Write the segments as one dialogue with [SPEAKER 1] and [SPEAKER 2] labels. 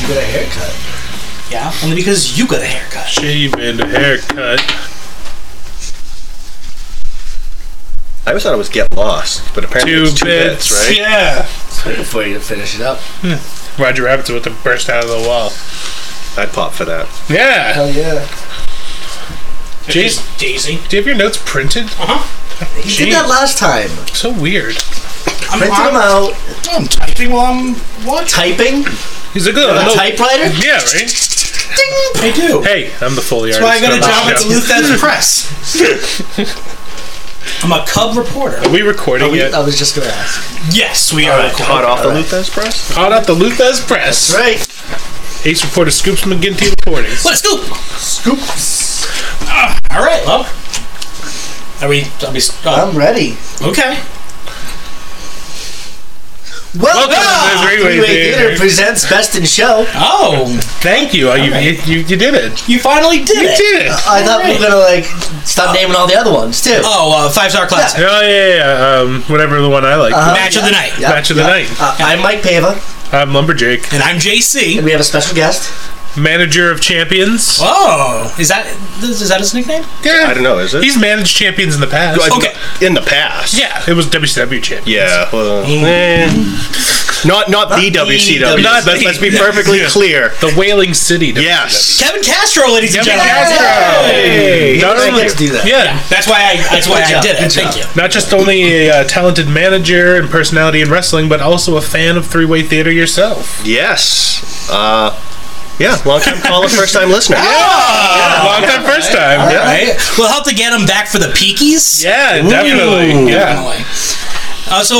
[SPEAKER 1] You got a haircut.
[SPEAKER 2] Yeah, only because you got a haircut.
[SPEAKER 3] Shave and a haircut.
[SPEAKER 4] I always thought it was Get Lost, but apparently
[SPEAKER 3] Two,
[SPEAKER 4] it's two
[SPEAKER 3] bits.
[SPEAKER 4] bits, right?
[SPEAKER 3] Yeah. Hmm.
[SPEAKER 1] Waiting for you to finish it up.
[SPEAKER 3] Roger Rabbit's with the burst out of the wall.
[SPEAKER 4] I'd pop for that.
[SPEAKER 3] Yeah.
[SPEAKER 1] Hell yeah.
[SPEAKER 3] Jason,
[SPEAKER 2] Daisy.
[SPEAKER 3] do you have your notes printed?
[SPEAKER 1] He did that last time.
[SPEAKER 3] So weird.
[SPEAKER 2] I'm,
[SPEAKER 1] Printed them
[SPEAKER 2] I'm,
[SPEAKER 1] out.
[SPEAKER 2] I'm typing while I'm watching.
[SPEAKER 1] Typing?
[SPEAKER 3] He's a good
[SPEAKER 1] A
[SPEAKER 3] no-
[SPEAKER 1] typewriter?
[SPEAKER 3] Yeah, right?
[SPEAKER 2] I do.
[SPEAKER 3] Hey, I'm the Foley
[SPEAKER 2] That's why I
[SPEAKER 3] artist.
[SPEAKER 2] got a
[SPEAKER 3] for the
[SPEAKER 2] job at
[SPEAKER 3] show.
[SPEAKER 2] the Luther's Press. I'm a Cub reporter.
[SPEAKER 3] Are we recording
[SPEAKER 1] Are we-
[SPEAKER 3] yet?
[SPEAKER 1] I was just gonna ask.
[SPEAKER 2] Yes, we are. recording.
[SPEAKER 4] Hot off the Luthes press?
[SPEAKER 3] Hot out the Luthes Press.
[SPEAKER 1] Right.
[SPEAKER 3] Ace reporter Scoops McGinty reporting.
[SPEAKER 2] Let's go. Ah,
[SPEAKER 1] Scoops.
[SPEAKER 2] All right, well. Are we? Are we oh,
[SPEAKER 1] I'm ready.
[SPEAKER 2] okay.
[SPEAKER 1] Welcome,
[SPEAKER 3] Welcome to the Freeway
[SPEAKER 1] Freeway
[SPEAKER 3] Theater.
[SPEAKER 1] Theater. presents Best in Show.
[SPEAKER 2] Oh,
[SPEAKER 3] Thank you. Oh, you,
[SPEAKER 2] right.
[SPEAKER 3] you. You did it.
[SPEAKER 2] you finally did
[SPEAKER 3] You
[SPEAKER 2] it.
[SPEAKER 3] did it.
[SPEAKER 1] I thought we were
[SPEAKER 2] Alright.
[SPEAKER 1] gonna like stop naming all the other ones too.
[SPEAKER 2] Oh, uh, five star classic.
[SPEAKER 3] Oh yeah, yeah, yeah. Um, whatever the one I like.
[SPEAKER 1] Uh-huh.
[SPEAKER 2] Match of the night.
[SPEAKER 1] Yeah,
[SPEAKER 3] Match of the
[SPEAKER 1] yeah.
[SPEAKER 3] night.
[SPEAKER 1] Uh, I'm Mike Pava,
[SPEAKER 3] I'm Lumberjake,
[SPEAKER 2] And I'm JC.
[SPEAKER 1] and we have a special guest.
[SPEAKER 3] manager of champions.
[SPEAKER 2] Oh, is that is that his nickname?
[SPEAKER 3] Yeah,
[SPEAKER 4] I don't know, is it?
[SPEAKER 3] He's managed champions in the past.
[SPEAKER 4] I-
[SPEAKER 2] Okay.
[SPEAKER 4] In the past.
[SPEAKER 3] Yeah, it was WCW champion.
[SPEAKER 4] Yeah. Well, eh. Not not the WCW.
[SPEAKER 3] Not
[SPEAKER 4] Let's, let's be perfectly clear.
[SPEAKER 3] The Wailing City. WCW.
[SPEAKER 4] Yes.
[SPEAKER 2] Kevin Castro, ladies and
[SPEAKER 3] Kevin
[SPEAKER 2] gentlemen.
[SPEAKER 3] Castro.
[SPEAKER 4] Hey.
[SPEAKER 3] Not
[SPEAKER 1] Hey,
[SPEAKER 3] only
[SPEAKER 1] let's do that.
[SPEAKER 3] Yeah.
[SPEAKER 2] That's why I. That's why
[SPEAKER 1] Good
[SPEAKER 2] I
[SPEAKER 1] job,
[SPEAKER 2] did it.
[SPEAKER 1] good
[SPEAKER 2] Thank
[SPEAKER 1] job.
[SPEAKER 2] you.
[SPEAKER 3] Not just only a uh, talented manager and personality in wrestling, but also a fan of three way theater yourself.
[SPEAKER 4] Yes. Uh, yeah. Long time caller, first time listener.
[SPEAKER 3] Long time, first time.
[SPEAKER 4] Yeah.
[SPEAKER 2] Right. We'll help to get him back for the peakies.
[SPEAKER 3] Yeah, definitely. Yeah.
[SPEAKER 2] Definitely. Uh, so,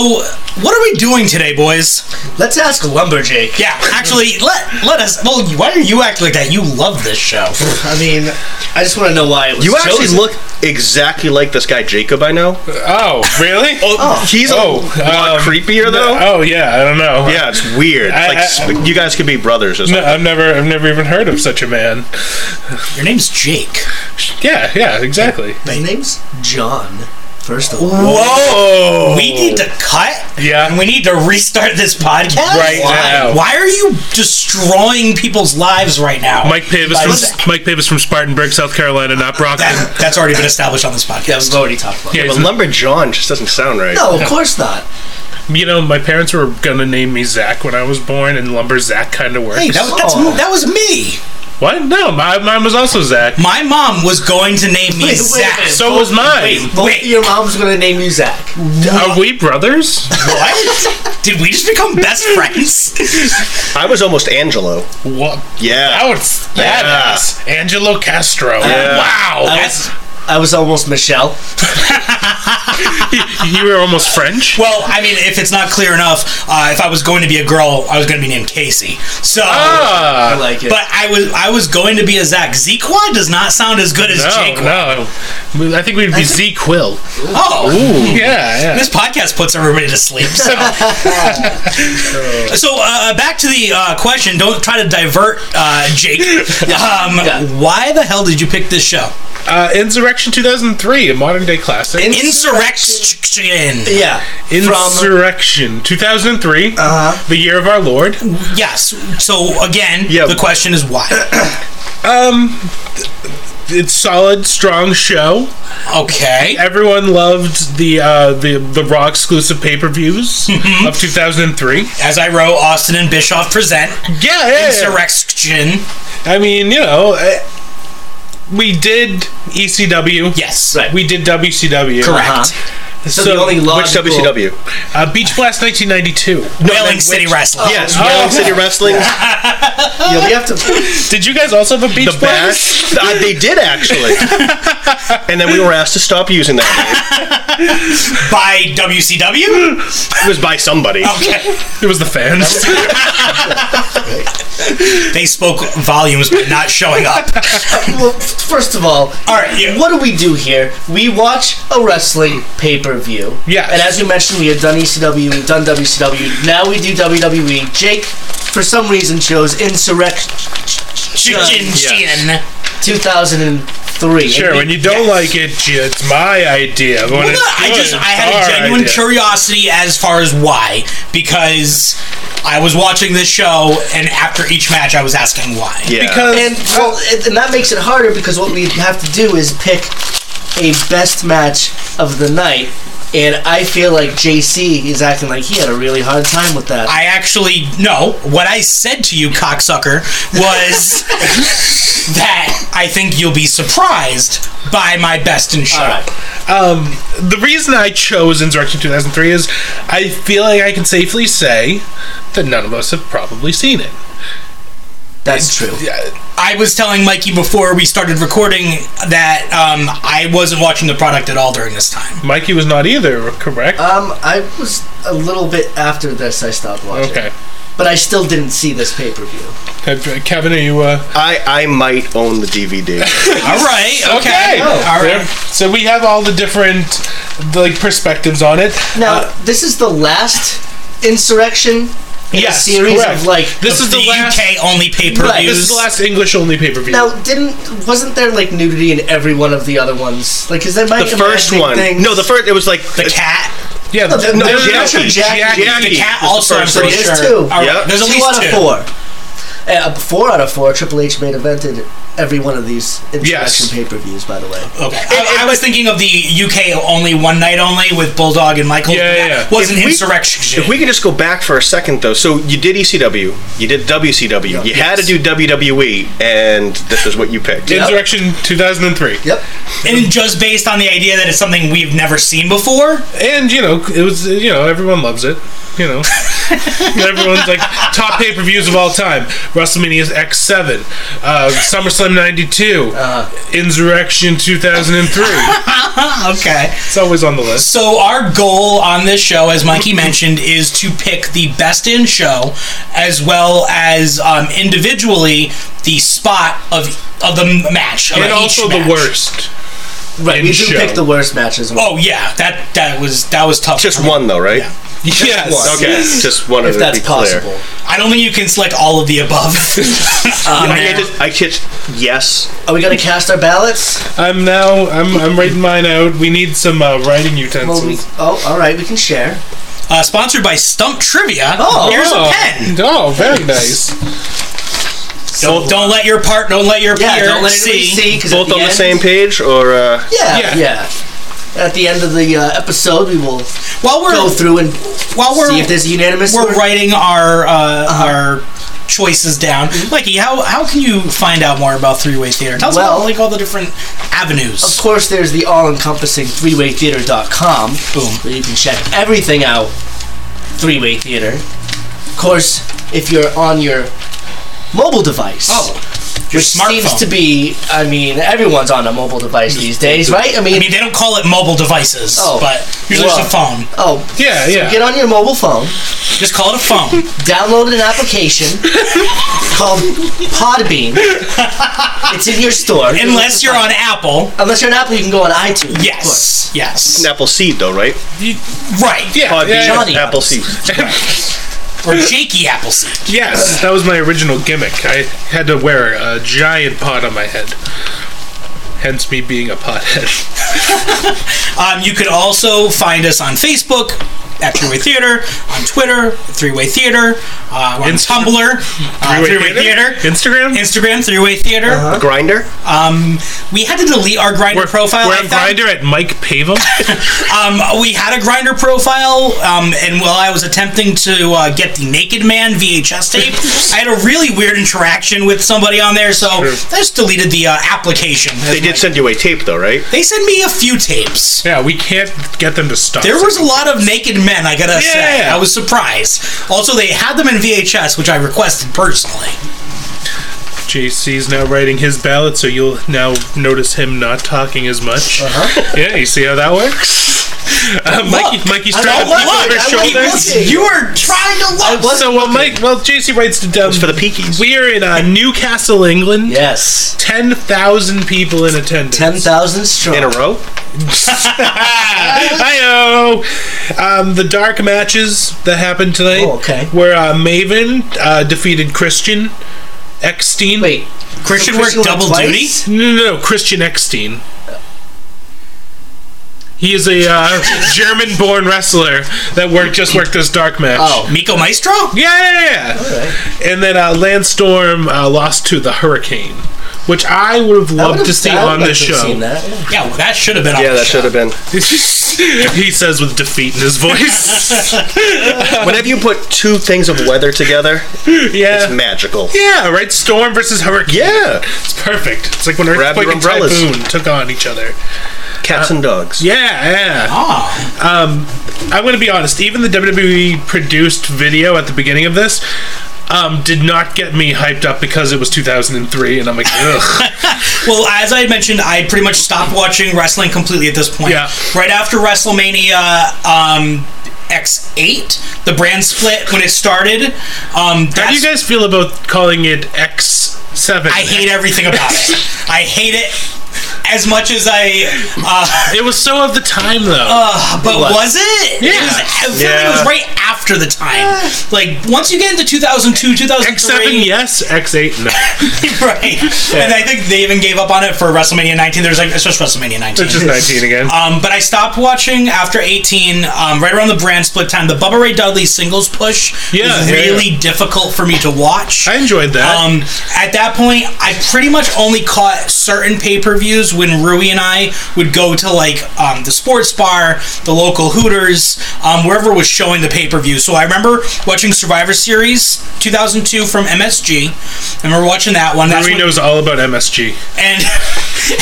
[SPEAKER 2] what are we doing today, boys?
[SPEAKER 1] Let's ask Lumberjake.
[SPEAKER 2] Yeah, actually, let let us. Well, why do you act like that? You love this show.
[SPEAKER 1] I mean, I just want to know why it was
[SPEAKER 4] You actually
[SPEAKER 1] chosen.
[SPEAKER 4] look exactly like this guy Jacob I know.
[SPEAKER 3] Oh, really?
[SPEAKER 4] Oh, he's a
[SPEAKER 3] Oh,
[SPEAKER 4] lot
[SPEAKER 3] um,
[SPEAKER 4] creepier though.
[SPEAKER 3] Oh, yeah. I don't know.
[SPEAKER 4] Yeah, it's weird. It's
[SPEAKER 3] I-
[SPEAKER 4] like
[SPEAKER 3] I-
[SPEAKER 4] sp- you guys could be brothers or
[SPEAKER 3] No,
[SPEAKER 4] something.
[SPEAKER 3] I've never, I've never even heard of such a man.
[SPEAKER 2] Your name's Jake.
[SPEAKER 3] Yeah, yeah, exactly.
[SPEAKER 1] His name's John. First of all,
[SPEAKER 3] Whoa!
[SPEAKER 2] Oh. We need to cut.
[SPEAKER 3] Yeah.
[SPEAKER 2] And we need to restart this podcast
[SPEAKER 3] Right
[SPEAKER 2] why?
[SPEAKER 3] now.
[SPEAKER 2] Why are you destroying people's lives right now?
[SPEAKER 3] Mike Pavis
[SPEAKER 2] By-
[SPEAKER 3] from Mike Pavis from Spartanburg, South Carolina, not Brockton.
[SPEAKER 2] That- that's already been established on this podcast.
[SPEAKER 1] yeah, we've already talked about.
[SPEAKER 3] Yeah,
[SPEAKER 1] it.
[SPEAKER 4] But
[SPEAKER 3] he's-
[SPEAKER 4] Lumberjohn just doesn't sound right.
[SPEAKER 1] No, of course not.
[SPEAKER 3] you know, my parents were gonna name me Zach when I was born, and Lumber Zach kind of works.
[SPEAKER 2] Hey, that, was- that's,
[SPEAKER 1] Oh.
[SPEAKER 2] that was me.
[SPEAKER 3] what? No, my mine was also Zach.
[SPEAKER 2] My mom was going to name me
[SPEAKER 1] Wait, wait,
[SPEAKER 2] Zach.
[SPEAKER 1] wait.
[SPEAKER 3] So was mine.
[SPEAKER 1] Both
[SPEAKER 2] Wait.
[SPEAKER 1] of your mom's gonna name you Zach.
[SPEAKER 3] Are we brothers?
[SPEAKER 2] What? Did we just become best friends?
[SPEAKER 4] I was almost Angelo.
[SPEAKER 3] what?
[SPEAKER 4] Yeah.
[SPEAKER 3] That was
[SPEAKER 4] Yeah.
[SPEAKER 3] badass. Angelo Castro. Wow.
[SPEAKER 1] I
[SPEAKER 3] That's-
[SPEAKER 1] was, I was almost Michelle.
[SPEAKER 3] you were almost French.
[SPEAKER 2] well, I mean, if it's not clear enough, uh, if I was going to be a girl, I was going to be named Casey. So.
[SPEAKER 1] I
[SPEAKER 3] Ah.
[SPEAKER 1] like it.
[SPEAKER 2] Uh, But I was I was going to be a Zach. Zequa does not sound as good as
[SPEAKER 3] Oh, No,
[SPEAKER 2] Jake.
[SPEAKER 3] no. I think we'd be Z Quill.
[SPEAKER 2] Oh,
[SPEAKER 3] Yeah, yeah.
[SPEAKER 2] this podcast puts everybody to sleep. So, so uh, back to the uh, question. Don't try to divert uh, Jake. Um,
[SPEAKER 1] Yeah.
[SPEAKER 2] Why the hell did you pick this show?
[SPEAKER 3] Uh, Insurrection 2003, a modern day classic.
[SPEAKER 1] In-
[SPEAKER 2] Insurrection.
[SPEAKER 1] yeah, from
[SPEAKER 3] Insurrection 2003,
[SPEAKER 1] Uh-huh.
[SPEAKER 3] the year of our Lord.
[SPEAKER 2] Yes. So again,
[SPEAKER 4] Yeah.
[SPEAKER 2] the question is why.
[SPEAKER 3] It's solid, strong show.
[SPEAKER 2] Okay.
[SPEAKER 3] Everyone loved the uh, the the Raw exclusive pay per views of 2003.
[SPEAKER 2] As I wrote, Austin and Bischoff present
[SPEAKER 3] Yeah, yeah,
[SPEAKER 2] Insurrection.
[SPEAKER 3] I mean, you know, uh, we did ECW.
[SPEAKER 2] Yes.
[SPEAKER 1] Right.
[SPEAKER 3] We did WCW.
[SPEAKER 2] Correct.
[SPEAKER 1] Uh-huh. So,
[SPEAKER 4] So,
[SPEAKER 1] the only logical,
[SPEAKER 4] which WCW?
[SPEAKER 3] Uh, Beach Blast 1992.
[SPEAKER 4] No,
[SPEAKER 2] Wailing
[SPEAKER 4] then
[SPEAKER 2] City
[SPEAKER 4] which-
[SPEAKER 2] Wrestling.
[SPEAKER 4] Yes, Wailing City Wrestling.
[SPEAKER 1] Yeah, we have to.
[SPEAKER 3] Did you guys also have a Beach
[SPEAKER 4] the
[SPEAKER 3] Blast?
[SPEAKER 4] bash. Uh, they did actually, and then we were asked to stop using that.
[SPEAKER 2] By WCW?
[SPEAKER 4] name. It was by somebody.
[SPEAKER 2] Okay.
[SPEAKER 3] It was the fans.
[SPEAKER 2] They spoke volumes by not showing up.
[SPEAKER 1] Well, first of all,
[SPEAKER 2] All right, yeah.
[SPEAKER 1] what do we do here? We watch a wrestling pay per view.
[SPEAKER 3] Yes.
[SPEAKER 1] And as we mentioned, we had done ECW, we've done WCW. Now we do WWE. Jake, for some reason, chose Insurrection
[SPEAKER 2] Chicken chin.
[SPEAKER 1] 2003.
[SPEAKER 3] Sure,
[SPEAKER 1] And
[SPEAKER 3] when you don't like it, you- it's my idea. But when
[SPEAKER 2] Well, no,
[SPEAKER 3] it's
[SPEAKER 2] I
[SPEAKER 3] good,
[SPEAKER 2] just
[SPEAKER 3] it's
[SPEAKER 2] I had
[SPEAKER 3] our
[SPEAKER 2] a genuine
[SPEAKER 3] idea.
[SPEAKER 2] curiosity as far as why because I was watching this show and after each match I was asking why.
[SPEAKER 4] Yeah.
[SPEAKER 3] Because
[SPEAKER 1] And well, it- and that makes it harder because what we have to do is pick a best match of the night, and I feel like JC is acting like he had a really hard time with that.
[SPEAKER 2] I actually no. What I said to you, cocksucker, was that I think you'll be surprised by my best in show.
[SPEAKER 1] All right.
[SPEAKER 3] um, the reason I chose Insurrection 2003 is I feel like I can safely say that none of us have probably seen it.
[SPEAKER 1] That's true.
[SPEAKER 2] I was telling Mikey before we started recording that um, I wasn't watching the product at all during this time.
[SPEAKER 3] Mikey was not either,
[SPEAKER 2] Uh,
[SPEAKER 3] correct?
[SPEAKER 1] Um, I was a little bit after this. I stopped watching,
[SPEAKER 3] okay.
[SPEAKER 1] but I still didn't see this pay per view.
[SPEAKER 3] Have- Kevin, are you. Uh,
[SPEAKER 4] I I might own the DVD.
[SPEAKER 2] All right. Okay.
[SPEAKER 3] okay. Oh,
[SPEAKER 2] All
[SPEAKER 3] There-
[SPEAKER 2] right.
[SPEAKER 3] So we have all the different like perspectives on it.
[SPEAKER 1] Now, Uh, this is the last insurrection in
[SPEAKER 3] Yes,
[SPEAKER 1] a series
[SPEAKER 3] correct.
[SPEAKER 1] of like.
[SPEAKER 3] This is the, last.
[SPEAKER 2] UK only pay per
[SPEAKER 1] Right,
[SPEAKER 3] This is
[SPEAKER 2] views.
[SPEAKER 3] the last English only pay per view.
[SPEAKER 1] now, didn't wasn't there like nudity in every one of the other ones? Like, is that my
[SPEAKER 4] the first one. No, the first. It was like
[SPEAKER 2] the cat.
[SPEAKER 3] yeah,
[SPEAKER 1] No,
[SPEAKER 3] th-
[SPEAKER 1] no,
[SPEAKER 3] there's
[SPEAKER 1] Jackie,
[SPEAKER 3] actually
[SPEAKER 1] Jackie,
[SPEAKER 2] The cat
[SPEAKER 4] was
[SPEAKER 2] also.
[SPEAKER 4] the
[SPEAKER 2] I'm
[SPEAKER 4] first
[SPEAKER 2] pretty
[SPEAKER 1] one.
[SPEAKER 2] sure.
[SPEAKER 1] There's two.
[SPEAKER 2] All right,
[SPEAKER 4] Yeah.
[SPEAKER 2] There's at
[SPEAKER 1] two
[SPEAKER 2] least
[SPEAKER 1] out
[SPEAKER 2] two.
[SPEAKER 1] of four. Uh, four out of four. Triple H main evented every one of these insurrection
[SPEAKER 3] Yes.
[SPEAKER 1] pay per views. By the way,
[SPEAKER 2] Okay. I, I was thinking of the UK only one night only with Bulldog and Michael.
[SPEAKER 3] Yeah,
[SPEAKER 2] but
[SPEAKER 3] yeah,
[SPEAKER 2] that
[SPEAKER 3] yeah.
[SPEAKER 2] Was
[SPEAKER 4] If
[SPEAKER 2] an
[SPEAKER 4] we-
[SPEAKER 2] insurrection.
[SPEAKER 4] If we could just go back for a second, though. So you did ECW, you did WCW, you had to do WWE, and this is what you picked.
[SPEAKER 1] Yeah.
[SPEAKER 3] Insurrection 2003.
[SPEAKER 1] yep.
[SPEAKER 2] and just based on the idea that it's something we've never seen before.
[SPEAKER 3] And you know, it was you know everyone loves it. You know, everyone's like top pay per views of all time: WrestleMania X Seven, uh, SummerSlam '92,
[SPEAKER 1] Uh-huh.
[SPEAKER 3] Insurrection 2003.
[SPEAKER 1] Oh,
[SPEAKER 2] Okay.
[SPEAKER 3] it's always on the list.
[SPEAKER 2] So our goal on this show, as Mikey mentioned, is to pick the best in show, as well as um, individually the spot of of the match, of
[SPEAKER 3] And
[SPEAKER 2] each
[SPEAKER 3] also
[SPEAKER 2] match.
[SPEAKER 3] the worst.
[SPEAKER 1] Right,
[SPEAKER 3] In
[SPEAKER 1] we do
[SPEAKER 3] show.
[SPEAKER 1] pick the worst matches.
[SPEAKER 2] Oh yeah, that that was that was tough.
[SPEAKER 4] Just one, though, right?
[SPEAKER 3] Yes.
[SPEAKER 4] Okay, just one.
[SPEAKER 1] if
[SPEAKER 4] to
[SPEAKER 1] that's
[SPEAKER 4] be clear.
[SPEAKER 1] possible.
[SPEAKER 2] I don't think you can select all of the above.
[SPEAKER 1] Oh,
[SPEAKER 2] Um,
[SPEAKER 4] I can't just. I can't. Yes.
[SPEAKER 1] Are we gonna cast our ballots?
[SPEAKER 3] I'm now. I'm. I'm writing mine out. We need some uh, writing
[SPEAKER 1] Well, we,
[SPEAKER 3] utensils.
[SPEAKER 1] oh, all right, we can share.
[SPEAKER 2] uh, sponsored by Stump Trivia.
[SPEAKER 1] Oh,
[SPEAKER 2] here's
[SPEAKER 3] oh,
[SPEAKER 2] a pen.
[SPEAKER 3] Oh, very nice.
[SPEAKER 2] Don't don't let your part. Don't let your
[SPEAKER 1] Yeah,
[SPEAKER 2] peer
[SPEAKER 1] don't let anybody
[SPEAKER 2] see.
[SPEAKER 1] see. 'cause at
[SPEAKER 4] Both on
[SPEAKER 1] end-
[SPEAKER 4] the same page, or uh,
[SPEAKER 1] Yeah,
[SPEAKER 3] Yeah.
[SPEAKER 1] yeah. At the end of the uh, episode, we will
[SPEAKER 2] While we're
[SPEAKER 1] go through and
[SPEAKER 2] while we're
[SPEAKER 1] see if Uh-huh. there's a unanimous.
[SPEAKER 2] we're
[SPEAKER 1] one.
[SPEAKER 2] writing our uh, our choices down.
[SPEAKER 1] Mm-hmm.
[SPEAKER 2] Mikey, how how can you find out more about three way theater? Tell us
[SPEAKER 1] Well-
[SPEAKER 2] about like all the different avenues.
[SPEAKER 1] Of course, there's the all-encompassing three-waytheater.com.
[SPEAKER 2] Boom.
[SPEAKER 1] Where you can check everything out. Three-way theater. Of course, if you're on your mobile device.
[SPEAKER 2] oh, your
[SPEAKER 1] which
[SPEAKER 2] smartphone.
[SPEAKER 1] seems to be, I mean, everyone's on a mobile device these days, right? I mean,
[SPEAKER 2] I mean, they don't call it mobile devices,
[SPEAKER 1] Oh,
[SPEAKER 2] but usually
[SPEAKER 1] well.
[SPEAKER 2] it's a phone.
[SPEAKER 1] oh,
[SPEAKER 3] Yeah,
[SPEAKER 1] so
[SPEAKER 3] yeah.
[SPEAKER 1] get on your mobile phone,
[SPEAKER 2] Just call it a phone.
[SPEAKER 1] download an application called Podbean. It's in your store.
[SPEAKER 2] Unless you're on Apple.
[SPEAKER 1] Unless you're an Apple, you can go on iTunes. of
[SPEAKER 2] Yes.
[SPEAKER 1] course.
[SPEAKER 2] Yes.
[SPEAKER 4] an apple seed, though, right?
[SPEAKER 2] Right.
[SPEAKER 3] Yeah,
[SPEAKER 4] Podbean,
[SPEAKER 3] yeah,
[SPEAKER 1] Johnny.
[SPEAKER 4] apple seed.
[SPEAKER 2] Or Jakey Appleseed.
[SPEAKER 3] Yes, that was my original gimmick. I had to wear a giant pot on my head. Hence me being a pothead.
[SPEAKER 2] Um, you could also find us on Facebook, at Three Way Theater, on Twitter, Three Way Theater, uh, we're on
[SPEAKER 3] Insta-
[SPEAKER 2] Tumblr, uh, Three Way Theater,
[SPEAKER 3] Instagram.
[SPEAKER 2] Instagram, Three Way Theater.
[SPEAKER 4] Grinder.
[SPEAKER 2] Um, we had to delete our grinder
[SPEAKER 3] we're,
[SPEAKER 2] profile.
[SPEAKER 3] We're
[SPEAKER 2] I
[SPEAKER 3] on
[SPEAKER 2] found.
[SPEAKER 3] Grinder at Mike Pavel.
[SPEAKER 2] Um, we had a grinder profile, um, and while I was attempting to uh, get the Naked Man VHS tape, I had a really weird interaction with somebody on there, so I just deleted the uh, application.
[SPEAKER 4] They did send you a tape though, right?
[SPEAKER 2] They sent me a few tapes.
[SPEAKER 3] yeah, we can't get them to stop.
[SPEAKER 2] There was a lot of naked men, I gotta say.
[SPEAKER 3] Yeah.
[SPEAKER 2] I was surprised. Also, they had them in VHS, which I requested personally.
[SPEAKER 3] JC's now writing his ballot, so you'll now notice him not talking as much.
[SPEAKER 1] Uh-huh.
[SPEAKER 3] Yeah, you see how that works? Uh, Mikey, Mikey's
[SPEAKER 1] I
[SPEAKER 3] trying to
[SPEAKER 1] don't
[SPEAKER 3] peek
[SPEAKER 1] look,
[SPEAKER 3] over his
[SPEAKER 1] I wasn't
[SPEAKER 3] shoulder.
[SPEAKER 1] looking.
[SPEAKER 2] You were trying to look.
[SPEAKER 1] wasn't
[SPEAKER 3] So, well, Mike, well, JC writes to down
[SPEAKER 4] It's for the peakies.
[SPEAKER 3] We're in uh, Newcastle, England.
[SPEAKER 1] Yes.
[SPEAKER 3] 10,000 people in attendance.
[SPEAKER 1] 10,000 strong.
[SPEAKER 4] In a row.
[SPEAKER 3] Hi-oh! Um, the dark matches that happened tonight
[SPEAKER 1] Oh, okay.
[SPEAKER 3] were uh, Maven uh, defeated Christian Eckstein.
[SPEAKER 1] Wait.
[SPEAKER 2] Christian worked double duty?
[SPEAKER 3] No, no, no, Christian Eckstein. He is a uh, German-born wrestler that worked just worked this dark match.
[SPEAKER 1] Oh.
[SPEAKER 2] Miko Maestro?
[SPEAKER 3] Yeah, yeah, yeah. And then uh, Landstorm uh, lost to the Hurricane, which I would have loved to see on this show.
[SPEAKER 2] Yeah, well, that should have been on
[SPEAKER 4] Yeah,
[SPEAKER 2] the
[SPEAKER 4] that
[SPEAKER 2] show.
[SPEAKER 4] should have been.
[SPEAKER 3] he says with defeat in his voice.
[SPEAKER 4] Whenever you put two things of weather together,
[SPEAKER 3] yeah.
[SPEAKER 4] it's magical.
[SPEAKER 3] Yeah, right. Storm versus hurricane.
[SPEAKER 4] Yeah.
[SPEAKER 3] it's perfect. It's like when
[SPEAKER 4] Grab
[SPEAKER 3] earthquake
[SPEAKER 4] your
[SPEAKER 3] and
[SPEAKER 4] umbrellas.
[SPEAKER 3] typhoon took on each other.
[SPEAKER 4] Cats and dogs.
[SPEAKER 3] Yeah, yeah.
[SPEAKER 2] Oh.
[SPEAKER 3] Um, I'm gonna be honest. Even the WWE produced video at the beginning of this. Um, did not get me hyped up because it was 2003, and I'm like, ugh.
[SPEAKER 2] Well, as I had mentioned, I pretty much stopped watching wrestling completely at this point.
[SPEAKER 3] Yeah.
[SPEAKER 2] Right after WrestleMania um, X8, the brand split when it started. Um,
[SPEAKER 3] How do you
[SPEAKER 2] that's-
[SPEAKER 3] guys feel about calling it X7?
[SPEAKER 2] I hate everything about it. I hate it as much as I. Uh,
[SPEAKER 3] It was so of the time, though.
[SPEAKER 2] Oh, but was. it? It
[SPEAKER 3] Yeah.
[SPEAKER 2] was, I feel like it
[SPEAKER 4] Yeah.
[SPEAKER 2] was right after the time. Like once you get into 2002, 2003,
[SPEAKER 3] X7, yes. X8, no.
[SPEAKER 2] right? And I think they even gave up on it for WrestleMania 19. There's like it's just WrestleMania 19.
[SPEAKER 3] It's just 19 again.
[SPEAKER 2] Um, but I stopped watching after 18, um, right around the brand split time. The Bubba Ray Dudley singles push
[SPEAKER 3] Yeah,
[SPEAKER 2] was
[SPEAKER 3] yeah,
[SPEAKER 2] really difficult for me to watch.
[SPEAKER 3] I enjoyed that.
[SPEAKER 2] Um, at that point, I pretty much only caught certain pay per views when Rui and I would go to like um, the sports bar, the local Hooters, um, wherever was showing the pay per view. So I remember watching Survivor Series 2002 from MSG. I remember watching that one. That's
[SPEAKER 3] Rui
[SPEAKER 2] when-
[SPEAKER 3] knows all about MSG.
[SPEAKER 2] and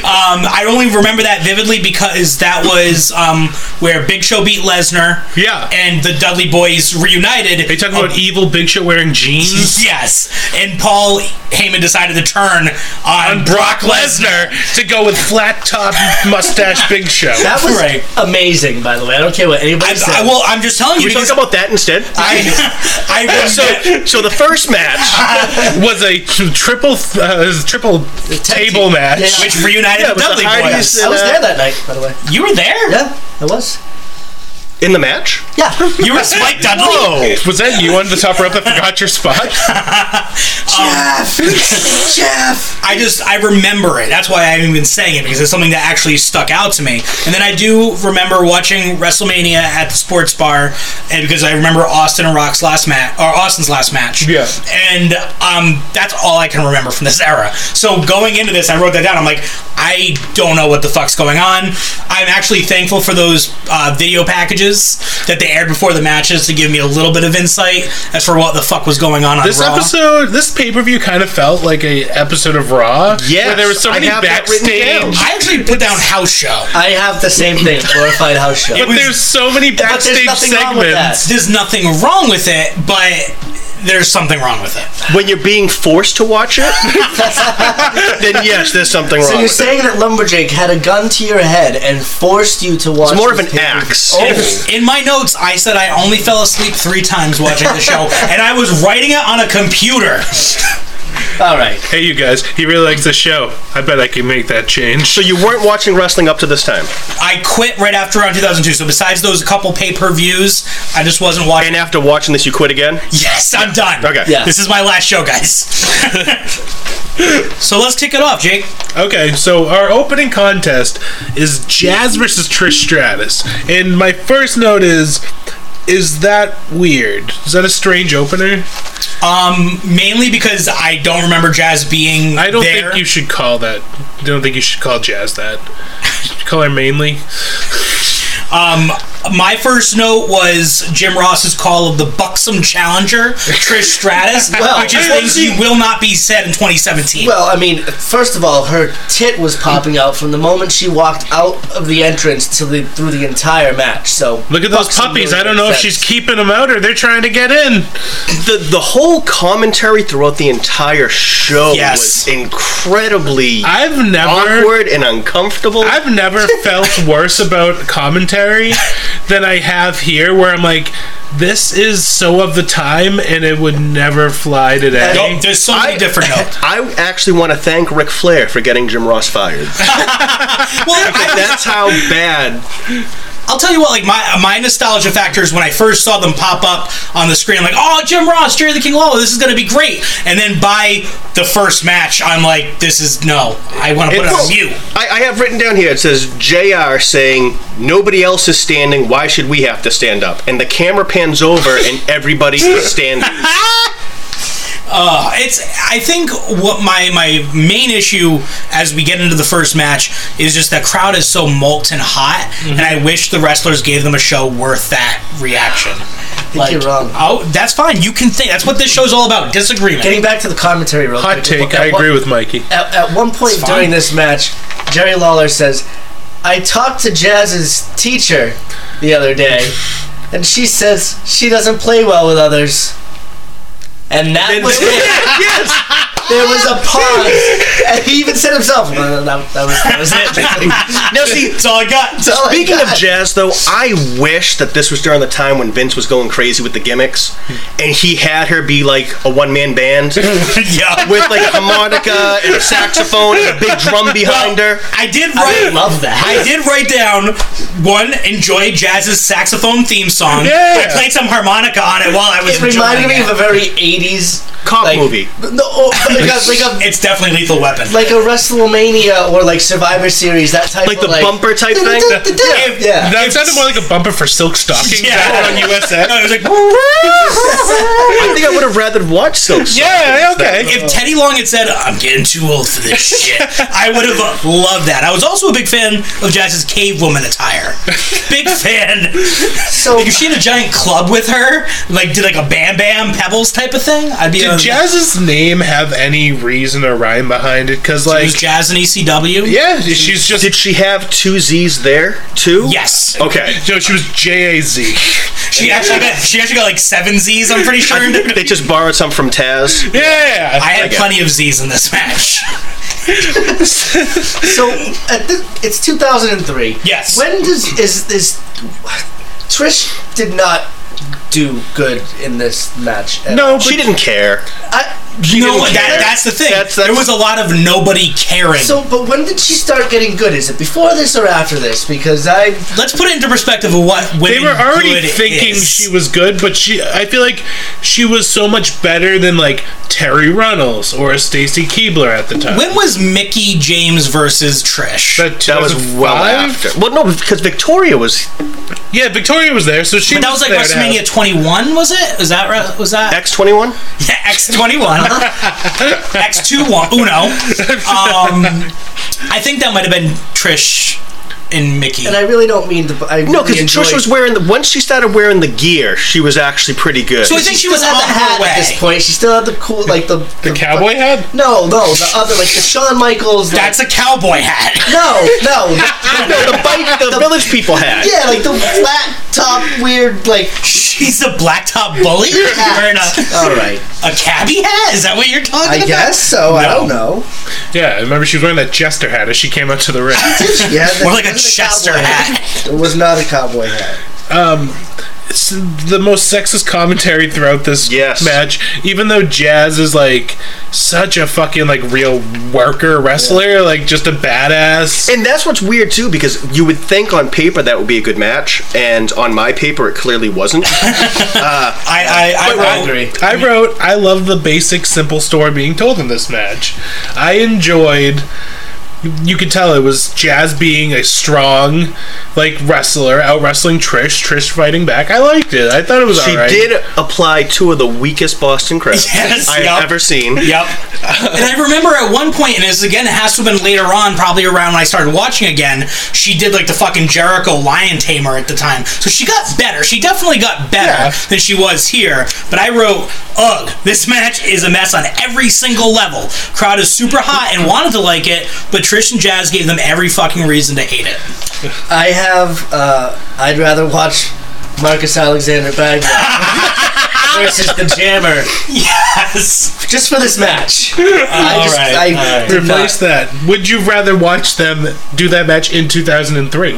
[SPEAKER 2] um, I only remember that vividly because that was um, where Big Show beat Lesnar.
[SPEAKER 3] Yeah.
[SPEAKER 2] And the Dudley Boys reunited.
[SPEAKER 3] Are you talking about
[SPEAKER 2] Um,
[SPEAKER 3] evil Big Show wearing jeans?
[SPEAKER 2] Yes, and Paul Heyman decided to turn on,
[SPEAKER 3] on Brock Lesnar to go with flat top mustache Big Show.
[SPEAKER 1] That was
[SPEAKER 2] Right.
[SPEAKER 1] amazing, by the way. I don't care what anybody
[SPEAKER 2] I,
[SPEAKER 1] says.
[SPEAKER 2] I, well, I'm just telling you
[SPEAKER 4] We
[SPEAKER 2] because
[SPEAKER 4] talk about that instead.
[SPEAKER 2] I, I
[SPEAKER 4] so, so the first match
[SPEAKER 3] was a triple uh, triple table match.
[SPEAKER 1] Yeah.
[SPEAKER 2] which reunited
[SPEAKER 4] Yeah, it
[SPEAKER 2] the
[SPEAKER 4] was the
[SPEAKER 2] Dudley
[SPEAKER 4] Hardys
[SPEAKER 2] Boys.
[SPEAKER 1] I was there that night, by the way.
[SPEAKER 2] You were there.
[SPEAKER 1] Yeah, I was.
[SPEAKER 4] in the match.
[SPEAKER 1] Yeah.
[SPEAKER 2] You were Spike Dudley.
[SPEAKER 4] Whoa!
[SPEAKER 3] Was that you on the top rope that forgot your spot?
[SPEAKER 1] Jeff! Jeff!
[SPEAKER 2] I just I remember it. That's why I'm even saying it because it's something that actually stuck out to me. And then I do remember watching WrestleMania at the sports bar, and because I remember Austin and Rock's last match or Austin's last match.
[SPEAKER 3] Yeah.
[SPEAKER 2] And um, that's all I can remember from this era. So going into this, I wrote that down. I'm like, I don't know what the fuck's going on. I'm actually thankful for those uh, video packages that they aired before the matches to give me a little bit of insight as for what the fuck was going on on
[SPEAKER 3] This
[SPEAKER 2] Raw.
[SPEAKER 3] episode, this pay per view, kind of felt like a episode of Raw.
[SPEAKER 4] Yes,
[SPEAKER 3] where there was so
[SPEAKER 4] I
[SPEAKER 3] many
[SPEAKER 4] have that written
[SPEAKER 3] backstage.
[SPEAKER 4] down.
[SPEAKER 2] I actually put down house show.
[SPEAKER 1] I have the same thing, glorified house show.
[SPEAKER 3] But
[SPEAKER 2] was-
[SPEAKER 3] there's so many
[SPEAKER 1] there's
[SPEAKER 3] backstage
[SPEAKER 1] nothing
[SPEAKER 3] segments.
[SPEAKER 1] wrong with that.
[SPEAKER 2] there's nothing wrong with it, but there's something wrong with it.
[SPEAKER 4] When you're being forced to watch it, then yes, there's something wrong.
[SPEAKER 1] So you're
[SPEAKER 4] with it.
[SPEAKER 1] saying that Lumberjake had a gun to your head and forced you to watch
[SPEAKER 4] It's more of
[SPEAKER 1] this
[SPEAKER 4] an
[SPEAKER 1] pay-per-view?
[SPEAKER 4] axe.
[SPEAKER 1] Oh.
[SPEAKER 2] In my notes, I said I only fell asleep three times watching the show, and I was writing it on a computer.
[SPEAKER 1] All right.
[SPEAKER 3] Hey, you guys, he really likes the show. I bet I can make that change.
[SPEAKER 4] So you weren't watching wrestling up to this time,
[SPEAKER 2] I quit right after around 2002. So besides those couple pay per views, I just wasn't watching.
[SPEAKER 4] and after watching this, you quit again.
[SPEAKER 2] yes, I'm done.
[SPEAKER 4] Okay.
[SPEAKER 1] Yeah.
[SPEAKER 2] This is my last show, guys. So let's kick it off, Jake.
[SPEAKER 3] Okay, so our opening contest is Jazz versus Trish Stratus. And my first note is is that weird? Is that a strange opener?
[SPEAKER 2] Um, mainly because I don't remember Jazz being.
[SPEAKER 3] I don't
[SPEAKER 2] there.
[SPEAKER 3] think you should call that. I don't think you should call Jazz that. You should call her mainly.
[SPEAKER 2] Um, my first note was Jim Ross's call of the buxom challenger Trish Stratus,
[SPEAKER 1] Well,
[SPEAKER 2] which is
[SPEAKER 1] well,
[SPEAKER 2] things
[SPEAKER 1] see-
[SPEAKER 2] you will not be said in 2017.
[SPEAKER 1] Well, I mean, first of all, her tit was popping out from the moment she walked out of the entrance till the through the entire match. So
[SPEAKER 3] Look at those
[SPEAKER 1] Buxton
[SPEAKER 3] puppies.
[SPEAKER 1] really
[SPEAKER 3] I don't know if
[SPEAKER 1] makes
[SPEAKER 3] she's
[SPEAKER 1] sense.
[SPEAKER 3] keeping them out or they're trying to get in.
[SPEAKER 4] The the whole commentary throughout the entire show was
[SPEAKER 2] Yes.
[SPEAKER 4] incredibly
[SPEAKER 3] I've never
[SPEAKER 4] awkward and uncomfortable.
[SPEAKER 3] I've never felt worse about commentary than I have here, where I'm like, this is so of the time, and it would never fly today.
[SPEAKER 2] No, there's so many
[SPEAKER 4] I-
[SPEAKER 2] different notes.
[SPEAKER 4] I actually want to thank Ric Flair for getting Jim Ross fired.
[SPEAKER 2] Well, I,
[SPEAKER 4] That's how bad.
[SPEAKER 2] I'll tell you what, like my my nostalgia factor is when I first saw them pop up on the screen, like, oh, Jim Ross, Jerry the King Lawler, this is gonna be great. And then by the first match, I'm like, this is no, I want to put it on you.
[SPEAKER 4] I, I have written down here. It says Jr. saying nobody else is standing. Why should we have to stand up? And the camera pans over, and everybody is standing.
[SPEAKER 2] Uh, it's I think what my my main issue as we get into the first match is just that crowd is so molten hot, and
[SPEAKER 1] Mm-hmm.
[SPEAKER 2] I wish the wrestlers gave them a show worth that reaction. Like,
[SPEAKER 1] you're wrong.
[SPEAKER 2] Oh, that's fine. You can think. That's what this show's all about. Disagreement.
[SPEAKER 1] Getting back to the commentary real
[SPEAKER 3] Hot
[SPEAKER 1] quick.
[SPEAKER 3] take.
[SPEAKER 1] At
[SPEAKER 3] I
[SPEAKER 1] one-
[SPEAKER 3] agree with Mikey.
[SPEAKER 1] At, at one point
[SPEAKER 2] It's fine.
[SPEAKER 1] during this match, Jerry Lawler says, "I talked to Jazz's teacher the other day, and she says she doesn't play well with others." And that was it.
[SPEAKER 4] yes.
[SPEAKER 1] There was a pause, and he even said himself, "No, no, that, that was that was it."
[SPEAKER 4] Now see,
[SPEAKER 2] That's all I got.
[SPEAKER 1] That's all I
[SPEAKER 4] Speaking
[SPEAKER 1] got.
[SPEAKER 4] of jazz, though, I wish that this was during the time when Vince was going crazy with the gimmicks, and he had her be like a one-man band with
[SPEAKER 2] yeah.
[SPEAKER 4] like a harmonica and a saxophone and a big drum behind her.
[SPEAKER 2] I did write.
[SPEAKER 1] I love that.
[SPEAKER 2] I did write down one. Enjoy Jazz's saxophone theme song.
[SPEAKER 3] Yeah.
[SPEAKER 2] I played some harmonica on it while I was.
[SPEAKER 1] It reminded
[SPEAKER 2] enjoying
[SPEAKER 1] me
[SPEAKER 2] it.
[SPEAKER 1] of a very '80s
[SPEAKER 4] Cop movie.
[SPEAKER 1] No, or like a like a,
[SPEAKER 2] It's definitely Lethal Weapon.
[SPEAKER 1] like a WrestleMania or like Survivor Series that type
[SPEAKER 4] Like
[SPEAKER 1] of
[SPEAKER 4] the bumper type thing?
[SPEAKER 1] Yeah, yeah.
[SPEAKER 3] That sounded more like a bumper for silk stockings out on
[SPEAKER 2] No,
[SPEAKER 3] USF.
[SPEAKER 2] it was like.
[SPEAKER 4] I think I would have rather watched Silk Sonic.
[SPEAKER 3] Yeah, okay.
[SPEAKER 2] If Teddy Long had said, "I'm getting too old for this shit," I would have loved that. I was also a big fan of Jazz's cave woman attire. Big fan.
[SPEAKER 1] So
[SPEAKER 2] Like if she had a giant club with her, like did like a Bam Bam Pebbles type of thing, I'd be.
[SPEAKER 3] Did
[SPEAKER 2] on-
[SPEAKER 3] Jazz's name have any reason or rhyme behind it? Because,
[SPEAKER 2] It
[SPEAKER 3] like,
[SPEAKER 2] was Jazz E and ECW.
[SPEAKER 3] yeah, she's just.
[SPEAKER 4] Did she have two Z's there too?
[SPEAKER 2] Yes.
[SPEAKER 4] Okay.
[SPEAKER 3] no, she was J A Z.
[SPEAKER 2] She actually got she actually got like seven Z's. I'm pretty sure.
[SPEAKER 4] They just borrowed some from Taz.
[SPEAKER 3] Yeah.
[SPEAKER 2] I had
[SPEAKER 4] I
[SPEAKER 2] plenty of Z's in this match.
[SPEAKER 1] so at the, it's 2003.
[SPEAKER 2] Yes.
[SPEAKER 1] When does is this? Trish did not do good in this match. at all.
[SPEAKER 3] no,
[SPEAKER 4] She
[SPEAKER 3] but
[SPEAKER 4] didn't care.
[SPEAKER 1] I,
[SPEAKER 2] You know
[SPEAKER 4] didn't
[SPEAKER 2] what? That,
[SPEAKER 4] care.
[SPEAKER 2] that's the thing.
[SPEAKER 4] That's- that's-
[SPEAKER 2] there was a lot of nobody caring.
[SPEAKER 1] so, but when did she start getting good? Is it before this or after this? Because I
[SPEAKER 2] Let's put it into perspective of what women
[SPEAKER 3] they were already
[SPEAKER 2] good
[SPEAKER 3] thinking
[SPEAKER 2] is.
[SPEAKER 3] she was good, but she I feel like she was so much better than like Terry Runnels or Stacy Keebler at the time.
[SPEAKER 2] When was Mickey James versus Trish?
[SPEAKER 3] That,
[SPEAKER 4] That was well
[SPEAKER 3] 2005?
[SPEAKER 4] after. Well, no, because Victoria was
[SPEAKER 3] Yeah, Victoria was there, so she.
[SPEAKER 2] that was like
[SPEAKER 3] there to have-
[SPEAKER 2] WrestleMania 21, was it? Was that right? Was that
[SPEAKER 4] X21.
[SPEAKER 2] yeah, X21, X21, Uno? Um, I think that might have been Trish and Mickey.
[SPEAKER 1] and I really don't mean to. I
[SPEAKER 4] No,
[SPEAKER 1] really
[SPEAKER 4] because Trish
[SPEAKER 1] enjoyed-
[SPEAKER 4] was wearing the once she started wearing the gear, she was actually pretty good.
[SPEAKER 2] so I think she, was
[SPEAKER 1] still
[SPEAKER 2] on
[SPEAKER 1] had the
[SPEAKER 2] her
[SPEAKER 1] hat
[SPEAKER 2] way.
[SPEAKER 1] at this point. She still had the cool, like the
[SPEAKER 3] The cowboy had.
[SPEAKER 1] No, no, the other like the Shawn Michaels. Like,
[SPEAKER 2] That's a cowboy hat.
[SPEAKER 1] no, no,
[SPEAKER 4] no, the bike the village people had.
[SPEAKER 1] yeah, like the flat top weird like.
[SPEAKER 2] She's a black top bully wearing a,
[SPEAKER 1] All right,
[SPEAKER 2] a cabbie hat. Is that what you're talking
[SPEAKER 1] Oh. I
[SPEAKER 2] about?
[SPEAKER 1] guess so. I don't know.
[SPEAKER 3] Yeah, I remember she was wearing that jester hat as she came out to the ring.
[SPEAKER 1] Yeah, that
[SPEAKER 2] More like a
[SPEAKER 1] wasn't
[SPEAKER 2] Chester
[SPEAKER 1] cowboy
[SPEAKER 2] hat.
[SPEAKER 1] It was not a cowboy hat.
[SPEAKER 3] um, s- the most sexist commentary throughout this
[SPEAKER 4] Yes.
[SPEAKER 3] match. Even though Jazz is like such a fucking like real worker wrestler, like just a badass.
[SPEAKER 4] And that's what's weird too, because you would think on paper that would be a good match, and on my paper it clearly wasn't.
[SPEAKER 2] I, I, I,
[SPEAKER 1] I
[SPEAKER 2] wrote-
[SPEAKER 1] agree.
[SPEAKER 3] I wrote, I love the basic, simple story being told in this match. I enjoyed. You could tell it was Jazz being a strong, like wrestler, out wrestling Trish, Trish fighting back. I liked it. I thought it was
[SPEAKER 4] she
[SPEAKER 3] alright.
[SPEAKER 4] did apply two of the weakest Boston crabs
[SPEAKER 2] Yes,
[SPEAKER 4] I've
[SPEAKER 2] yup.
[SPEAKER 4] ever seen.
[SPEAKER 2] Yep. and I remember at one point, and this again, it has to have been later on, probably around when I started watching again, she did like the fucking Jericho lion tamer at the time. So she got better. She definitely got better
[SPEAKER 3] Yeah.
[SPEAKER 2] than she was here. But I wrote, ugh, this match is a mess on every single level. Crowd is super hot and wanted to like it, but Trish and Jazz gave them every fucking reason to hate it.
[SPEAKER 1] I have. Uh, I'd rather watch Marcus Alexander Bagwell versus the Jammer
[SPEAKER 2] Yes.
[SPEAKER 1] just for this match. I just,
[SPEAKER 2] Alright,
[SPEAKER 1] I
[SPEAKER 2] alright.
[SPEAKER 1] did
[SPEAKER 3] Replace
[SPEAKER 1] not.
[SPEAKER 3] that. Would you rather watch them do that match in 2003?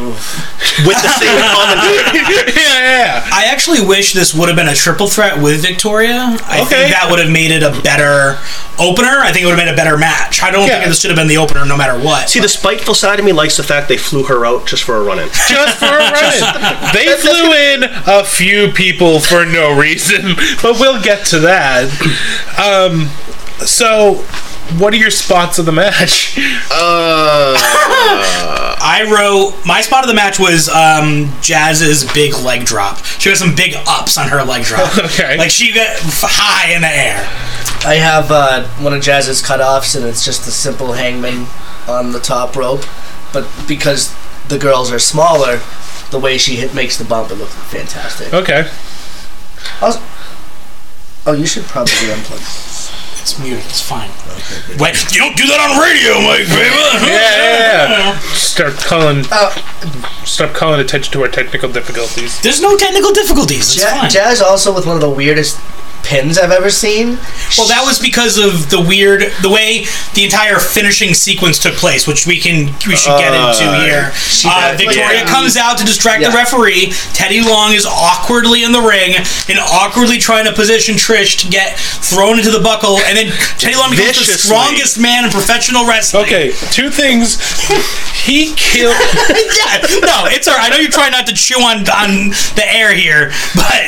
[SPEAKER 4] With the same commentary.
[SPEAKER 3] yeah.
[SPEAKER 2] I actually wish this would have been a triple threat with Victoria. I
[SPEAKER 3] Okay.
[SPEAKER 2] think that would have made it a better opener. I think it would have been a better match. I don't
[SPEAKER 3] Yeah.
[SPEAKER 2] think this should have been the opener no matter what.
[SPEAKER 4] See, the spiteful side of me likes the fact they flew her out just for a run in.
[SPEAKER 3] Just for a run. They flew in a few people for no reason, but we'll get to that. Um, so, what are your spots of the match?
[SPEAKER 2] I wrote my spot of the match was um, Jazz's big leg drop. She had some big ups on her leg drop.
[SPEAKER 3] Okay.
[SPEAKER 2] Like she got f- high in the air.
[SPEAKER 1] I have uh, one of Jazz's cutoffs, and it's just a simple hangman on the top rope. But because the girls are smaller, the way she hit makes the bump, it looks fantastic.
[SPEAKER 3] Okay.
[SPEAKER 1] Also- oh, you should probably unplug.
[SPEAKER 2] It's muted. It's fine. Wait, you don't do that on radio, Mike. baby.
[SPEAKER 3] Yeah, yeah, yeah. Start calling.
[SPEAKER 1] Uh,
[SPEAKER 3] Stop calling attention to our technical difficulties.
[SPEAKER 2] There's no technical difficulties. It's
[SPEAKER 1] Ja-
[SPEAKER 2] fine.
[SPEAKER 1] Jazz also with one of the weirdest pins I've ever seen.
[SPEAKER 2] Well, that was because of the weird, the way the entire finishing sequence took place, which we can we should get into here. Uh,
[SPEAKER 1] did,
[SPEAKER 2] Victoria
[SPEAKER 1] yeah.
[SPEAKER 2] comes out to distract
[SPEAKER 1] Yeah.
[SPEAKER 2] the referee. Teddy Long is awkwardly in the ring and awkwardly trying to position Trish to get thrown into the buckle, and then Teddy Long becomes the
[SPEAKER 4] Viciously.
[SPEAKER 2] strongest man in professional wrestling.
[SPEAKER 3] Okay, two things. He killed.
[SPEAKER 2] yeah, no, it's all right. I know you're trying not to chew on on the air here, but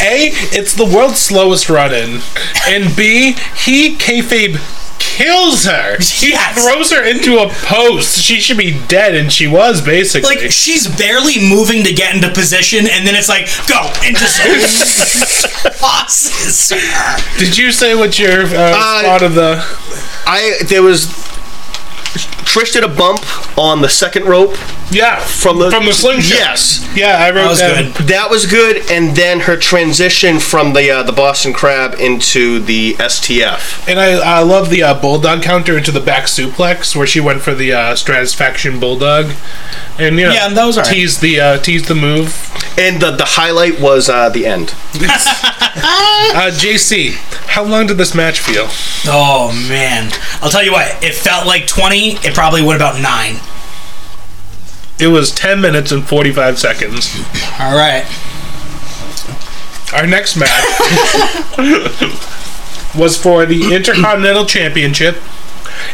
[SPEAKER 3] A, it's the world's slowest run in. And B, he kayfabe kills her. He
[SPEAKER 2] Yes.
[SPEAKER 3] throws her into a post. She should be dead, and she was basically.
[SPEAKER 2] like she's barely moving to get into position, and then it's like go and just tosses her.
[SPEAKER 3] Did you say what your uh,
[SPEAKER 4] Uh,
[SPEAKER 3] spot of the.
[SPEAKER 4] I there was Trish did a bump on the second rope
[SPEAKER 3] Yeah,
[SPEAKER 4] from the
[SPEAKER 3] from the slingshot.
[SPEAKER 4] Yes,
[SPEAKER 3] Yeah, I wrote
[SPEAKER 2] That was
[SPEAKER 3] down-
[SPEAKER 2] good.
[SPEAKER 4] that was good, and then her transition from the uh, the Boston Crab into the STF.
[SPEAKER 3] And I, I love the uh, bulldog counter into the back suplex where she went for the uh, stratisfaction bulldog. And you know,
[SPEAKER 2] Yeah, that was alright.
[SPEAKER 3] teased the uh, teased the move.
[SPEAKER 4] And the the highlight was uh, the end.
[SPEAKER 3] Uh, JC, how long did this match feel?
[SPEAKER 2] Oh man, I'll tell you what. It felt like twenty. It probably went about nine.
[SPEAKER 3] It was ten minutes and forty five seconds.
[SPEAKER 2] All right.
[SPEAKER 3] Our next match was for the Intercontinental Championship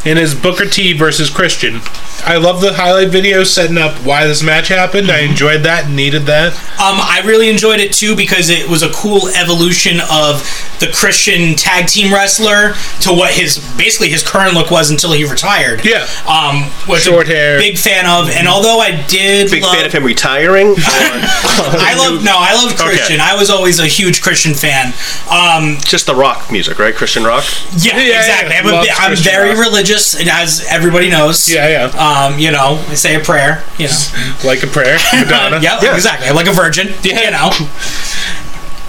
[SPEAKER 3] and is Booker T versus Christian. I love the highlight video setting up why this match happened. I enjoyed that and needed that.
[SPEAKER 2] Um, I really enjoyed it too because it was a cool evolution of the Christian tag team wrestler to what his basically his current look was until he retired.
[SPEAKER 3] Yeah.
[SPEAKER 2] Um, was
[SPEAKER 3] Short
[SPEAKER 2] a
[SPEAKER 3] hair.
[SPEAKER 2] Big fan of, and although I did
[SPEAKER 4] Big
[SPEAKER 2] love,
[SPEAKER 4] fan of him retiring. Uh, or
[SPEAKER 2] I love no, I love Christian. I was always a huge Christian fan. Um,
[SPEAKER 4] just the rock music, right? Christian rock.
[SPEAKER 2] Yeah,
[SPEAKER 3] Yeah,
[SPEAKER 2] exactly.
[SPEAKER 3] yeah.
[SPEAKER 2] I'm, a
[SPEAKER 3] Loves
[SPEAKER 2] bi- I'm
[SPEAKER 3] Christian
[SPEAKER 2] very
[SPEAKER 3] rock.
[SPEAKER 2] religious, and as everybody knows,
[SPEAKER 3] Yeah, yeah.
[SPEAKER 2] Um, you know, I say a prayer. You know, Uh,
[SPEAKER 3] Like a prayer, Madonna.
[SPEAKER 2] yeah, exactly. I'm like a virgin. You know,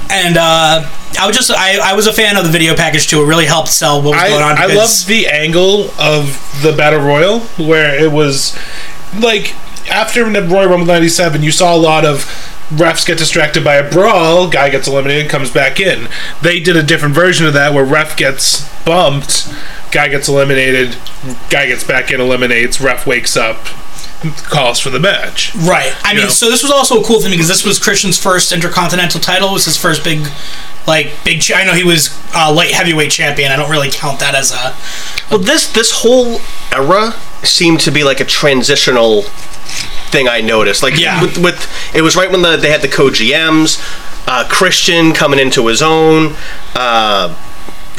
[SPEAKER 2] and uh, I was just I, I was a fan of the video package too. It really helped sell what was
[SPEAKER 3] I,
[SPEAKER 2] going on.
[SPEAKER 3] I
[SPEAKER 2] because-
[SPEAKER 3] love the angle of the battle royal where it was like after the Royal Rumble '97, you saw a lot of refs get distracted by a brawl, guy gets eliminated, comes back in. They did a different version of that where ref gets bumped, guy gets eliminated, guy gets back in, eliminates, ref wakes up. calls for the match.
[SPEAKER 2] Right. I mean,
[SPEAKER 3] know?
[SPEAKER 2] so this was also a cool thing because this was Christian's first intercontinental title. It was his first big, like big. Ch- I know he was uh, light heavyweight champion. I don't really count that as a.
[SPEAKER 4] Well, this this whole era seemed to be like a transitional thing I noticed. Like
[SPEAKER 2] Yeah.
[SPEAKER 4] with, with it was right when the, they had the co-GMs, uh, Christian coming into his own. Uh,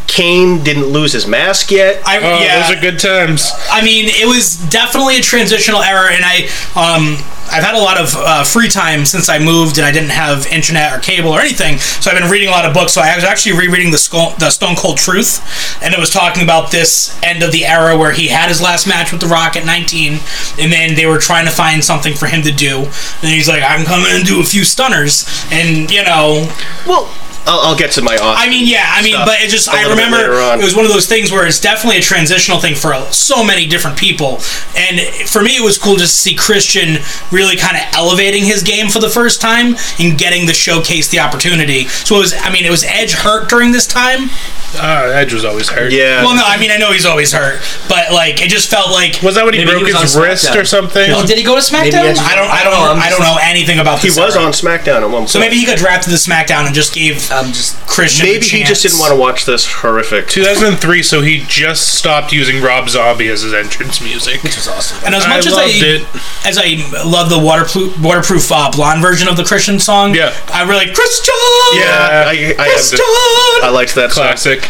[SPEAKER 4] Kane didn't lose his mask yet.
[SPEAKER 2] I,
[SPEAKER 3] Oh,
[SPEAKER 2] yeah.
[SPEAKER 3] those are good times.
[SPEAKER 2] I mean, it was definitely a transitional era, and I, um, I've had a lot of uh, free time since I moved, and I didn't have internet or cable or anything, so I've been reading a lot of books. So I was actually rereading the, Skull, the Stone Cold Truth, and it was talking about this end of the era where he had his last match with The Rock at 19, and then they were trying to find something for him to do, and he's like, "I'm coming and do a few stunners," and you know,
[SPEAKER 4] Well, I'll, I'll get to my off.
[SPEAKER 2] I mean, yeah, I mean,
[SPEAKER 4] stuff
[SPEAKER 2] but it just,
[SPEAKER 4] a
[SPEAKER 2] I
[SPEAKER 4] little bit
[SPEAKER 2] remember
[SPEAKER 4] later on.
[SPEAKER 2] it was one of those things where it's definitely a transitional thing for so many different people. And for me, it was cool just to see Christian really kind of elevating his game for the first time and getting the showcase the opportunity. So it was, I mean, it was Edge hurt during this time.
[SPEAKER 3] Uh, Edge was always hurt.
[SPEAKER 4] yeah.
[SPEAKER 2] Well, no, I mean, I know he's always hurt, but like, it just felt like.
[SPEAKER 3] Was that when he
[SPEAKER 1] Maybe he
[SPEAKER 3] broke
[SPEAKER 1] was
[SPEAKER 3] his
[SPEAKER 1] on
[SPEAKER 3] wrist
[SPEAKER 1] SmackDown.
[SPEAKER 3] or something?
[SPEAKER 2] Oh, did he go to
[SPEAKER 1] Maybe
[SPEAKER 2] SmackDown?
[SPEAKER 1] Edge-
[SPEAKER 2] I don't. I don't.
[SPEAKER 1] No, I'm
[SPEAKER 2] I don't
[SPEAKER 1] just-
[SPEAKER 2] know anything about.
[SPEAKER 4] he
[SPEAKER 2] This
[SPEAKER 4] was
[SPEAKER 2] era.
[SPEAKER 4] on SmackDown at one point.
[SPEAKER 2] So maybe he got drafted to SmackDown and just gave
[SPEAKER 1] I'm just
[SPEAKER 2] Christian.
[SPEAKER 4] Um, Maybe he just didn't want to watch this horrific.
[SPEAKER 3] 2003, so he just stopped using Rob Zombie as his entrance music.
[SPEAKER 1] was awesome.
[SPEAKER 2] And as
[SPEAKER 3] I
[SPEAKER 2] much as
[SPEAKER 3] loved
[SPEAKER 2] I
[SPEAKER 3] it.
[SPEAKER 2] as I love the waterproof waterproof uh, blonde version of the Christian song,
[SPEAKER 3] Yeah.
[SPEAKER 2] I really Christian,
[SPEAKER 4] Yeah, I, I,
[SPEAKER 2] Christian.
[SPEAKER 4] I, I liked that song.
[SPEAKER 3] Classic.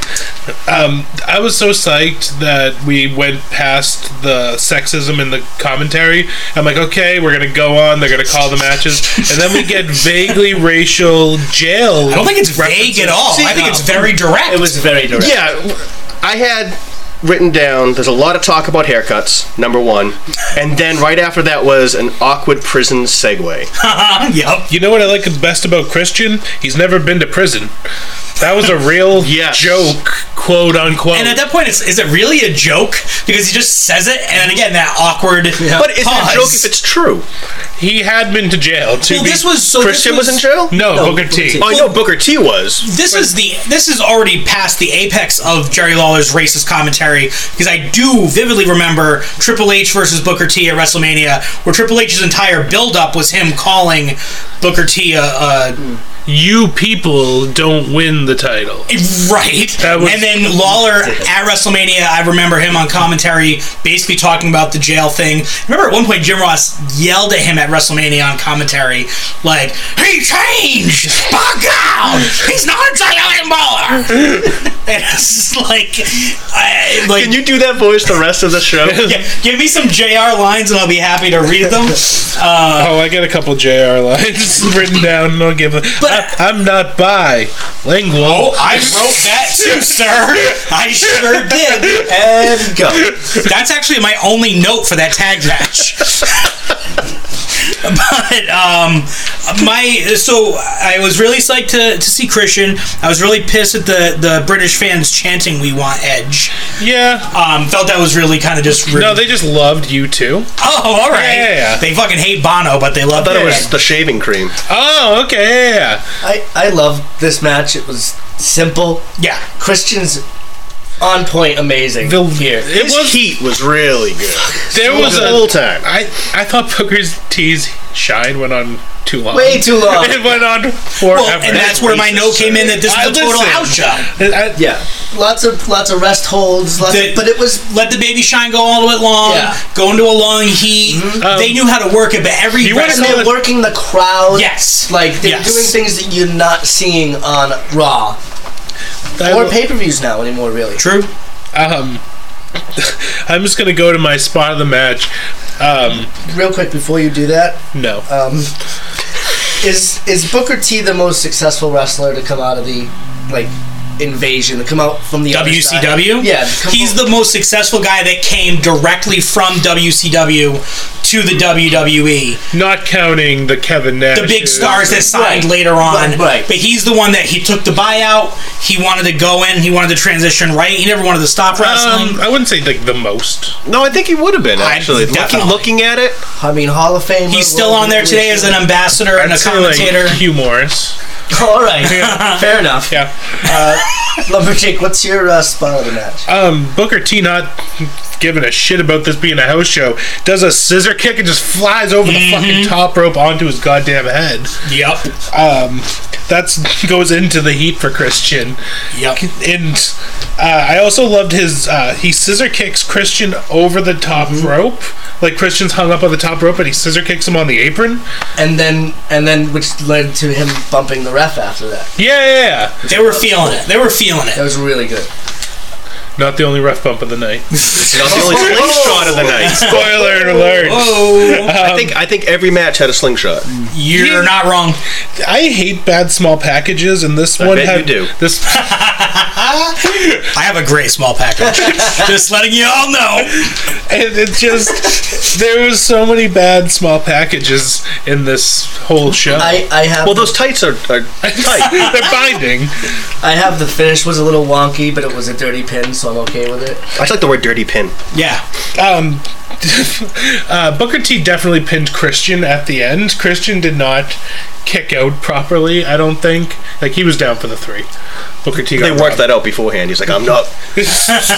[SPEAKER 3] Um, I was so psyched that we went past the sexism in the commentary. I'm like, okay, we're gonna go on. They're gonna call the matches, and then we get vaguely racial jail.
[SPEAKER 2] I don't think it's vague at all. I think it's
[SPEAKER 4] um,
[SPEAKER 2] very direct.
[SPEAKER 1] It was very direct.
[SPEAKER 4] Yeah, w- I had written down. There's a lot of talk about haircuts. Number one, and then right after that was an awkward prison segue.
[SPEAKER 2] yep.
[SPEAKER 3] You know what I like best about Christian? He's never been to prison. That was a real
[SPEAKER 4] Yes.
[SPEAKER 3] joke, quote unquote.
[SPEAKER 2] And at that point, it's, is it really a joke? Because he just says it, and then again, that awkward.
[SPEAKER 4] Mm-hmm. But it's
[SPEAKER 2] pause.
[SPEAKER 4] a joke if it's true.
[SPEAKER 3] he had been to jail. To
[SPEAKER 2] Well,
[SPEAKER 3] be-
[SPEAKER 2] this was so. this
[SPEAKER 4] Christian was in jail.
[SPEAKER 3] no, Booker T.
[SPEAKER 4] Oh, I know Booker T was.
[SPEAKER 2] this is the this is already past the apex of Jerry Lawler's racist commentary because I do vividly remember Triple H versus Booker T at WrestleMania, where Triple H's entire build-up was him calling Booker T a, a
[SPEAKER 3] You people don't win the title.
[SPEAKER 2] right,
[SPEAKER 3] That was-
[SPEAKER 2] and then Lawler at WrestleMania, I remember him on commentary basically talking about the jail thing. Remember at one point Jim Ross yelled at him at WrestleMania on commentary like, "He changed, fuck out! He's not a giant baller." And it's just like, I, like
[SPEAKER 4] Can you do that voice the rest of the show?
[SPEAKER 2] yeah, give me some JR lines and I'll be happy to read them. Uh,
[SPEAKER 3] Oh, I got a couple JR lines written down. and I'll give them.
[SPEAKER 2] But-
[SPEAKER 3] I, I'm not bilingual.
[SPEAKER 2] oh, I wrote that too, sir. I sure did. And
[SPEAKER 4] Go.
[SPEAKER 2] that's actually my only note for that tag match. but um, my so I was really psyched to, to see Christian. I was really pissed at the, the British fans chanting "We want Edge."
[SPEAKER 3] yeah.
[SPEAKER 2] Um, felt that was really kind of just rude.
[SPEAKER 3] No, they just loved you too.
[SPEAKER 2] Oh, all right.
[SPEAKER 3] Yeah, yeah, yeah.
[SPEAKER 2] They fucking hate Bono, but they love
[SPEAKER 4] I thought it
[SPEAKER 2] Edge.
[SPEAKER 4] was the shaving cream.
[SPEAKER 3] Oh, okay. Yeah, yeah.
[SPEAKER 1] I, I love this match. It was simple.
[SPEAKER 2] Yeah.
[SPEAKER 1] Christian's on point, amazing.
[SPEAKER 3] The,
[SPEAKER 1] here.
[SPEAKER 3] It
[SPEAKER 4] His
[SPEAKER 3] was.
[SPEAKER 4] heat was really good.
[SPEAKER 3] There was
[SPEAKER 4] the whole
[SPEAKER 3] a.
[SPEAKER 4] time.
[SPEAKER 3] I I thought Booker's T's shine went on too long.
[SPEAKER 1] Way too long.
[SPEAKER 3] It went on forever.
[SPEAKER 2] Well, and that's where my note came in that this
[SPEAKER 3] I
[SPEAKER 2] is a total
[SPEAKER 3] listen.
[SPEAKER 2] house show.
[SPEAKER 3] I-
[SPEAKER 1] Yeah, lots of lots of rest holds. Lots
[SPEAKER 2] The-
[SPEAKER 1] but it was
[SPEAKER 2] Let the baby shine go all the way long.
[SPEAKER 1] Yeah. Mm-hmm.
[SPEAKER 2] Go into a long heat. they knew how to work it, but every
[SPEAKER 3] Um, You wanna
[SPEAKER 2] wrestler-
[SPEAKER 1] and they're
[SPEAKER 3] it-
[SPEAKER 1] working the crowd.
[SPEAKER 2] yes,
[SPEAKER 1] like they're
[SPEAKER 2] Yes.
[SPEAKER 1] doing things that you're not seeing on Raw
[SPEAKER 3] I-
[SPEAKER 1] or pay per views now anymore. Really,
[SPEAKER 2] true.
[SPEAKER 3] um, I'm just gonna go to my spot of the match. Um,
[SPEAKER 1] real quick before you do that,
[SPEAKER 3] no.
[SPEAKER 2] Uh,
[SPEAKER 1] um, is is Booker T the most successful wrestler to come out of the like invasion to come out from the other side?
[SPEAKER 2] WCW.
[SPEAKER 1] Yeah, to come
[SPEAKER 2] he's
[SPEAKER 1] out-
[SPEAKER 2] the most successful guy that came directly from WCW to the WWE.
[SPEAKER 3] Not counting the Kevin Nash.
[SPEAKER 2] The big stars that signed
[SPEAKER 1] Right.
[SPEAKER 2] later on,
[SPEAKER 1] Right, right.
[SPEAKER 2] but he's the one that he took the buyout. He wanted to go in. He wanted to transition right. He never wanted to stop wrestling.
[SPEAKER 3] Um, I wouldn't say like the most.
[SPEAKER 4] No, I think he would have been
[SPEAKER 2] I-
[SPEAKER 4] actually. Looking,
[SPEAKER 2] definitely.
[SPEAKER 4] looking at it,
[SPEAKER 1] I mean Hall of Fame.
[SPEAKER 2] He's still on there today as an ambassador and a
[SPEAKER 3] I'd say, like,
[SPEAKER 2] commentator.
[SPEAKER 3] Hugh Morris.
[SPEAKER 1] All right, fair enough.
[SPEAKER 3] Yeah.
[SPEAKER 1] Lumberjack, what's your uh, spot of the match?
[SPEAKER 3] Um, Booker T not giving a shit about this being a house show does a scissor kick and just flies over the
[SPEAKER 2] Mm-hmm.
[SPEAKER 3] fucking top rope onto his goddamn head.
[SPEAKER 2] Yep.
[SPEAKER 3] Um, that's goes into the heat for Christian.
[SPEAKER 2] Yep.
[SPEAKER 3] And uh, I also loved his uh, he scissor kicks Christian over the top
[SPEAKER 2] Mm-hmm.
[SPEAKER 3] rope. Like Christian's hung up on the top rope, and he scissor kicks him on the apron.
[SPEAKER 1] and then and then which led to him bumping the ref after that.
[SPEAKER 3] Yeah, yeah, yeah.
[SPEAKER 2] They were feeling it. They were feeling
[SPEAKER 1] That
[SPEAKER 2] it.
[SPEAKER 1] was really good.
[SPEAKER 3] Not the only rough bump of the night.
[SPEAKER 4] It's not the only slingshot of the night.
[SPEAKER 3] Spoiler alert!
[SPEAKER 2] Oh,
[SPEAKER 4] I think I think every match had a slingshot.
[SPEAKER 2] you're not wrong.
[SPEAKER 3] I hate bad small packages, and this one
[SPEAKER 4] bet
[SPEAKER 3] had
[SPEAKER 4] you do.
[SPEAKER 3] this.
[SPEAKER 2] I have a great small package. Just letting you all know.
[SPEAKER 3] And it just there was so many bad small packages in this whole show.
[SPEAKER 1] I I have
[SPEAKER 4] Well, those tights are, are tight.
[SPEAKER 3] They're binding.
[SPEAKER 1] I have the finish was a little wonky, but it was a dirty pin, so I'm okay with it.
[SPEAKER 4] I like the word dirty pin.
[SPEAKER 2] Yeah.
[SPEAKER 3] Um, uh, Booker T definitely pinned Christian at the end. Christian did not kick out properly. I don't think. Like he was down for the three. Booker T. Got
[SPEAKER 4] They worked that out beforehand. He's like, I'm not.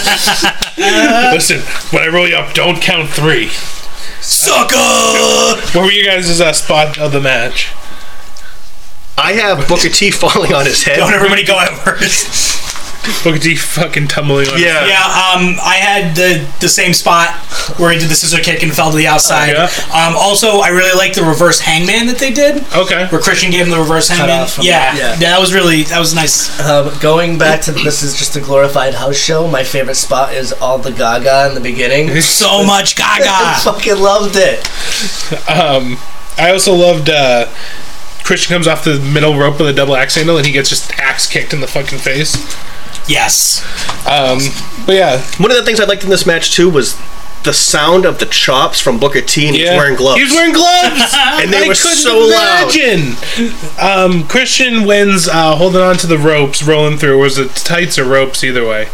[SPEAKER 3] Listen, when I roll you up, don't count three.
[SPEAKER 2] Sucker!
[SPEAKER 3] What were you guys' uh, spot of the match?
[SPEAKER 4] I have Booker T falling on his head.
[SPEAKER 2] Don't everybody go at first.
[SPEAKER 3] Booker T. Fucking tumbling on.
[SPEAKER 4] Yeah.
[SPEAKER 2] Yeah, um, I had the the same spot where he did the scissor kick and fell to the outside.
[SPEAKER 3] Yeah.
[SPEAKER 2] Um, also, I really liked the reverse hangman that they did,
[SPEAKER 3] Okay.
[SPEAKER 2] where Christian gave him the reverse hangman.
[SPEAKER 1] off from-
[SPEAKER 2] Yeah,
[SPEAKER 1] yeah.
[SPEAKER 2] yeah, that was really that was nice.
[SPEAKER 1] Um, going back to this is just a glorified house show. My favorite spot is all the Gaga in the beginning.
[SPEAKER 2] So much
[SPEAKER 1] I
[SPEAKER 2] Gaga.
[SPEAKER 1] fucking loved it.
[SPEAKER 3] Um, I also loved uh, Christian comes off the middle rope with a double axe handle and he gets just axe kicked in the fucking face.
[SPEAKER 2] yes.
[SPEAKER 3] Um, but yeah,
[SPEAKER 4] One of the things I liked in this match too was the sound of the chops from Booker T, and
[SPEAKER 3] yeah.
[SPEAKER 4] he's wearing gloves.
[SPEAKER 3] He was wearing gloves,
[SPEAKER 4] And they
[SPEAKER 3] I
[SPEAKER 4] were
[SPEAKER 3] couldn't
[SPEAKER 4] so loud.
[SPEAKER 3] imagine. Um, Christian wins uh, holding on to the ropes, rolling through. Was it tights or ropes? Either way,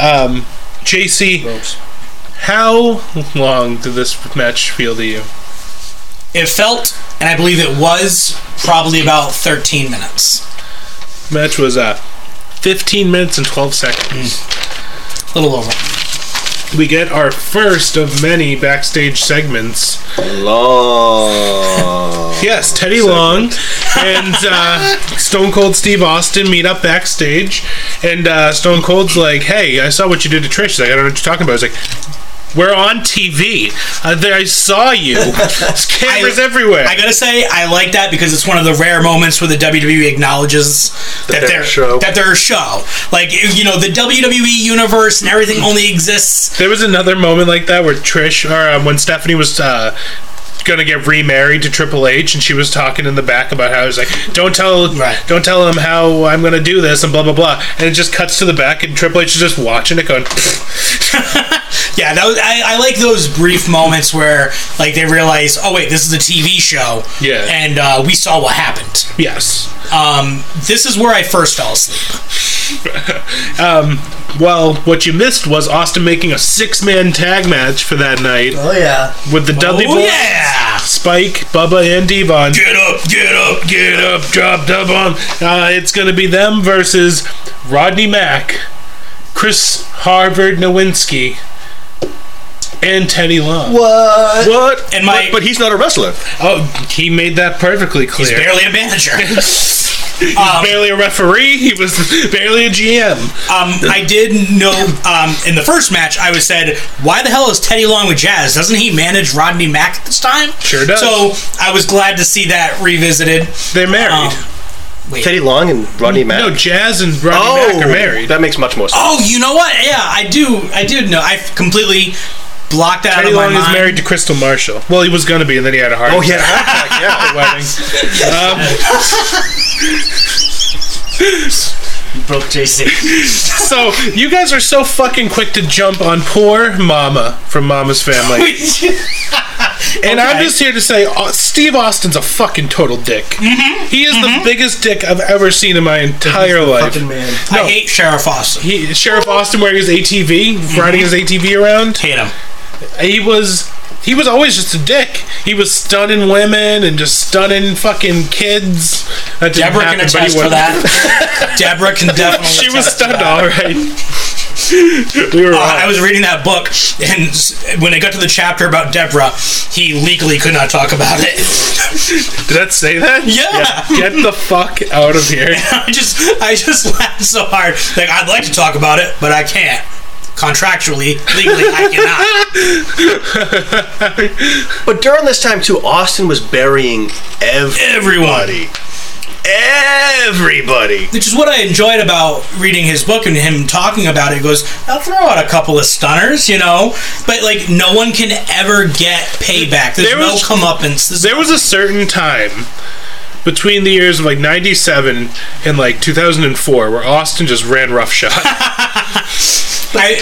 [SPEAKER 3] um, JC.
[SPEAKER 1] Ropes.
[SPEAKER 3] How long did this match feel to you?
[SPEAKER 2] It felt, and I believe it was probably about 13 minutes.
[SPEAKER 3] Match was uh, 15 minutes and 12 seconds.
[SPEAKER 2] A little over.
[SPEAKER 3] We get our first of many backstage segments.
[SPEAKER 4] Long.
[SPEAKER 3] Yes, Teddy Long and uh, Stone Cold Steve Austin meet up backstage, and uh, Stone Cold's like, "Hey, I saw what you did to Trish. She's like, I don't know what you're talking about." He's like, "We're on TV. Uh, there, I saw you. There's cameras
[SPEAKER 2] I-
[SPEAKER 3] everywhere."
[SPEAKER 2] I gotta say, I like that because it's one of the rare moments where the WWE acknowledges that,
[SPEAKER 4] they're a
[SPEAKER 2] they're
[SPEAKER 4] show.
[SPEAKER 2] that they're a show. Like you know, the WWE universe and everything only exists.
[SPEAKER 3] there was another moment like that where Trish, or um, when Stephanie was. Uh, Gonna get remarried to Triple H, and she was talking in the back about how he's like, "Don't tell,
[SPEAKER 2] Right.
[SPEAKER 3] don't tell him how I'm gonna do this," and blah blah blah. And it just cuts to the back, and Triple H is just watching it, going,
[SPEAKER 2] Yeah, that was, I, I like those brief moments where like they realize, oh wait, this is a TV show.
[SPEAKER 3] Yeah.
[SPEAKER 2] and uh, we saw what happened.
[SPEAKER 3] "Yes,
[SPEAKER 2] Um, this is where I first fell asleep.
[SPEAKER 3] Um, well, what you missed was Austin making a six-man tag match for that night
[SPEAKER 1] Oh yeah.
[SPEAKER 3] with the Dudley
[SPEAKER 2] Oh
[SPEAKER 3] Boys,
[SPEAKER 2] yeah,
[SPEAKER 3] Spike, Bubba, and Devon.
[SPEAKER 2] get up, get up, get.
[SPEAKER 3] Get up, drop the bomb. Uh, it's gonna be them versus Rodney Mack, Chris Harvard Nowinski, and Teddy Long.
[SPEAKER 1] What?
[SPEAKER 4] What?
[SPEAKER 2] And my-
[SPEAKER 4] but, but he's not a wrestler.
[SPEAKER 3] Oh, he made that perfectly clear.
[SPEAKER 2] He's barely a manager.
[SPEAKER 3] He's barely a referee. He was barely a GM.
[SPEAKER 2] Um, I did know um, in the first match I was said, why the hell is Teddy Long with Jazz? Doesn't he manage Rodney Mack at this time?
[SPEAKER 3] Sure does.
[SPEAKER 2] So I was glad to see that revisited.
[SPEAKER 3] They're married.
[SPEAKER 2] Um, wait.
[SPEAKER 4] Teddy Long and Rodney Mack. Oh,
[SPEAKER 3] no, Jazz and Rodney Mack are married.
[SPEAKER 4] That makes much more sense.
[SPEAKER 2] oh, you know what? Yeah, I do. I do know. I completely blocked that out
[SPEAKER 3] Teddy
[SPEAKER 2] of my
[SPEAKER 3] Long
[SPEAKER 2] mind.
[SPEAKER 3] is married to Crystal Marshall. Well, he was gonna be, and then he had a heart.
[SPEAKER 4] Oh,
[SPEAKER 3] attack.
[SPEAKER 4] he had a heart attack, yeah.
[SPEAKER 3] wedding. Um,
[SPEAKER 1] You broke JC.
[SPEAKER 3] so you guys are so fucking quick to jump on poor Mama from Mama's Family, and I'm
[SPEAKER 2] Okay.
[SPEAKER 3] just here to say uh, Steve Austin's a fucking total dick.
[SPEAKER 2] Mm-hmm.
[SPEAKER 3] He is the biggest dick I've ever seen in my entire life.
[SPEAKER 1] Fucking man.
[SPEAKER 2] I hate Sheriff Austin.
[SPEAKER 3] He, Sheriff Austin wearing his ATV,
[SPEAKER 2] Mm-hmm.
[SPEAKER 3] riding his ATV around.
[SPEAKER 2] Hate him.
[SPEAKER 3] He was. He was always just a dick. He was stunning women and just stunning fucking kids. That didn't
[SPEAKER 2] Deborah
[SPEAKER 3] happen,
[SPEAKER 2] can
[SPEAKER 3] but
[SPEAKER 2] attest
[SPEAKER 3] he
[SPEAKER 2] for
[SPEAKER 3] was.
[SPEAKER 2] that. Deborah can definitely.
[SPEAKER 3] She was
[SPEAKER 2] attest to
[SPEAKER 3] stunned,
[SPEAKER 2] that.
[SPEAKER 3] all right. we were.
[SPEAKER 2] Uh, I
[SPEAKER 3] on.
[SPEAKER 2] was reading that book, and s- when I got to the chapter about Deborah, he legally could not talk about it.
[SPEAKER 3] Did that say that?
[SPEAKER 2] Yeah.
[SPEAKER 3] Get the fuck out of here.
[SPEAKER 2] I just, I just laughed so hard. Like I'd like to talk about it, but I can't. Contractually, legally, I cannot.
[SPEAKER 4] But during this time too, Austin was burying
[SPEAKER 2] Everyone.
[SPEAKER 4] everybody. Everybody.
[SPEAKER 2] Which is what I enjoyed about reading his book and him talking about it. He goes, I'll throw out a couple of stunners, you know, but like no one can ever get payback. There's
[SPEAKER 3] There
[SPEAKER 2] no
[SPEAKER 3] was-
[SPEAKER 2] comeuppance. There's
[SPEAKER 3] There was a certain time between the years of like 97 and like 2004 where Austin just ran roughshod.
[SPEAKER 2] I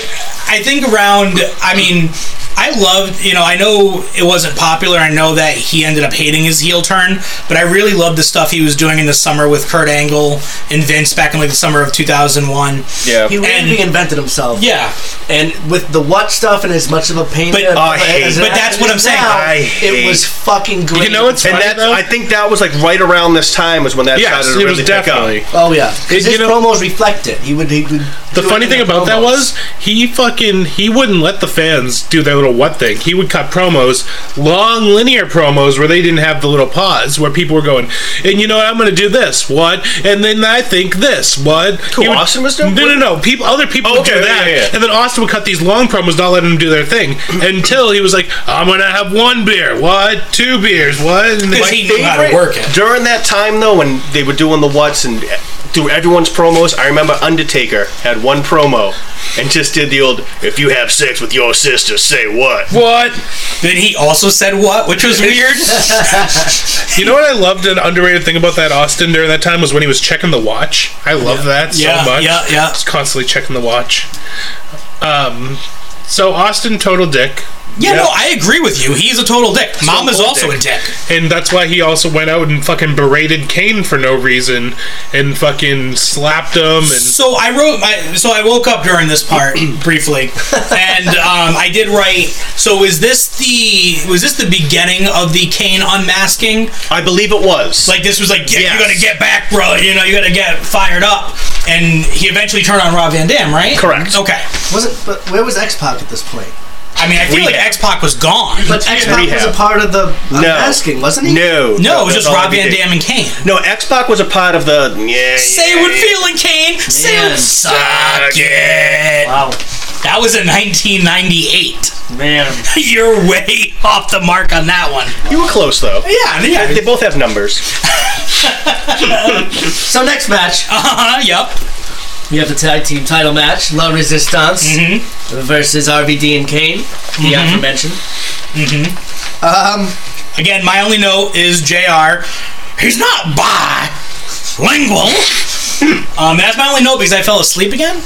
[SPEAKER 2] I think around I mean I loved you know I know it wasn't popular I know that he ended up hating his heel turn but I really loved the stuff he was doing in the summer with Kurt Angle and Vince back in like the summer of 2001
[SPEAKER 4] Yeah.
[SPEAKER 1] He
[SPEAKER 2] And-
[SPEAKER 1] really reinvented himself.
[SPEAKER 2] yeah
[SPEAKER 1] And with the what stuff and as much of a pain.
[SPEAKER 2] But-
[SPEAKER 1] in the
[SPEAKER 4] I
[SPEAKER 1] butt
[SPEAKER 4] hate-
[SPEAKER 1] as it
[SPEAKER 2] But that's what I'm
[SPEAKER 1] is
[SPEAKER 2] saying.
[SPEAKER 1] now,
[SPEAKER 4] I
[SPEAKER 1] It
[SPEAKER 4] hate-
[SPEAKER 1] was fucking great.
[SPEAKER 3] You know what's
[SPEAKER 4] And
[SPEAKER 3] funny
[SPEAKER 4] that's,
[SPEAKER 3] though?
[SPEAKER 4] I think that was like right around this time was when that
[SPEAKER 3] yes,
[SPEAKER 4] started
[SPEAKER 3] it
[SPEAKER 4] to really
[SPEAKER 3] was definitely.
[SPEAKER 4] pick up.
[SPEAKER 1] Oh yeah, 'Cause
[SPEAKER 3] It- you
[SPEAKER 1] his
[SPEAKER 3] know-
[SPEAKER 1] promos reflect it. He would. He would
[SPEAKER 3] The funny thing about that was he fucking he wouldn't let the fans do their little what thing. He would cut promos, long linear promos where they didn't have the little pause where people were going, and you know what, I'm gonna do this, what, and then I think this, what.
[SPEAKER 4] Who
[SPEAKER 3] He would-
[SPEAKER 4] Austin was doing? Oh,
[SPEAKER 3] No, no, no. People, other people would
[SPEAKER 4] Okay,
[SPEAKER 3] do
[SPEAKER 4] yeah,
[SPEAKER 3] that,
[SPEAKER 4] yeah, yeah.
[SPEAKER 3] and then Austin would cut these long promos, not let them do their thing until he was like, I'm gonna have one beer, what, two beers, what. And then-
[SPEAKER 2] because he knew how to
[SPEAKER 4] Favorite-
[SPEAKER 2] work it
[SPEAKER 4] During that time though, when they were doing the what's and through everyone's promos, I remember Undertaker had one promo and just did the old "If you have sex with your sister, say what."
[SPEAKER 3] what?
[SPEAKER 2] then he also said what which was weird
[SPEAKER 3] You know what I loved an underrated thing about that Austin during that time was when he was checking the watch. I love that so
[SPEAKER 2] Yeah,
[SPEAKER 3] much.
[SPEAKER 2] yeah, yeah.
[SPEAKER 3] Just constantly checking the watch. Um, so Austin total dick,
[SPEAKER 2] yeah no I agree with you he's a total dick mom is
[SPEAKER 4] Total
[SPEAKER 2] also a dick
[SPEAKER 3] and that's why he also went out and fucking berated Kane for no reason, and fucking slapped him. And
[SPEAKER 2] So I wrote my. So I woke up during this part briefly, and um, I did write. So is this the was this the beginning of the Kane unmasking?
[SPEAKER 4] I believe it was.
[SPEAKER 2] Like this was like get,
[SPEAKER 4] Yes.
[SPEAKER 2] you gotta get back, bro. You know you gotta get fired up, and he eventually turned on Rob Van Dam, right?
[SPEAKER 4] Correct.
[SPEAKER 2] Okay.
[SPEAKER 1] Was it? But where was X Pac at this point?
[SPEAKER 2] I mean, I feel like
[SPEAKER 4] Rehab.
[SPEAKER 2] X Pac was gone.
[SPEAKER 1] But X Pac was a
[SPEAKER 4] Rehab.
[SPEAKER 1] part of the
[SPEAKER 4] no.
[SPEAKER 1] unmasking, wasn't he?
[SPEAKER 4] No,
[SPEAKER 2] no, it
[SPEAKER 4] that's
[SPEAKER 2] was just
[SPEAKER 4] all
[SPEAKER 2] Rob
[SPEAKER 4] he
[SPEAKER 2] Van
[SPEAKER 4] did.
[SPEAKER 2] Dam and Kane.
[SPEAKER 4] No, X Pac was a part of the. Yeah.
[SPEAKER 2] Say
[SPEAKER 4] yeah,
[SPEAKER 2] what
[SPEAKER 4] yeah.
[SPEAKER 2] feeling, Kane. Say
[SPEAKER 1] Man,
[SPEAKER 2] what suck
[SPEAKER 4] suck
[SPEAKER 2] it.
[SPEAKER 1] Wow,
[SPEAKER 2] That was in 1998.
[SPEAKER 1] man.
[SPEAKER 2] You're way off the mark on that one.
[SPEAKER 4] You were close though.
[SPEAKER 2] Yeah, yeah.
[SPEAKER 4] They both have numbers.
[SPEAKER 1] So next match,
[SPEAKER 2] Uh-huh, yep.
[SPEAKER 1] we have the tag team title match: La Resistance
[SPEAKER 2] Mm-hmm.
[SPEAKER 1] versus RVD and Kane, the aforementioned. Mm-hmm. Um,
[SPEAKER 2] Again, my only note is JR. He's not bilingual. um, that's my only note because I fell asleep again.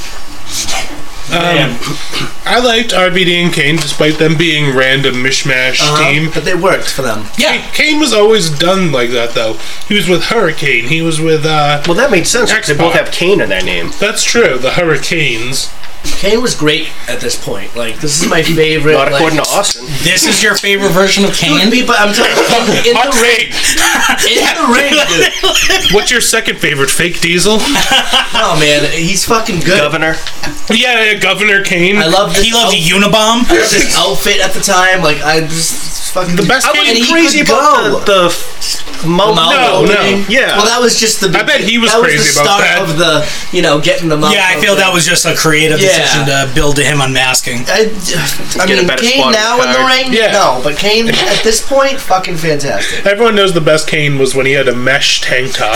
[SPEAKER 2] Um,
[SPEAKER 3] I liked RVD and Kane despite them being random mishmash
[SPEAKER 2] Uh-huh.
[SPEAKER 1] uh,
[SPEAKER 3] team.
[SPEAKER 1] but they worked for them.
[SPEAKER 2] Yeah.
[SPEAKER 3] Kane was always done like that though. He was with Hurricane. He was with uh.
[SPEAKER 4] Well, that made sense. 'cause They both
[SPEAKER 3] X-Pac.
[SPEAKER 4] have Kane in their name.
[SPEAKER 3] That's true. The Hurricanes.
[SPEAKER 1] Kane was great at this point. Like this is my favorite.
[SPEAKER 4] Not
[SPEAKER 1] like,
[SPEAKER 4] according to Austin.
[SPEAKER 2] This is your favorite version of
[SPEAKER 1] Dude,
[SPEAKER 2] Kane?
[SPEAKER 1] people, I'm telling you, in the ring, in the ring, dude.
[SPEAKER 3] What's your second favorite? Fake Diesel?
[SPEAKER 1] Oh man, he's fucking good.
[SPEAKER 4] Governor.
[SPEAKER 3] yeah, yeah, Governor Kane.
[SPEAKER 1] I love this,
[SPEAKER 2] He loved a
[SPEAKER 1] out-
[SPEAKER 2] Unabomb.
[SPEAKER 1] this outfit at the time. Like I just fucking
[SPEAKER 3] The best
[SPEAKER 1] I
[SPEAKER 3] Kane-
[SPEAKER 1] wasn't
[SPEAKER 3] And he
[SPEAKER 1] crazy
[SPEAKER 4] about
[SPEAKER 1] about
[SPEAKER 4] the, the f- mouth.
[SPEAKER 1] mouth
[SPEAKER 3] No,
[SPEAKER 1] opening.
[SPEAKER 3] no.
[SPEAKER 4] Yeah.
[SPEAKER 1] Well, that was just the.
[SPEAKER 3] I bet he was
[SPEAKER 1] that
[SPEAKER 3] crazy
[SPEAKER 1] was the
[SPEAKER 3] about
[SPEAKER 1] start
[SPEAKER 3] that.
[SPEAKER 1] of the you know getting the mouth.
[SPEAKER 2] Yeah, I feel
[SPEAKER 1] open.
[SPEAKER 2] that was just a creative
[SPEAKER 1] Yeah.
[SPEAKER 2] decision to build to him unmasking.
[SPEAKER 1] I, I
[SPEAKER 4] Get a
[SPEAKER 1] mean,
[SPEAKER 4] better
[SPEAKER 1] Kane
[SPEAKER 4] spot
[SPEAKER 1] now
[SPEAKER 4] with
[SPEAKER 1] in the
[SPEAKER 4] Card.
[SPEAKER 1] ring,
[SPEAKER 3] Yeah.
[SPEAKER 1] no, but Kane at this point, fucking fantastic.
[SPEAKER 3] Everyone knows the best Kane was when he had a mesh tank top.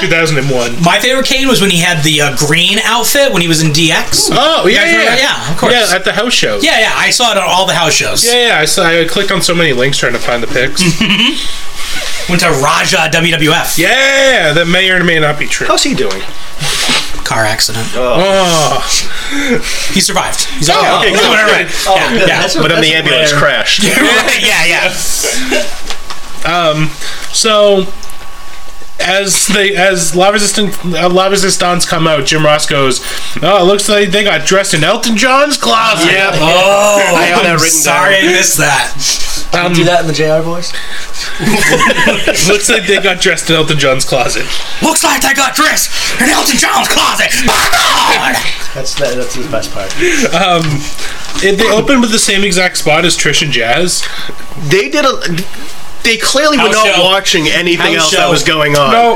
[SPEAKER 3] 2001.
[SPEAKER 2] My favorite Kane was when he had the uh, green outfit when he was in DX.
[SPEAKER 3] Oh, yeah,
[SPEAKER 2] guys
[SPEAKER 3] yeah,
[SPEAKER 2] remember?
[SPEAKER 3] yeah.
[SPEAKER 2] Yeah, of course.
[SPEAKER 3] Yeah, at the house show.
[SPEAKER 2] Yeah, yeah, I saw it on all the house shows.
[SPEAKER 3] Yeah, yeah, I, saw, I clicked on so many links trying to find the pics.
[SPEAKER 2] Went to Raja WWF.
[SPEAKER 3] yeah, that may or may not be true.
[SPEAKER 4] How's he doing?
[SPEAKER 2] Car accident.
[SPEAKER 3] Oh,
[SPEAKER 2] He survived. He's all
[SPEAKER 4] okay,
[SPEAKER 2] we're
[SPEAKER 4] good,
[SPEAKER 2] doing all
[SPEAKER 4] good.
[SPEAKER 2] right.
[SPEAKER 1] Oh,
[SPEAKER 2] yeah,
[SPEAKER 1] good.
[SPEAKER 2] yeah.
[SPEAKER 1] That's what-
[SPEAKER 4] But then
[SPEAKER 1] that's
[SPEAKER 4] the ambulance
[SPEAKER 1] rare.
[SPEAKER 4] crashed.
[SPEAKER 2] Right, yeah, yeah.
[SPEAKER 3] so as they as La Resistance uh, La Resistance come out, Jim Ross goes, "Oh, it looks like they got dressed in Elton John's closet."
[SPEAKER 4] Yeah.
[SPEAKER 2] Oh,
[SPEAKER 4] I have that
[SPEAKER 2] I'm
[SPEAKER 4] written
[SPEAKER 2] sorry I missed that.
[SPEAKER 3] Um,
[SPEAKER 1] Do that in the JR voice.
[SPEAKER 3] looks like they got dressed in Elton John's closet.
[SPEAKER 2] Looks like they got dressed in Elton John's closet. My God!
[SPEAKER 1] That's that, that's his best part.
[SPEAKER 3] Um, it, they open with the same exact spot as Trish and Jazz.
[SPEAKER 4] They did a. They clearly were
[SPEAKER 2] House
[SPEAKER 4] not
[SPEAKER 2] show.
[SPEAKER 4] watching anything else
[SPEAKER 2] House show.
[SPEAKER 4] that was going on.
[SPEAKER 3] No,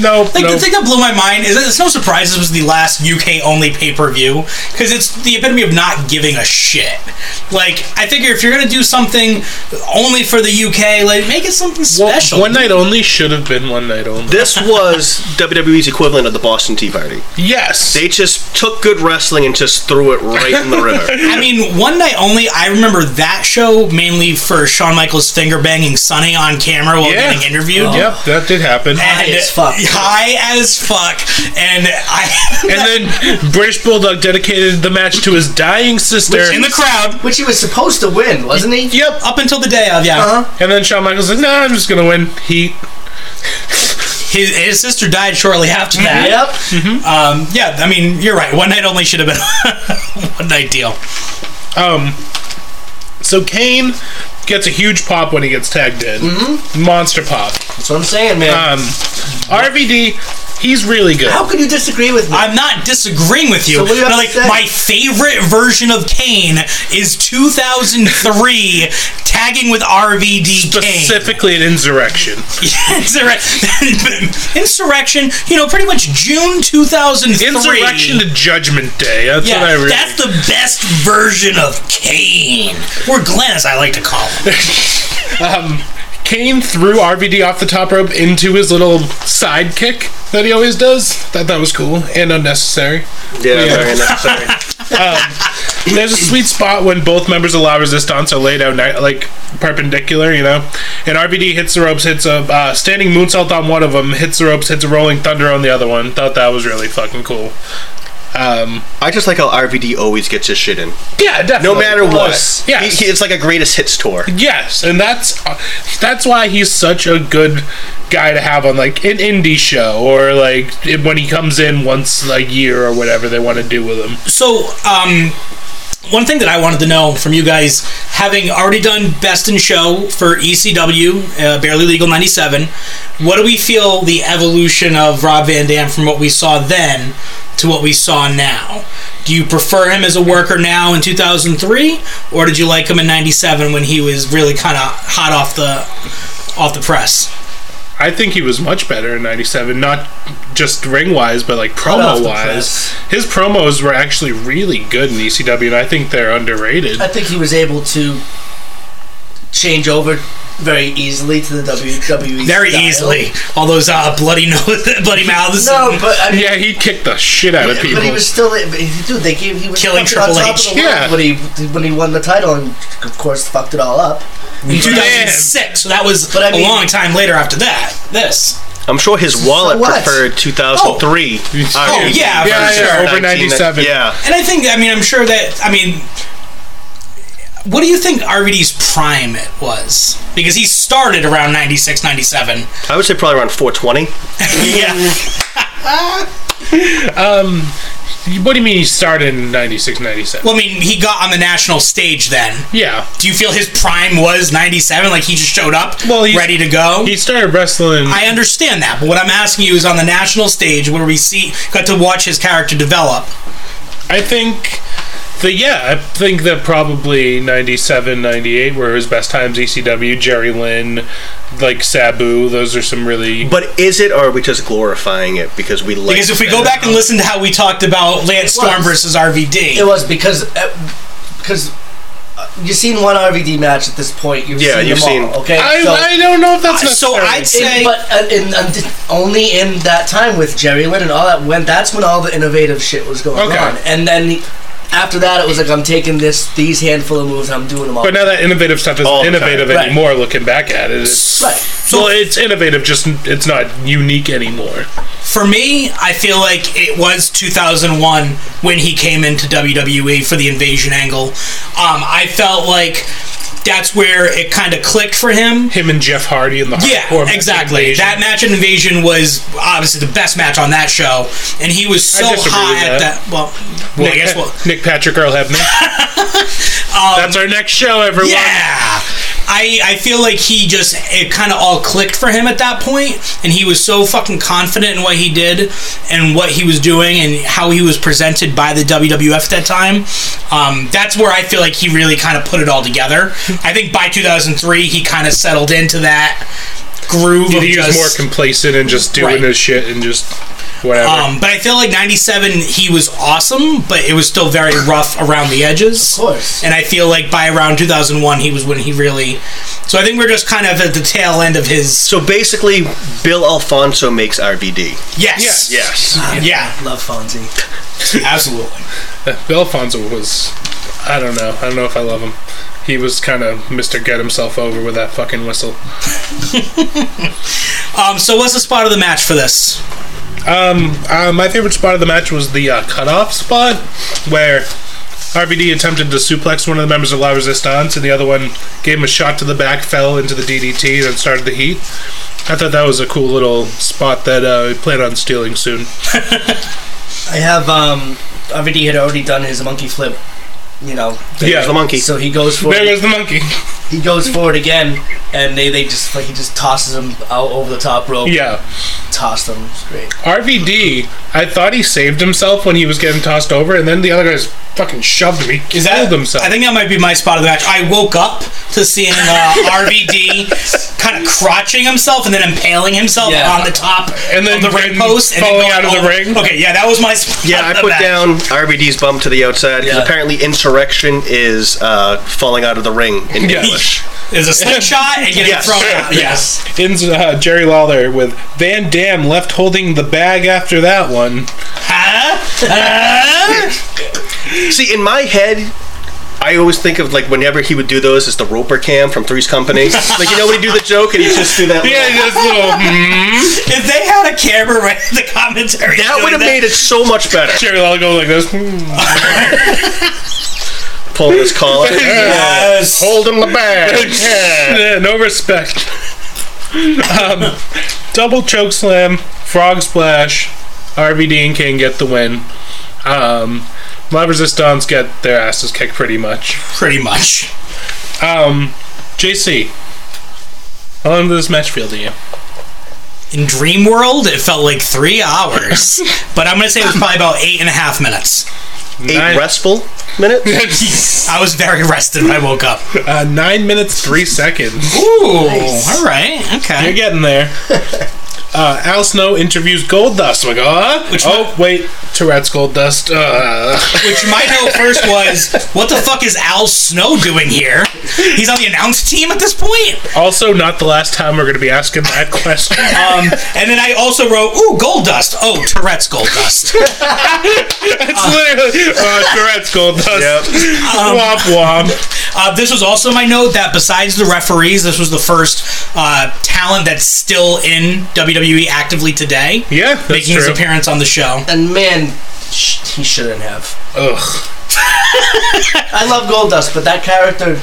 [SPEAKER 3] no,
[SPEAKER 2] Like
[SPEAKER 3] no.
[SPEAKER 2] the thing that blew my mind is that it's no surprise this was the last UK only pay per view because it's the epitome of not giving a shit. Like I figure if you're gonna do something only for the UK, like make it something
[SPEAKER 3] Well,
[SPEAKER 2] special.
[SPEAKER 3] One night only should have been one night only.
[SPEAKER 4] This was WWE's equivalent of the Boston Tea Party.
[SPEAKER 3] Yes,
[SPEAKER 4] They just took good wrestling and just threw it right in the river.
[SPEAKER 2] I mean, one night only. I remember that show mainly for Shawn Michaels finger banging Sonny on camera while
[SPEAKER 3] Yeah.
[SPEAKER 2] getting interviewed.
[SPEAKER 3] Yep, that did happen.
[SPEAKER 2] And-
[SPEAKER 1] High as fuck.
[SPEAKER 2] High as fuck. And I.
[SPEAKER 3] And then British Bulldog dedicated the match to his dying sister.
[SPEAKER 2] in the crowd,
[SPEAKER 1] Which he was supposed to win, wasn't he?
[SPEAKER 3] yep.
[SPEAKER 2] up until the day of, yeah.
[SPEAKER 1] Uh-huh.
[SPEAKER 3] And then Shawn Michaels said, "Nah, I'm just gonna win." Heat.
[SPEAKER 2] His, his sister died shortly after that.
[SPEAKER 1] Yep.
[SPEAKER 2] Um, yeah, I mean, you're right. One night only should have been one night deal.
[SPEAKER 3] Um. So Kane gets a huge pop when he gets tagged in.
[SPEAKER 2] Mm-hmm.
[SPEAKER 3] Monster pop.
[SPEAKER 1] That's what I'm saying, man.
[SPEAKER 3] Um. RVD. He's really good.
[SPEAKER 1] How could you disagree with me?
[SPEAKER 2] I'm not disagreeing with you,
[SPEAKER 1] So what do you have
[SPEAKER 2] but
[SPEAKER 1] to
[SPEAKER 2] like
[SPEAKER 1] say?
[SPEAKER 2] my favorite version of Kane is 2003 tagging with RVD Kane.
[SPEAKER 3] Specifically an insurrection.
[SPEAKER 2] Insurre- Insurrection, you know, pretty much June 2003.
[SPEAKER 3] Insurrection to Judgment Day. That's
[SPEAKER 2] Yeah,
[SPEAKER 3] what I really.
[SPEAKER 2] that's the best version of Kane, or Glenn, as I like to call him.
[SPEAKER 3] Um, Kane threw RVD off the top rope into his little sidekick that he always does. Thought that was cool and unnecessary.
[SPEAKER 4] yeah, very necessary.
[SPEAKER 3] There's a sweet spot when both members of La Resistance are laid out ni- like perpendicular, you know. And RVD hits the ropes, hits a uh, standing moonsault on one of them, hits the ropes, hits a rolling thunder on the other one. Thought that was really fucking cool. Um,
[SPEAKER 4] I just like how RVD always gets his shit in,
[SPEAKER 3] yeah, definitely.
[SPEAKER 4] no matter what.
[SPEAKER 3] Yes. Yes.
[SPEAKER 4] He- he- it's like a greatest hits tour.
[SPEAKER 3] Yes, and that's uh, that's why he's such a good guy to have on like an indie show or like it- when he comes in once a year or whatever they want to do with him.
[SPEAKER 2] So, um, one thing that I wanted to know from you guys, having already done Best in Show for ECW, uh, Barely Legal 97, what do we feel the evolution of Rob Van Dam from what we saw then to what we saw now? Do you prefer him as a worker now in 2003, or did you like him in 97 when he was really kind of hot off the off the press?
[SPEAKER 3] I think he was much better in '97, not just ring wise, but like
[SPEAKER 1] off
[SPEAKER 3] promo
[SPEAKER 1] the
[SPEAKER 3] wise. His promos were actually really good in ECW, and I think they're underrated.
[SPEAKER 1] I think he was able to change over very easily to the WWE.
[SPEAKER 2] Very
[SPEAKER 1] style.
[SPEAKER 2] easily, all those uh, bloody nose, bloody mouths.
[SPEAKER 1] No, but I mean,
[SPEAKER 3] Yeah, he kicked the shit out of people.
[SPEAKER 1] but he was still, dude. They gave he was
[SPEAKER 2] Killing
[SPEAKER 1] fucking on
[SPEAKER 2] Triple
[SPEAKER 1] top of
[SPEAKER 2] H.
[SPEAKER 1] the world
[SPEAKER 3] Yeah.
[SPEAKER 1] when he when he won the title and of course fucked it all up.
[SPEAKER 2] in 2006. So that was
[SPEAKER 1] But I mean-
[SPEAKER 2] a long time later after that. This.
[SPEAKER 4] I'm sure his wallet
[SPEAKER 1] what?
[SPEAKER 4] preferred 2003.
[SPEAKER 2] Oh, yeah, for
[SPEAKER 3] yeah,
[SPEAKER 2] sure.
[SPEAKER 3] over 97.
[SPEAKER 4] Yeah.
[SPEAKER 2] And I think, I mean, I'm sure that, I mean, what do you think RVD's prime it was? Because he started around 96, 97.
[SPEAKER 4] I would say probably around 420.
[SPEAKER 2] yeah.
[SPEAKER 3] What do you mean he started in '96, '97?
[SPEAKER 2] Well, I mean, he got on the national stage then.
[SPEAKER 3] Yeah,
[SPEAKER 2] Do you feel his prime was 97? Like he just showed up,
[SPEAKER 3] Well, he's-
[SPEAKER 2] ready to go?
[SPEAKER 3] he started wrestling.
[SPEAKER 2] I understand that, but what I'm asking you is on the national stage where we see, got to watch his character develop.
[SPEAKER 3] I think the yeah, I think that probably 97, 98 were his best times ECW, Jerry Lynn, like Sabu, those are some really
[SPEAKER 4] But is it, or are we just glorifying it because we like?
[SPEAKER 2] Because if we go back and listen to how we talked about Lance Storm
[SPEAKER 1] was.
[SPEAKER 2] versus RVD,
[SPEAKER 1] It was because uh, because uh, you've seen one RVD match at this point. You've
[SPEAKER 4] Yeah,
[SPEAKER 1] seen
[SPEAKER 4] you've
[SPEAKER 1] them
[SPEAKER 4] seen-
[SPEAKER 1] all. Okay,
[SPEAKER 3] I,
[SPEAKER 1] Mm-hmm. so,
[SPEAKER 3] I don't know if that's
[SPEAKER 2] Uh, so
[SPEAKER 3] necessary.
[SPEAKER 2] I'd
[SPEAKER 1] in-
[SPEAKER 2] say
[SPEAKER 1] but uh, in, uh, th- only in that time with Jerry Lynn and all that. When that's when all the innovative shit was going
[SPEAKER 3] Okay.
[SPEAKER 1] on, and then. after that, it was like I'm taking this these handful of moves, I'm doing them all.
[SPEAKER 3] but now that innovative stuff
[SPEAKER 4] All
[SPEAKER 3] isn't
[SPEAKER 4] the time.
[SPEAKER 3] innovative
[SPEAKER 1] Right.
[SPEAKER 3] anymore. Looking back at it, it's,
[SPEAKER 1] right.
[SPEAKER 3] well, it's innovative, just it's not unique anymore.
[SPEAKER 2] for me, I feel like it was 2001 E when he came into WWE for the invasion angle. Um, I felt like that's where it kind of clicked for him.
[SPEAKER 3] Him and Jeff Hardy in the hardcore
[SPEAKER 2] Yeah,
[SPEAKER 3] match
[SPEAKER 2] exactly.
[SPEAKER 3] invasion.
[SPEAKER 2] That match at Invasion was obviously the best match on that show, and he was so
[SPEAKER 3] disagree
[SPEAKER 2] hot
[SPEAKER 3] with
[SPEAKER 2] at
[SPEAKER 3] that.
[SPEAKER 2] that. Well, well, I
[SPEAKER 3] Nick,
[SPEAKER 2] guess we'll.
[SPEAKER 3] Nick Patrick Earl Hebner. That's our next show, everyone.
[SPEAKER 2] Yeah. I, I feel like he just it kind of all clicked for him at that point and he was so fucking confident in what he did and what he was doing and how he was presented by the WWF at that time um, that's where I feel like he really kind of put it all together I think by 2003 he kind of settled into that groove of
[SPEAKER 3] he
[SPEAKER 2] just
[SPEAKER 3] was more complacent and just doing
[SPEAKER 2] Right.
[SPEAKER 3] his shit and just whatever.
[SPEAKER 2] um, but I feel like 97 he was awesome but it was still very rough around the edges
[SPEAKER 1] Of course.
[SPEAKER 2] And I feel like by around 2001, he was when he really. So I think we're just kind of at the tail end of his.
[SPEAKER 4] So basically, Bill Alfonso makes RVD.
[SPEAKER 2] Yes.
[SPEAKER 4] Yes.
[SPEAKER 2] Yeah.
[SPEAKER 1] Love Fonzie.
[SPEAKER 2] Absolutely.
[SPEAKER 3] Bill Alfonso Uh, was, I don't know, I don't know if I love him. He was kind of Mr. Get Himself Over with that fucking whistle.
[SPEAKER 2] Um. So what's the spot of the match for this?
[SPEAKER 3] Um, uh, my favorite spot of the match was the uh, cutoff spot where RVD attempted to suplex one of the members of La Resistance and the other one gave him a shot to the back, fell into the DDT, and then started the heat. I thought that was a cool little spot that uh, we plan on stealing soon.
[SPEAKER 1] I have um RVD had already done his monkey flip, you know.
[SPEAKER 3] yeah,
[SPEAKER 4] There's the monkey.
[SPEAKER 1] So he goes for
[SPEAKER 3] there
[SPEAKER 1] it,
[SPEAKER 3] goes the monkey.
[SPEAKER 1] he goes for it again and they, they just like he just tosses him out over the top rope.
[SPEAKER 3] Yeah.
[SPEAKER 1] Tossed him. It's great.
[SPEAKER 3] RVD, I thought he saved himself when he was getting tossed over, and then the other guy's fucking shoved him. He killed himself.
[SPEAKER 2] I think that might be my spot of the match. I woke up to seeing uh, RVD kind of crotching himself and then impaling himself
[SPEAKER 1] Yeah.
[SPEAKER 2] on the top
[SPEAKER 3] And then
[SPEAKER 2] of the ring
[SPEAKER 3] Britain
[SPEAKER 2] post and then
[SPEAKER 3] falling
[SPEAKER 2] going
[SPEAKER 3] out of the
[SPEAKER 2] over-
[SPEAKER 3] ring.
[SPEAKER 2] Okay. Yeah, that was my spot.
[SPEAKER 4] Yeah,
[SPEAKER 2] of
[SPEAKER 4] I
[SPEAKER 2] the
[SPEAKER 4] put
[SPEAKER 2] match.
[SPEAKER 4] down RVD's bump to the outside because
[SPEAKER 1] Yeah.
[SPEAKER 4] apparently insurrection is uh, falling out of the ring in
[SPEAKER 3] Yes.
[SPEAKER 4] English.
[SPEAKER 2] Is a slingshot and getting
[SPEAKER 4] Yes.
[SPEAKER 2] thrown out. Yes.
[SPEAKER 3] Ends uh, Jerry Lawler with Van Dam left holding the bag after that one.
[SPEAKER 2] Huh? Huh?
[SPEAKER 4] See, in my head, I always think of like whenever he would do those as the Roper Cam from Three's Company. like you know when he do the joke and he just do that.
[SPEAKER 3] Yeah,
[SPEAKER 4] little-
[SPEAKER 3] this little mm,
[SPEAKER 2] if they had a camera right in the commentary,
[SPEAKER 4] that
[SPEAKER 2] doing
[SPEAKER 4] would have made it so much better.
[SPEAKER 3] Jerry Lawler goes like this. mm.
[SPEAKER 4] Pulling his collar,
[SPEAKER 2] Yes.
[SPEAKER 4] hold him the bag. Yeah.
[SPEAKER 3] Yeah, no respect. um, double choke slam, frog splash. RVD and King get the win. Um, La Resistance get their asses kicked pretty much.
[SPEAKER 2] Pretty much.
[SPEAKER 3] Um, JC, how long did this match feel to you?
[SPEAKER 2] In Dream World, it felt like three hours, but I'm gonna say it was probably about eight and a half minutes.
[SPEAKER 4] Eight
[SPEAKER 3] Nine-
[SPEAKER 4] restful minutes.
[SPEAKER 2] I was very rested when I woke up.
[SPEAKER 3] Uh, nine minutes three seconds.
[SPEAKER 2] Ooh, all right,
[SPEAKER 3] You're
[SPEAKER 2] okay.
[SPEAKER 3] getting there. Uh, Al Snow interviews Goldust. Like, uh,
[SPEAKER 2] Which
[SPEAKER 3] oh wait, Tourette's Goldust. Uh,
[SPEAKER 2] Which my note first was, what the fuck is Al Snow doing here? He's on the announce team at this point.
[SPEAKER 3] also, not the last time we're going to be asking that question.
[SPEAKER 2] Um, and then I also wrote, ooh, gold dust. Oh, Tourette's gold dust.
[SPEAKER 3] It's literally uh, Tourette's Goldust.
[SPEAKER 4] Yep.
[SPEAKER 3] womp womp.
[SPEAKER 2] Uh, this was also my note that besides the referees, this was the first uh, talent that's still in WWE actively today,
[SPEAKER 3] Yeah, that's
[SPEAKER 2] making his
[SPEAKER 3] true.
[SPEAKER 2] appearance on the show.
[SPEAKER 1] And man, sh- he shouldn't have.
[SPEAKER 3] Ugh.
[SPEAKER 1] I love Goldust, but that character,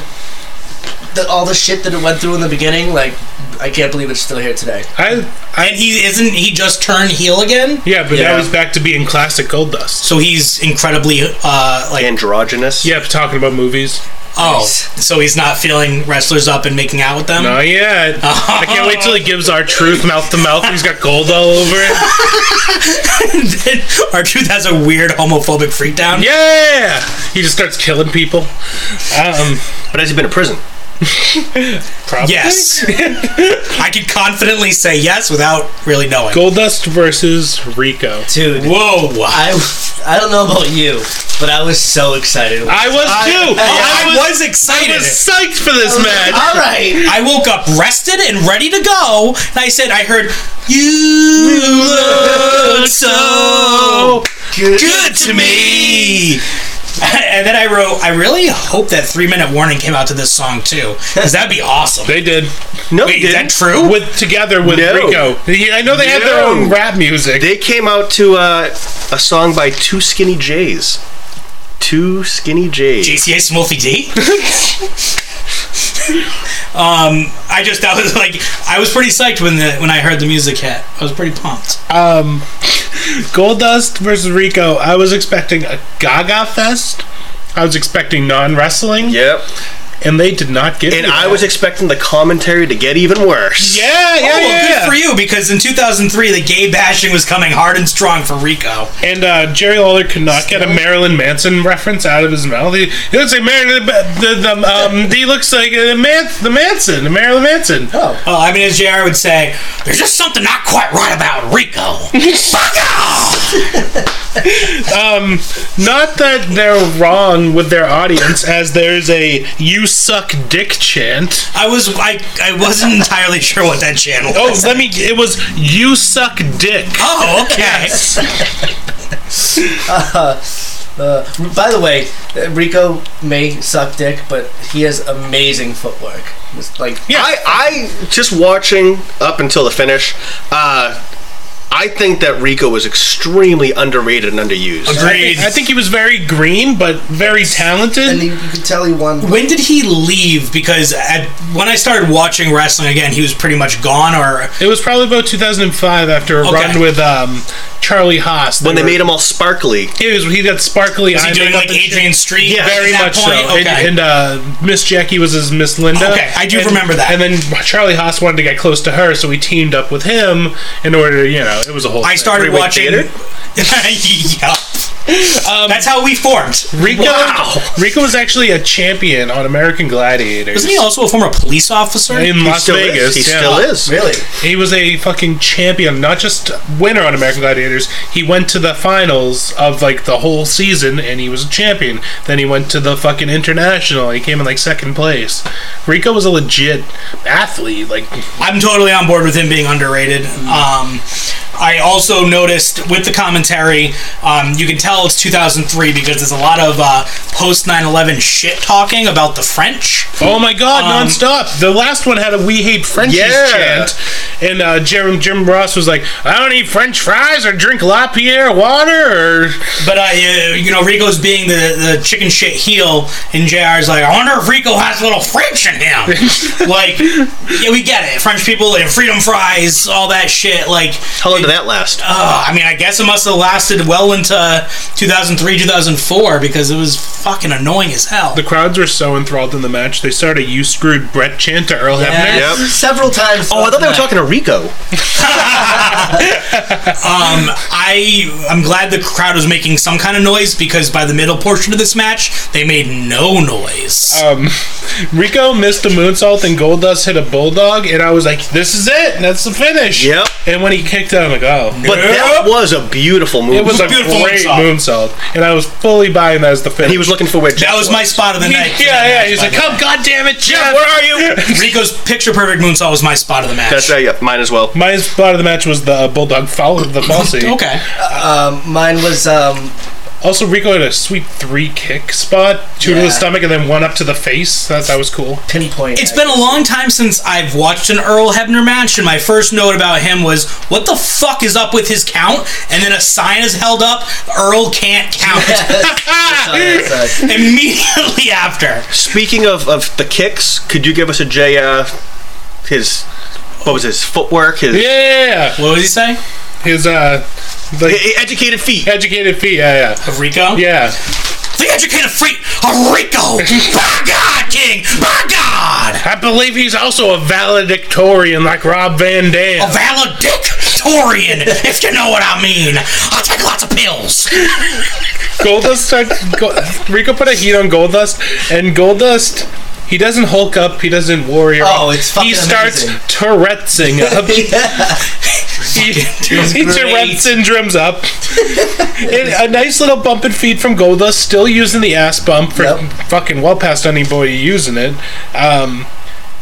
[SPEAKER 1] the, all the shit that it went through in the beginning, like, I can't believe it's still here today.
[SPEAKER 3] I,
[SPEAKER 2] And he isn't he just turned heel again,
[SPEAKER 3] yeah, but now
[SPEAKER 4] Yeah.
[SPEAKER 3] he's back to being classic Goldust.
[SPEAKER 2] so he's incredibly uh, like
[SPEAKER 4] Androgynous.
[SPEAKER 3] Yep, talking about movies.
[SPEAKER 2] oh, so he's not feeling wrestlers up and making out with them.
[SPEAKER 3] Not yet.
[SPEAKER 2] Uh,
[SPEAKER 3] I can't wait till he gives our truth mouth to mouth. He's got gold all over it.
[SPEAKER 2] Our truth has a weird homophobic freakdown.
[SPEAKER 3] Yeah, he just starts killing people. Um,
[SPEAKER 4] But has he been in prison?
[SPEAKER 3] probably.
[SPEAKER 2] Yes, I can confidently say yes without really knowing.
[SPEAKER 3] Goldust versus Rico.
[SPEAKER 1] Dude,
[SPEAKER 2] Whoa.
[SPEAKER 1] I, I don't know about you, but I was so excited.
[SPEAKER 3] I was too. Oh,
[SPEAKER 2] I,
[SPEAKER 3] I, was,
[SPEAKER 2] was excited.
[SPEAKER 3] I was psyched for this match.
[SPEAKER 1] all right.
[SPEAKER 2] I woke up rested and ready to go, and I said, I heard, You look so good to me. And then I wrote, I really hope that three minute warning came out to this song too, because that'd be awesome.
[SPEAKER 3] They did
[SPEAKER 4] No,
[SPEAKER 2] Wait,
[SPEAKER 4] he
[SPEAKER 2] is that
[SPEAKER 4] didn't.
[SPEAKER 2] true?
[SPEAKER 3] with together with
[SPEAKER 4] No.
[SPEAKER 3] Rico. He- I know they had their
[SPEAKER 4] No.
[SPEAKER 3] own rap music.
[SPEAKER 4] They came out to uh, a song by Two Skinny Jays. Two Skinny Jays.
[SPEAKER 2] JCA Smolfy D? um, I just that was like I was pretty psyched when the when I heard the music hit. I was pretty pumped.
[SPEAKER 3] Um, Goldust versus Rico. I was expecting a Gaga fest. I was expecting non wrestling,
[SPEAKER 4] Yep.
[SPEAKER 3] and they did not give.
[SPEAKER 4] And
[SPEAKER 3] me
[SPEAKER 4] I
[SPEAKER 3] that.
[SPEAKER 4] was expecting the commentary to get even worse.
[SPEAKER 3] Yeah, yeah,
[SPEAKER 2] oh, well,
[SPEAKER 3] yeah.
[SPEAKER 2] good for you because in 2003 the gay bashing was coming hard and strong for Rico.
[SPEAKER 3] And uh, Jerry Lawler could not get a Marilyn Manson reference out of his mouth. He, he looks like Marilyn. The, the, um, he looks like uh, Man, the Manson, the Marilyn Manson.
[SPEAKER 1] Oh,
[SPEAKER 2] Well, I mean, as JR would say, there's just something not quite right about Rico. Fuck off!
[SPEAKER 3] Not that they're wrong with their audience, as there's a "You suck dick" chant.
[SPEAKER 2] I was I I wasn't entirely sure what that channel. Was.
[SPEAKER 3] Oh, let me. It was "You suck dick."
[SPEAKER 2] Oh, okay.
[SPEAKER 1] uh, by the way, uh, Rico may suck dick, but he has amazing footwork. It's like
[SPEAKER 4] I, I just watching up until the finish. Uh, I think that Rico was extremely underrated and underused.
[SPEAKER 2] Agreed.
[SPEAKER 3] I think he was very green, but very
[SPEAKER 1] and
[SPEAKER 3] talented.
[SPEAKER 1] he, you could tell he won.
[SPEAKER 2] When did he leave? Because at, when I started watching wrestling again, he was pretty much gone. Or
[SPEAKER 3] It was probably about 2005 after a
[SPEAKER 2] Okay.
[SPEAKER 3] run with um, Charlie Haas.
[SPEAKER 4] When they
[SPEAKER 3] were-
[SPEAKER 4] made him all sparkly,
[SPEAKER 3] he was he got sparkly.
[SPEAKER 2] was he
[SPEAKER 3] eye
[SPEAKER 2] doing
[SPEAKER 3] makeup
[SPEAKER 2] like
[SPEAKER 3] and shit.
[SPEAKER 2] Adrian Street?
[SPEAKER 3] Yeah,
[SPEAKER 2] at
[SPEAKER 3] very
[SPEAKER 2] that
[SPEAKER 3] much
[SPEAKER 2] point?
[SPEAKER 3] so.
[SPEAKER 2] Okay.
[SPEAKER 3] And, and uh, Miss Jackie was his Miss Linda.
[SPEAKER 2] Okay, I do
[SPEAKER 3] And-
[SPEAKER 2] remember that.
[SPEAKER 3] And then Charlie Haas wanted to get close to her, so we teamed up with him in order to, you know, it was a whole.
[SPEAKER 2] I
[SPEAKER 3] thing.
[SPEAKER 2] started
[SPEAKER 3] Three-way
[SPEAKER 2] watching. um,
[SPEAKER 3] theater. Um,
[SPEAKER 2] yeah. That's how we formed.
[SPEAKER 3] Rico. Rico was actually a champion on American Gladiators.
[SPEAKER 2] Wasn't he also a former police officer?
[SPEAKER 3] in
[SPEAKER 4] he
[SPEAKER 3] Las
[SPEAKER 4] still
[SPEAKER 3] Vegas?
[SPEAKER 4] is. He
[SPEAKER 3] yeah.
[SPEAKER 4] still is.
[SPEAKER 1] Really?
[SPEAKER 3] He was a fucking champion, not just winner on American Gladiators. He went to the finals of like the whole season, and he was a champion. Then he went to the fucking international. And he came in like second place. Rico was a legit athlete. Like
[SPEAKER 2] I'm totally on board with him being underrated. Um, I also noticed with the commentary, um, you can tell it's 2003 because there's a lot of uh, post 9 11 shit talking about the French.
[SPEAKER 3] Oh my god,
[SPEAKER 2] Um,
[SPEAKER 3] nonstop. The last one had a "We Hate Frenchies"
[SPEAKER 4] Yeah.
[SPEAKER 3] chant, and uh, Jim Jim Ross was like, "I don't eat French fries or drink Lapierre water." Or
[SPEAKER 2] But, uh, you you know, Rico's being the, the chicken shit heel, and JR's like, I wonder if Rico has a little French in him. like, yeah, we get it. French people and freedom fries, all that shit. Like,
[SPEAKER 4] How long did that last?
[SPEAKER 2] Uh, I mean, I guess it must have lasted well into 2003, 2004 because it was fucking annoying as hell.
[SPEAKER 3] the crowds were so enthralled in the match, they started "You Screwed Brett" chant to Earl Hebner.
[SPEAKER 1] Yeah,
[SPEAKER 4] Yep.
[SPEAKER 1] Several times.
[SPEAKER 4] Oh, I thought they were
[SPEAKER 1] tonight.
[SPEAKER 4] talking to Rico.
[SPEAKER 2] Um, I I'm glad the crowd was making some kind of noise because by the middle portion of this match, they made no noise.
[SPEAKER 3] Um, Rico missed the moonsault and Goldust hit a bulldog, and I was like, "This is it. That's the finish."
[SPEAKER 4] Yep.
[SPEAKER 3] And when he kicked out, I'm like, "Oh."
[SPEAKER 4] But that
[SPEAKER 2] Yep.
[SPEAKER 4] was a beautiful move.
[SPEAKER 3] it was a
[SPEAKER 2] Beautiful
[SPEAKER 3] great
[SPEAKER 2] moonsault.
[SPEAKER 3] moonsault. and I was fully buying that as the finish.
[SPEAKER 4] he was looking for where Jeff
[SPEAKER 2] that was my spot of the
[SPEAKER 3] He-
[SPEAKER 2] night.
[SPEAKER 3] yeah, yeah. He's like, "Come, god damn it, Jeff, where are you?"
[SPEAKER 2] Rico's picture perfect moonsault was my spot of the match.
[SPEAKER 4] That's uh, yeah, mine as well.
[SPEAKER 3] My spot of the match was the uh, Bulldog foul of the Fosse.
[SPEAKER 2] Okay.
[SPEAKER 1] Um, mine was um,
[SPEAKER 3] Also, Rico had a sweet three kick spot, two to
[SPEAKER 1] Yeah.
[SPEAKER 3] the stomach and then one up to the face. That, that was cool.
[SPEAKER 1] pinpoint.
[SPEAKER 2] It's been a long time since I've watched an Earl Hebner match, and my first note about him was, "What the fuck is up with his count?" And then a sign is held up, "Earl can't count."
[SPEAKER 1] Sorry, sorry.
[SPEAKER 2] Immediately after,
[SPEAKER 4] Speaking of, of the kicks, could you give us a J? Uh, his what was his footwork? His
[SPEAKER 3] Yeah,
[SPEAKER 2] what did he say?
[SPEAKER 3] his uh, like
[SPEAKER 4] Eh, eh, educated feet.
[SPEAKER 3] educated feet. Yeah,
[SPEAKER 2] Of Rico?
[SPEAKER 3] yeah, yeah.
[SPEAKER 2] The educated freak of Rico! By God, King! By God!
[SPEAKER 3] I believe he's also a valedictorian, like Rob Van
[SPEAKER 2] A
[SPEAKER 3] Dam.
[SPEAKER 2] valedictorian, if you know what I mean. I take lots of pills.
[SPEAKER 3] Goldust starts. Go, Rico put a heat on Goldust, and Goldust. He doesn't Hulk up. He doesn't Warrior.
[SPEAKER 1] Oh,
[SPEAKER 3] up.
[SPEAKER 1] it's fucking
[SPEAKER 3] He starts
[SPEAKER 1] amazing.
[SPEAKER 3] Tourette'ing up. he he Tourette syndromes up. and a nice little bump and feed from Goldust, still using the ass bump for
[SPEAKER 1] Yep.
[SPEAKER 3] fucking well past anybody using it. Um,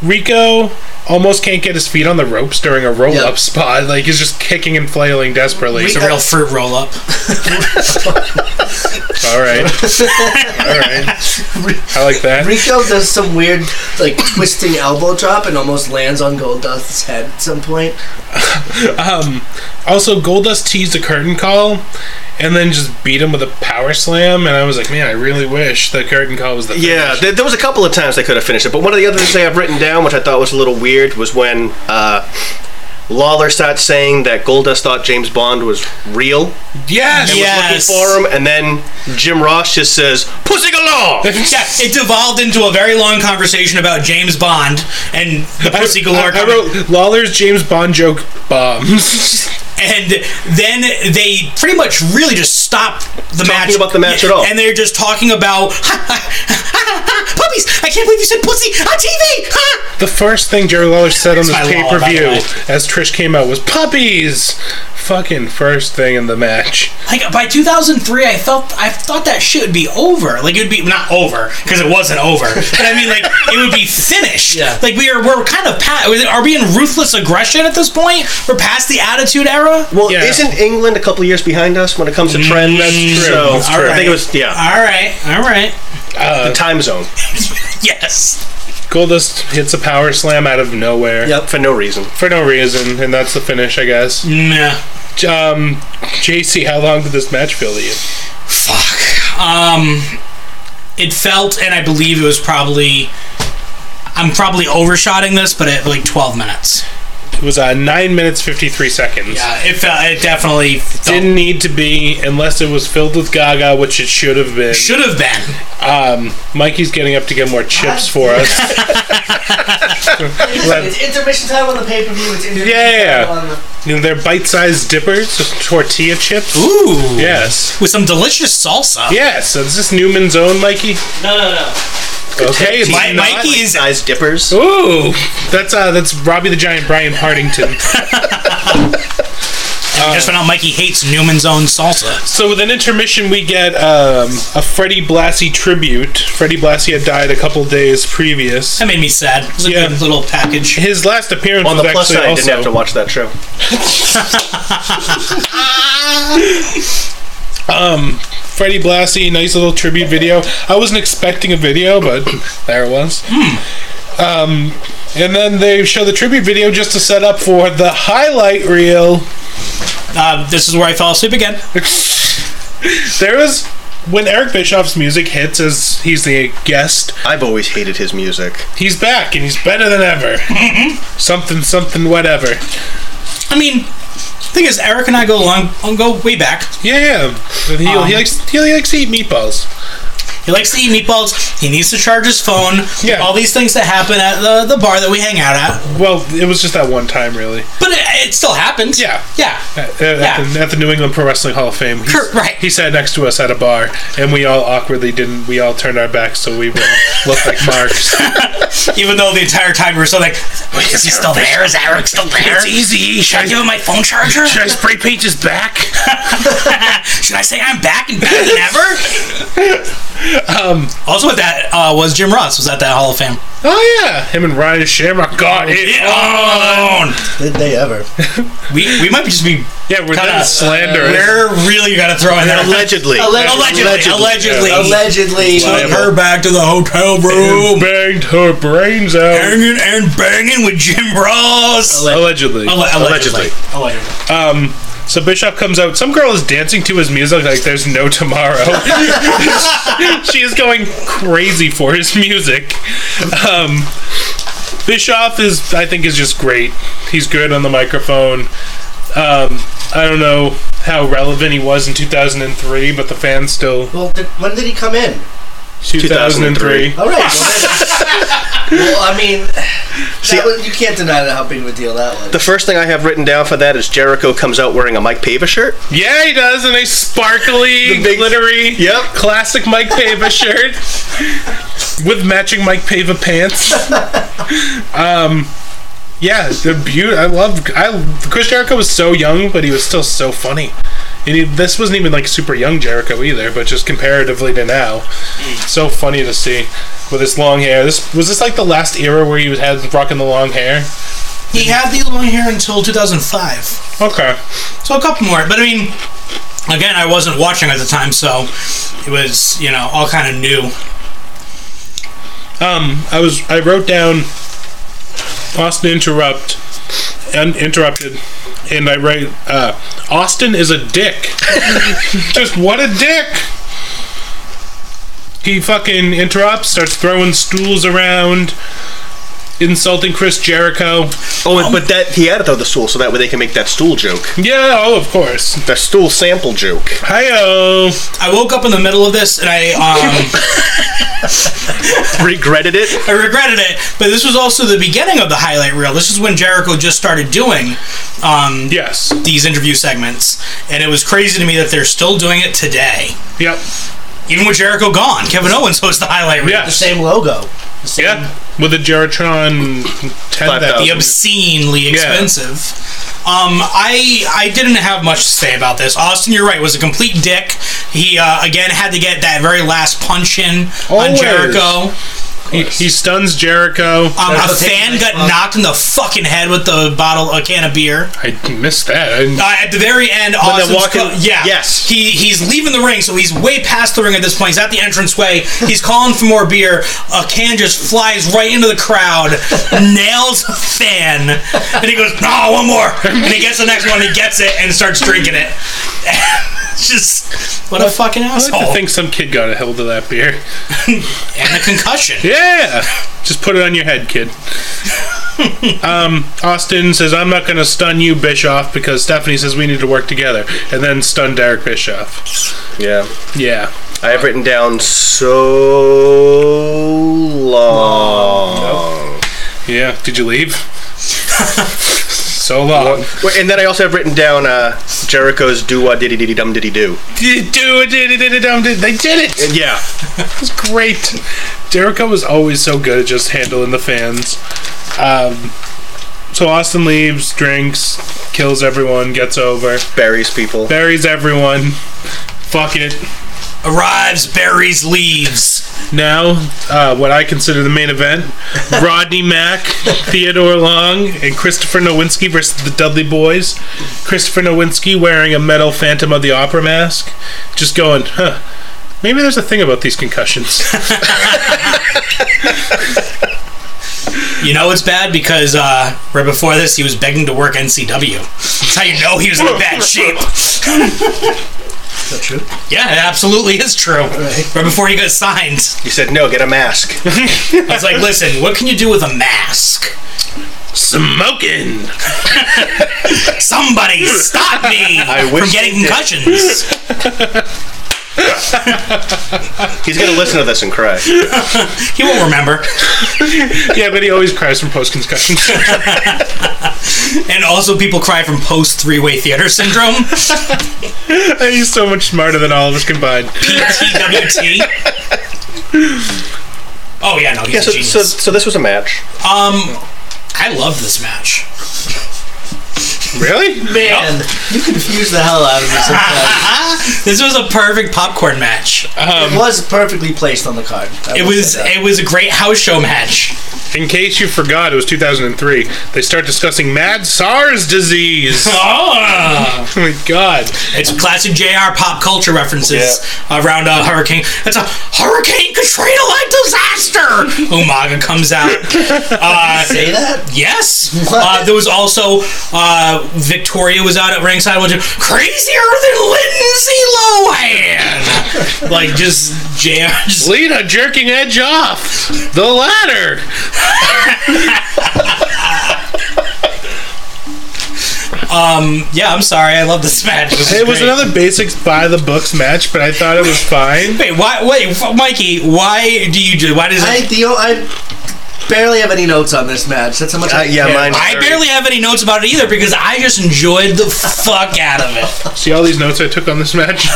[SPEAKER 3] Rico almost can't get his feet on the ropes during a roll up
[SPEAKER 1] Yep.
[SPEAKER 3] spot. Like he's just kicking and flailing desperately.
[SPEAKER 2] It's
[SPEAKER 3] So
[SPEAKER 2] a real fruit roll up.
[SPEAKER 3] All right. All right. I like that.
[SPEAKER 1] Rico does some weird, like twisting elbow drop and almost lands on Goldust's head at some point.
[SPEAKER 3] Um, also, Goldust teased a curtain call and then just beat him with a power slam. And I was like, man, I really wish the curtain call was the
[SPEAKER 4] Yeah,
[SPEAKER 3] finish."
[SPEAKER 4] there, there was a couple of times they could have finished it, but one of the other things I have written down, which I thought was a little weird, was when uh, Lawler starts saying that Goldust thought James Bond was real,
[SPEAKER 3] Yes.
[SPEAKER 2] Yeah.
[SPEAKER 4] looking
[SPEAKER 2] Yes.
[SPEAKER 4] for him, and then Jim Ross just says, "Pussy galore."
[SPEAKER 2] Yeah, it devolved into a very long conversation about James Bond and the
[SPEAKER 3] I,
[SPEAKER 2] pussy galore.
[SPEAKER 3] I, I
[SPEAKER 2] coming.
[SPEAKER 3] wrote Lawler's James Bond joke bombs.
[SPEAKER 2] and then they pretty much really just stop the match.
[SPEAKER 4] about the match at all.
[SPEAKER 2] and they're just talking about puppies. I can't believe you said pussy on TV. Ha!
[SPEAKER 3] the first thing Jerry Lawler said on
[SPEAKER 2] It's
[SPEAKER 3] this
[SPEAKER 2] my
[SPEAKER 3] pay
[SPEAKER 2] law,
[SPEAKER 3] per
[SPEAKER 2] by the
[SPEAKER 3] view
[SPEAKER 2] way.
[SPEAKER 3] as Trish came out was puppies. Fucking first thing in the match.
[SPEAKER 2] Like by 2003, I felt I thought that shit would be over. Like it would be not over because it wasn't over, but I mean like it would be finished.
[SPEAKER 1] Yeah.
[SPEAKER 2] Like we are we're kind of pa- are we in ruthless aggression at this point? We're past the attitude era.
[SPEAKER 4] Well,
[SPEAKER 3] Yeah.
[SPEAKER 4] isn't England a couple of years behind us when it comes to trends?
[SPEAKER 3] That's true.
[SPEAKER 4] Mm, So,
[SPEAKER 3] Uh, That's
[SPEAKER 4] I think it was yeah,
[SPEAKER 2] All right, all right.
[SPEAKER 4] the time zone
[SPEAKER 2] Yes.
[SPEAKER 3] Goldust hits a power slam out of nowhere
[SPEAKER 1] Yep.
[SPEAKER 4] for no reason.
[SPEAKER 3] for no reason, and that's the finish, I guess.
[SPEAKER 2] Nah.
[SPEAKER 3] Um, JC, how long did this match feel to you?
[SPEAKER 2] Fuck. Um, it felt, and I believe it was probably. I'm probably overshotting this, but at like 12 minutes.
[SPEAKER 3] It was uh, nine minutes fifty three seconds.
[SPEAKER 2] Yeah, it felt. It definitely
[SPEAKER 3] Didn't need to be unless it was filled with Gaga, which it should have been.
[SPEAKER 2] should have been.
[SPEAKER 3] Um, Mikey's getting up to get more chips for us.
[SPEAKER 1] It's intermission time on the pay per view. It's intermission
[SPEAKER 3] Yeah.
[SPEAKER 1] time on the.
[SPEAKER 3] You know, they're bite sized dippers, tortilla chips.
[SPEAKER 2] Ooh.
[SPEAKER 3] Yes.
[SPEAKER 2] With some delicious salsa.
[SPEAKER 3] Yes. So is this Newman's Own, Mikey?
[SPEAKER 2] No, no, no.
[SPEAKER 3] Okay. it's
[SPEAKER 2] Mi-
[SPEAKER 3] not-
[SPEAKER 2] Mikey is.
[SPEAKER 4] Eyes dippers.
[SPEAKER 3] Ooh, that's uh, that's Robbie the Giant, Brian Partington.
[SPEAKER 2] I just found out Mikey hates Newman's own salsa.
[SPEAKER 3] So with an intermission, we get um, a Freddie Blassie tribute. Freddie Blassie had died a couple days previous.
[SPEAKER 2] That made me sad. It was a
[SPEAKER 3] Yeah.
[SPEAKER 2] good little package.
[SPEAKER 3] His last appearance
[SPEAKER 4] On
[SPEAKER 3] was
[SPEAKER 4] the plus
[SPEAKER 3] actually
[SPEAKER 4] side, I
[SPEAKER 3] also.
[SPEAKER 4] didn't have to watch that show.
[SPEAKER 3] Um, Freddie Blassie, nice little tribute video. I wasn't expecting a video, but there it was.
[SPEAKER 4] Hmm.
[SPEAKER 3] Um, and then they show the tribute video just to set up for the highlight reel.
[SPEAKER 2] Uh, this is where I fell asleep again.
[SPEAKER 3] There is when Eric Bischoff's music hits as he's the guest.
[SPEAKER 4] I've always hated his music.
[SPEAKER 3] He's back and he's better than ever. something, something, whatever.
[SPEAKER 2] I mean, thing is, Eric and I go long, go way back.
[SPEAKER 3] Yeah, yeah. But He,
[SPEAKER 2] Um,
[SPEAKER 3] he likes he likes to eat meatballs.
[SPEAKER 2] He likes to eat meatballs. He needs to charge his phone.
[SPEAKER 3] Yeah.
[SPEAKER 2] All these things that happen at the, the bar that we hang out at.
[SPEAKER 3] Well, it was just that one time, really.
[SPEAKER 2] But it, it still happens.
[SPEAKER 3] Yeah.
[SPEAKER 2] Yeah.
[SPEAKER 3] Uh, At, at the, at the New England Pro Wrestling Hall of Fame, He's-
[SPEAKER 2] Cor- right.
[SPEAKER 3] He sat next to us at a bar, and we all awkwardly didn't. We all turned our backs, so we wouldn't look like marks.
[SPEAKER 2] Even though the entire time we were still like, wait, is he still there? Is Eric still there?
[SPEAKER 3] easy.
[SPEAKER 2] Should I give him my phone charger?
[SPEAKER 3] I spray paint his back?
[SPEAKER 2] Should I say I'm back and better than ever? um, also, with that uh, was Jim Ross was at that Hall of Fame.
[SPEAKER 3] Oh yeah, him and Ryan Shamrock got
[SPEAKER 2] Oh,
[SPEAKER 3] it.
[SPEAKER 2] on.
[SPEAKER 1] Did they ever?
[SPEAKER 2] We, we might just be
[SPEAKER 3] Yeah, we're
[SPEAKER 2] kinda-
[SPEAKER 3] done slandering.
[SPEAKER 2] we're really gonna throw in that
[SPEAKER 4] Allegedly.
[SPEAKER 2] allegedly allegedly,
[SPEAKER 1] Allegedly.
[SPEAKER 2] took her back to the hotel room.
[SPEAKER 3] banged her brains out.
[SPEAKER 2] banging and banging with Jim Ross.
[SPEAKER 3] Allegedly.
[SPEAKER 2] allegedly.
[SPEAKER 1] Oh,
[SPEAKER 3] Um, so Bishop comes out. Some girl is dancing to his music like there's no tomorrow. she is going crazy for his music. Um, Bischoff is, I think, is just great. He's good on the microphone. Um, I don't know how relevant he was in 2003, but the fans still
[SPEAKER 1] Well, did, when did he come in?
[SPEAKER 3] 2003.
[SPEAKER 1] All right. Well, then- well I mean,
[SPEAKER 4] See-
[SPEAKER 1] that was- you can't deny that how big of a deal that was.
[SPEAKER 4] The first thing I have written down for that is Jericho comes out wearing a Mike Pava shirt.
[SPEAKER 3] Yeah, he does. A nice sparkly,
[SPEAKER 4] The big-
[SPEAKER 3] glittery,
[SPEAKER 4] Yep.
[SPEAKER 3] classic Mike Pava shirt with matching Mike Pava pants. um, yeah, the beauty. I love. I Chris Jericho was so young, but he was still so funny. And he, this wasn't even like super young Jericho either, but just comparatively to now, so funny to see with his long hair. This was this like the last era where he was had rocking the long hair.
[SPEAKER 2] He had the long hair until 2005,
[SPEAKER 3] Okay,
[SPEAKER 2] so a couple more. But I mean, Again, I wasn't watching at the time, so it was you know all kind of new.
[SPEAKER 3] Um, I was I wrote down Austin interrupt and interrupted, and I write uh, Austin is a dick. Just what a dick. He fucking interrupts, starts throwing stools around, insulting Chris Jericho.
[SPEAKER 4] Oh, and- but that he had to throw the stool so that way they can make that stool joke,
[SPEAKER 3] Yeah, oh, of course.
[SPEAKER 4] that stool sample joke.
[SPEAKER 3] Hi-oh.
[SPEAKER 2] I woke up in the middle of this and I um,
[SPEAKER 4] Regretted it.
[SPEAKER 2] I regretted it, but this was also the beginning of the highlight reel. This is when Jericho just started doing um,
[SPEAKER 3] Yes.
[SPEAKER 2] these interview segments, and it was crazy to me that they're still doing it today,
[SPEAKER 3] Yep.
[SPEAKER 2] even with Jericho gone. Kevin Owens hosts the highlight reel.
[SPEAKER 3] Yeah.
[SPEAKER 1] The same logo. The same-
[SPEAKER 3] Yeah. With the Geritron 10,000.
[SPEAKER 2] the obscenely expensive. Um, I I didn't have much to say about this. Austin, you're right, was a complete dick. He uh, again had to get that very last punch in on
[SPEAKER 3] Always.
[SPEAKER 2] Jericho.
[SPEAKER 3] He, he stuns Jericho.
[SPEAKER 2] Um, a
[SPEAKER 1] Jericho taking
[SPEAKER 2] fan
[SPEAKER 1] the
[SPEAKER 2] got
[SPEAKER 1] spot.
[SPEAKER 2] knocked in the fucking head with the bottle, a can of beer.
[SPEAKER 3] I missed that. I didn't-
[SPEAKER 2] Uh, at the very end,
[SPEAKER 4] they're
[SPEAKER 2] Austin's
[SPEAKER 4] walking-
[SPEAKER 2] co- yeah,
[SPEAKER 4] yes.
[SPEAKER 2] he he's leaving the ring, so he's way past the ring at this point. He's at the entranceway. He's calling for more beer. A can just flies right into the crowd, nails a fan, and he goes, "No, one more!" And he gets the next one. He gets it and starts drinking it. It's just what a fucking
[SPEAKER 3] I like to
[SPEAKER 2] asshole
[SPEAKER 3] think some kid got a hold of that beer.
[SPEAKER 2] and a concussion.
[SPEAKER 3] Yeah. Just put it on your head, kid. um, Austin says, I'm not going to stun you, Bischoff, because Stephanie says we need to work together. And then stun Derek Bischoff.
[SPEAKER 4] Yeah.
[SPEAKER 3] Yeah.
[SPEAKER 4] I have written down so long.
[SPEAKER 3] Yeah. Did you leave? so long.
[SPEAKER 4] Wait, and then I also have written down uh, Jericho's do wah diddy diddy dum diddy do.
[SPEAKER 3] Did do it, did it, did it, dum, did it. They did it.
[SPEAKER 4] Yeah.
[SPEAKER 3] was great. Jericho was always so good at just handling the fans. Um, so Austin leaves, drinks, kills everyone, gets over,
[SPEAKER 4] Buries people.
[SPEAKER 3] buries everyone. Fuck it.
[SPEAKER 2] Arrives, buries, leaves.
[SPEAKER 3] Now, uh, what I consider the main event Rodney Mack, Theodore Long, and Christopher Nowinski versus the Dudley Boys. Christopher Nowinski wearing a metal Phantom of the Opera mask, just going, huh, maybe there's a thing about these concussions.
[SPEAKER 2] You know it's bad because uh, right before this, he was begging to work NCW. That's how you know he was in bad shape.
[SPEAKER 1] Is that true?
[SPEAKER 2] Yeah, it absolutely is true. Right. before he got signed,
[SPEAKER 4] He said, no, get a mask.
[SPEAKER 2] I was like, listen, what can you do with a mask?
[SPEAKER 3] Smoking!
[SPEAKER 2] Somebody stop me
[SPEAKER 4] wish
[SPEAKER 2] from getting
[SPEAKER 4] they did.
[SPEAKER 2] concussions.
[SPEAKER 4] He's going to listen to this and cry.
[SPEAKER 2] he won't remember.
[SPEAKER 3] Yeah, but he always cries from post concussion.
[SPEAKER 2] And also, people cry from post three way theater syndrome,
[SPEAKER 3] He's so much smarter than all of us combined.
[SPEAKER 2] PTWT. Oh, yeah, no, he's
[SPEAKER 4] Yeah,
[SPEAKER 2] a
[SPEAKER 4] so,
[SPEAKER 2] genius.
[SPEAKER 4] so, so this was a match.
[SPEAKER 2] um, I love this match.
[SPEAKER 3] Really?
[SPEAKER 2] Oh.
[SPEAKER 1] Man, you confuse the hell out of me sometimes.
[SPEAKER 2] This was a perfect popcorn match.
[SPEAKER 1] it was perfectly placed on the card. I
[SPEAKER 2] It
[SPEAKER 1] will
[SPEAKER 2] was
[SPEAKER 1] say Oh. that.
[SPEAKER 2] it was a great house show match.
[SPEAKER 3] In case you forgot, it was 2003. They start discussing mad SARS disease. oh
[SPEAKER 2] Oh.
[SPEAKER 1] Ah.
[SPEAKER 3] my god.
[SPEAKER 2] It's classic JR pop culture references around a hurricane. It's a Hurricane Katrina like disaster! Umaga comes out. Uh,
[SPEAKER 1] Say that?
[SPEAKER 2] yes.
[SPEAKER 1] What?
[SPEAKER 2] Uh, there was also uh, Victoria was out at ringside watching Crazier Than Lindsay Lohan! like just JR. Just,
[SPEAKER 3] Lena jerking Edge off. The ladder.
[SPEAKER 2] um, yeah, I'm sorry. I love this match. This is
[SPEAKER 3] It was
[SPEAKER 2] great.
[SPEAKER 3] another basics by the books match, but I thought it was fine.
[SPEAKER 2] Wait, why, wait, Mikey, why do you do, why does
[SPEAKER 1] I,
[SPEAKER 2] it,
[SPEAKER 1] the, I barely have any notes on this match. That's how much
[SPEAKER 4] Uh,
[SPEAKER 1] I.
[SPEAKER 4] yeah, mine.
[SPEAKER 2] I barely have any notes about it either because I just enjoyed the fuck out of it.
[SPEAKER 3] See all these notes I took on this match?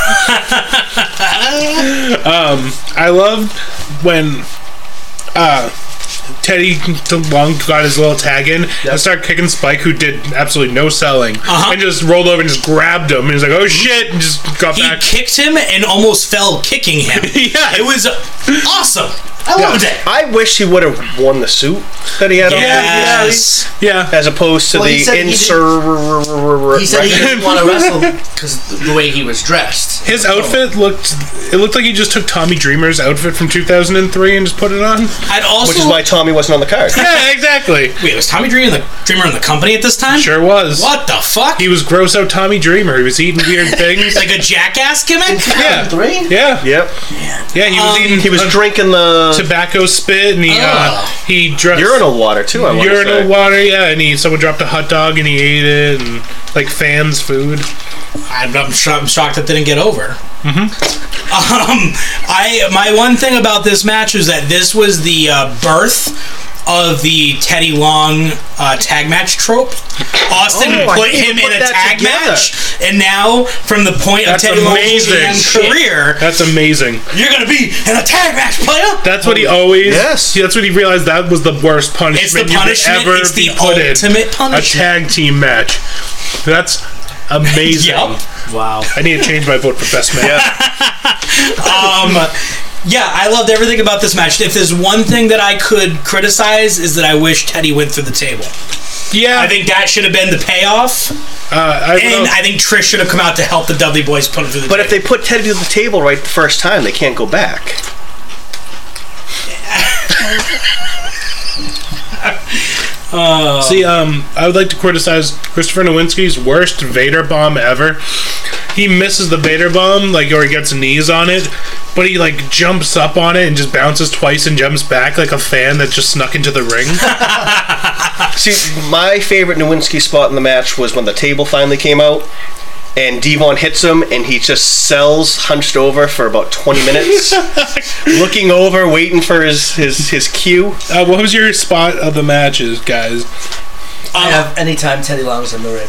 [SPEAKER 3] um, I loved when uh, Teddy Long got his little tag in and started kicking Spike, who did absolutely no selling,
[SPEAKER 2] Uh-huh.
[SPEAKER 3] and just rolled over and just grabbed him. And he's like, oh shit, and just got
[SPEAKER 2] He
[SPEAKER 3] back.
[SPEAKER 2] kicked him and almost fell kicking him.
[SPEAKER 3] Yes.
[SPEAKER 2] It was awesome.
[SPEAKER 1] I loved it.
[SPEAKER 4] I wish he would have won the suit that he had on.
[SPEAKER 2] Yes.
[SPEAKER 3] Yeah.
[SPEAKER 4] As opposed to
[SPEAKER 1] Well, he
[SPEAKER 4] the
[SPEAKER 1] said he
[SPEAKER 4] insert.
[SPEAKER 1] He said he didn't want to wrestle because the way he was dressed.
[SPEAKER 3] His outfit looked. It looked like he just took Tommy Dreamer's outfit from 2003 and just put it on.
[SPEAKER 2] I'd also.
[SPEAKER 4] Which is why Tommy wasn't on the card.
[SPEAKER 3] Yeah, exactly.
[SPEAKER 2] wait, was Tommy Dreamer in the Dreamer in the company at this time?
[SPEAKER 3] Sure was.
[SPEAKER 2] What the fuck?
[SPEAKER 3] He was gross out Tommy Dreamer. He was eating weird things.
[SPEAKER 2] like a jackass gimmick?
[SPEAKER 3] Yeah.
[SPEAKER 1] Three?
[SPEAKER 3] yeah,
[SPEAKER 4] yep.
[SPEAKER 3] yeah. He was
[SPEAKER 2] Um,
[SPEAKER 3] eating.
[SPEAKER 4] He was
[SPEAKER 3] uh,
[SPEAKER 4] drinking the
[SPEAKER 3] tobacco spit, and he uh,
[SPEAKER 2] Ugh.
[SPEAKER 3] he dressed
[SPEAKER 4] urinal water, too, I want to
[SPEAKER 3] urinal
[SPEAKER 4] say.
[SPEAKER 3] water. Yeah, and he someone dropped a hot dog and he ate it, and like fans food.
[SPEAKER 2] I'm, I'm, sho- I'm shocked that didn't get over.
[SPEAKER 3] Mm-hmm.
[SPEAKER 2] Um, I my one thing about this match was that this was the uh, birth of the Teddy Long uh, tag match trope. Austin
[SPEAKER 4] Oh, I
[SPEAKER 2] put
[SPEAKER 4] didn't even
[SPEAKER 2] him in
[SPEAKER 4] put
[SPEAKER 2] a
[SPEAKER 4] that
[SPEAKER 2] tag
[SPEAKER 4] together.
[SPEAKER 2] match, and now from the point
[SPEAKER 3] That's
[SPEAKER 2] of Teddy Long's
[SPEAKER 3] amazing.
[SPEAKER 2] damn
[SPEAKER 3] Shit.
[SPEAKER 2] career,
[SPEAKER 3] That's amazing.
[SPEAKER 2] you're gonna be in a tag match, player.
[SPEAKER 3] That's what he always.
[SPEAKER 4] Yes.
[SPEAKER 3] That's what he realized. That was the worst
[SPEAKER 2] Oh,
[SPEAKER 3] punishment.
[SPEAKER 2] It's the
[SPEAKER 3] you could
[SPEAKER 2] punishment.
[SPEAKER 3] ever
[SPEAKER 2] It's the
[SPEAKER 3] be put in.
[SPEAKER 2] ultimate
[SPEAKER 3] A
[SPEAKER 2] punishment.
[SPEAKER 3] tag team match. That's amazing.
[SPEAKER 2] Yep.
[SPEAKER 1] Wow.
[SPEAKER 3] I need to change my vote for best match.
[SPEAKER 2] um, yeah, I loved everything about this match. If there's one thing that I could criticize is that I wish Teddy went through the table.
[SPEAKER 3] Yeah.
[SPEAKER 2] I think that should have been the payoff, and
[SPEAKER 3] Uh, I don't know.
[SPEAKER 2] I think Trish should have come out to help the Dudley Boys put him through the
[SPEAKER 4] But if
[SPEAKER 2] table.
[SPEAKER 4] they put Teddy to the table right the first time, they can't go back.
[SPEAKER 3] See, um, I would like to criticize Christopher Nowinski's worst Vader bomb ever. He misses the Vader bomb, like, or he gets knees on it, but he, like, jumps up on it and just bounces twice and jumps back like a fan that just snuck into the ring.
[SPEAKER 4] See, my favorite Nowinski spot in the match was when the table finally came out, and Devon hits him, and he just sells hunched over for about 20 minutes, looking over, waiting for his, his, his cue.
[SPEAKER 3] uh, what was your spot of the matches, guys?
[SPEAKER 1] I
[SPEAKER 2] Um,
[SPEAKER 1] have anytime Teddy Long's in the ring.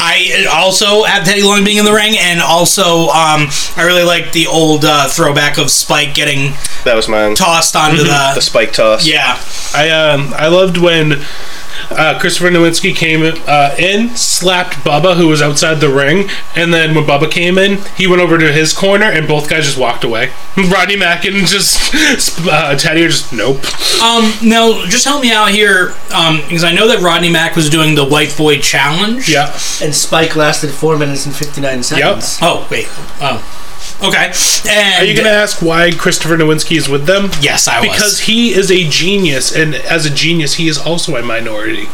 [SPEAKER 2] I also have Teddy Long being in the ring, and also um, I really like the old uh, throwback of Spike getting
[SPEAKER 4] That was mine.
[SPEAKER 2] tossed onto
[SPEAKER 3] Mm-hmm.
[SPEAKER 4] The
[SPEAKER 2] the.
[SPEAKER 4] spike toss.
[SPEAKER 2] Yeah,
[SPEAKER 3] I um I loved when uh, Christopher Nowinski came uh, in, slapped Bubba, who was outside the ring, and then when Bubba came in, he went over to his corner, and both guys just walked away. Rodney Mack and just uh, Teddy are just nope.
[SPEAKER 2] Um, now, just help me out here, um, because I know that Rodney Mack was doing the White Boy Challenge.
[SPEAKER 3] Yeah,
[SPEAKER 1] And Spike lasted four minutes and 59 seconds.
[SPEAKER 2] Oh, wait. Oh. Okay. And
[SPEAKER 3] are you gonna ask why Christopher Nowinski is with them?
[SPEAKER 2] Yes, I was.
[SPEAKER 3] Because he is a genius, and as a genius, he is also a minority.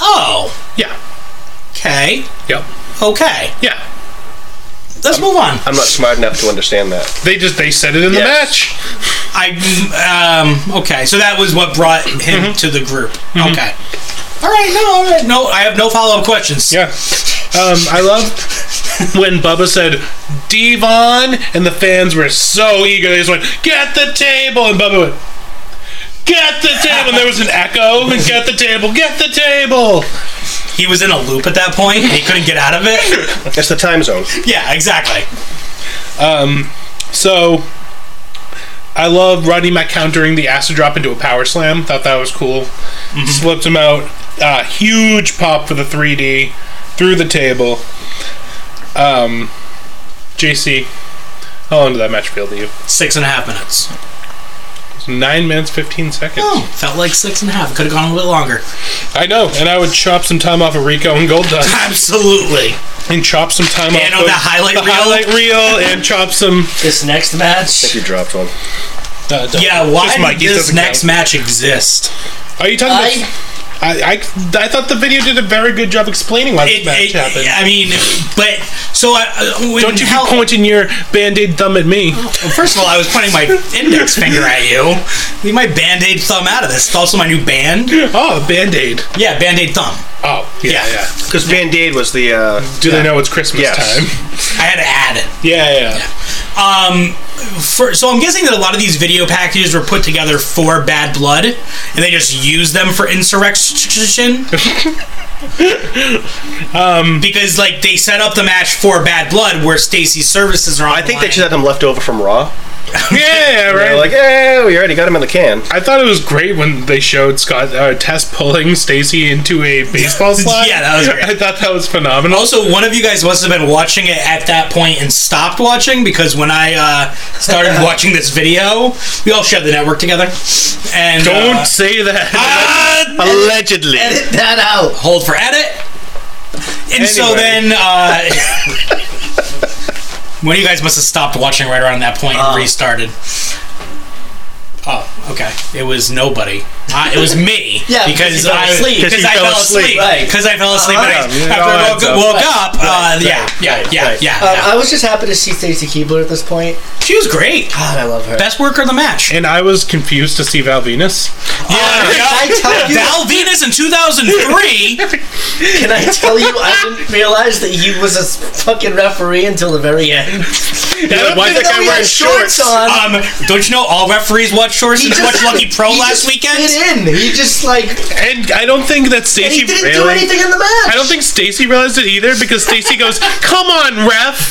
[SPEAKER 2] Oh.
[SPEAKER 3] Yeah.
[SPEAKER 2] Okay.
[SPEAKER 3] Yep.
[SPEAKER 2] Okay.
[SPEAKER 3] Yeah.
[SPEAKER 2] Let's move on.
[SPEAKER 4] I'm not smart enough to understand that.
[SPEAKER 3] They just they said it in the
[SPEAKER 4] Yes.
[SPEAKER 3] match.
[SPEAKER 2] I um. Okay. So that was what brought him
[SPEAKER 3] Mm-hmm.
[SPEAKER 2] to the group. Okay. All right. No. All right. No. I have no follow up questions.
[SPEAKER 3] Yeah. Um, I love when Bubba said Devon, and the fans were so eager. They just went, "Get the table!" And Bubba went, "Get the table!" And there was an echo. And get the table! Get the table!
[SPEAKER 2] He was in a loop at that point, and he couldn't get out of it.
[SPEAKER 4] It's the time zone.
[SPEAKER 2] yeah. Exactly.
[SPEAKER 3] Um, so I love Rodney Mack countering the acid drop into a power slam. Thought that was cool.
[SPEAKER 2] Mm-hmm.
[SPEAKER 3] Slipped him out. Uh, huge pop for the 3D through the table. Um, JC, how long did that match feel to you?
[SPEAKER 2] Six and a half minutes.
[SPEAKER 3] It's nine minutes, 15 seconds.
[SPEAKER 2] Oh, felt like six and a half. Could have gone a little longer.
[SPEAKER 3] I know, and I would chop some time off of Rico and Gold Dust.
[SPEAKER 2] Absolutely.
[SPEAKER 3] and chop some time
[SPEAKER 2] And on
[SPEAKER 3] off of
[SPEAKER 2] the oh, highlight
[SPEAKER 3] the
[SPEAKER 2] reel.
[SPEAKER 3] highlight reel, and chop some.
[SPEAKER 1] This next match,
[SPEAKER 4] You dropped one.
[SPEAKER 3] Uh, don't-
[SPEAKER 2] Yeah, why
[SPEAKER 3] Just
[SPEAKER 2] did
[SPEAKER 3] Mikey's
[SPEAKER 2] this
[SPEAKER 3] doesn't
[SPEAKER 2] next
[SPEAKER 3] count.
[SPEAKER 2] match exist?
[SPEAKER 3] Are you talking about.
[SPEAKER 1] I
[SPEAKER 3] I, I, I thought the video did a very good job explaining why
[SPEAKER 2] It,
[SPEAKER 3] this
[SPEAKER 2] it-
[SPEAKER 3] match happened.
[SPEAKER 2] I mean, but so I, uh, when
[SPEAKER 3] Don't you
[SPEAKER 2] Hal-
[SPEAKER 3] be pointing your band-aid thumb at me.
[SPEAKER 2] First of all, I was pointing my index finger at you. Leave my band aid thumb out of this. It's also my new band.
[SPEAKER 3] Oh, band-aid.
[SPEAKER 2] Yeah, band aid thumb.
[SPEAKER 3] Oh, yeah, yeah.
[SPEAKER 2] Yeah.
[SPEAKER 4] Because Band Aid was the. Uh,
[SPEAKER 3] Do they know it's Christmas
[SPEAKER 4] Yes.
[SPEAKER 3] time?
[SPEAKER 2] I had to add it.
[SPEAKER 3] Yeah, yeah.
[SPEAKER 2] Um, for, so I'm guessing that a lot of these video packages were put together for Bad Blood, and they just used them for Insurrection. um, because like they set up the match for Bad Blood, where Stacy's services are. On
[SPEAKER 4] I think
[SPEAKER 2] the
[SPEAKER 4] they
[SPEAKER 2] line.
[SPEAKER 4] just had them left over from Raw.
[SPEAKER 3] Yeah,
[SPEAKER 4] They're
[SPEAKER 3] right.
[SPEAKER 4] like, yeah, we already got him in the can.
[SPEAKER 3] I thought it was great when they showed Scott uh, Tess pulling Stacy into a baseball slide.
[SPEAKER 2] Yeah, that was great.
[SPEAKER 3] I thought that was phenomenal.
[SPEAKER 2] Also, one of you guys must have been watching it at that point and stopped watching because when I uh, started watching this video, we all shared the network together. And
[SPEAKER 3] Don't
[SPEAKER 2] uh,
[SPEAKER 3] say that.
[SPEAKER 2] ah,
[SPEAKER 4] Allegedly.
[SPEAKER 1] Edit that out.
[SPEAKER 2] hold for edit. And so
[SPEAKER 3] Anyway.
[SPEAKER 2] then, uh, one of you guys must have stopped watching right around that point and
[SPEAKER 1] Oh.
[SPEAKER 2] restarted. Oh, okay. It was nobody. Uh, it was me.
[SPEAKER 1] Yeah,
[SPEAKER 2] because,
[SPEAKER 1] because you fell
[SPEAKER 2] I
[SPEAKER 1] asleep.
[SPEAKER 2] because I fell asleep.
[SPEAKER 1] right.
[SPEAKER 2] Because I fell asleep.
[SPEAKER 1] Uh-huh.
[SPEAKER 2] and I-
[SPEAKER 3] Yeah, it all adds
[SPEAKER 2] after I
[SPEAKER 3] up.
[SPEAKER 2] woke, woke up, uh,
[SPEAKER 1] Right,
[SPEAKER 2] yeah,
[SPEAKER 1] right,
[SPEAKER 2] yeah,
[SPEAKER 1] right,
[SPEAKER 2] yeah,
[SPEAKER 1] right.
[SPEAKER 2] yeah,
[SPEAKER 1] Um,
[SPEAKER 2] yeah.
[SPEAKER 1] I was just happy to see Stacey Keebler at this point.
[SPEAKER 2] She was great.
[SPEAKER 1] God, I love her.
[SPEAKER 2] Best worker of the match.
[SPEAKER 3] and I was confused to see Val Venus.
[SPEAKER 2] Uh,
[SPEAKER 1] Can I tell you?
[SPEAKER 2] Val Venus in 2003.
[SPEAKER 1] Can I tell you? I didn't realize that he was a fucking referee until the very end.
[SPEAKER 3] Yeah,
[SPEAKER 4] why that
[SPEAKER 1] Even though
[SPEAKER 4] guy
[SPEAKER 1] he had
[SPEAKER 4] wearing shorts?
[SPEAKER 1] on.
[SPEAKER 2] um, don't you know all referees watch shorts and watch Lucky Pro
[SPEAKER 1] he
[SPEAKER 2] last
[SPEAKER 1] just
[SPEAKER 2] weekend?
[SPEAKER 1] Fit in. He just like
[SPEAKER 3] And
[SPEAKER 1] and
[SPEAKER 3] I don't think that
[SPEAKER 1] he
[SPEAKER 3] Stacy really.
[SPEAKER 1] didn't do anything in the match.
[SPEAKER 3] I don't think Stacy realized it either because Stacy goes, "Come on, ref."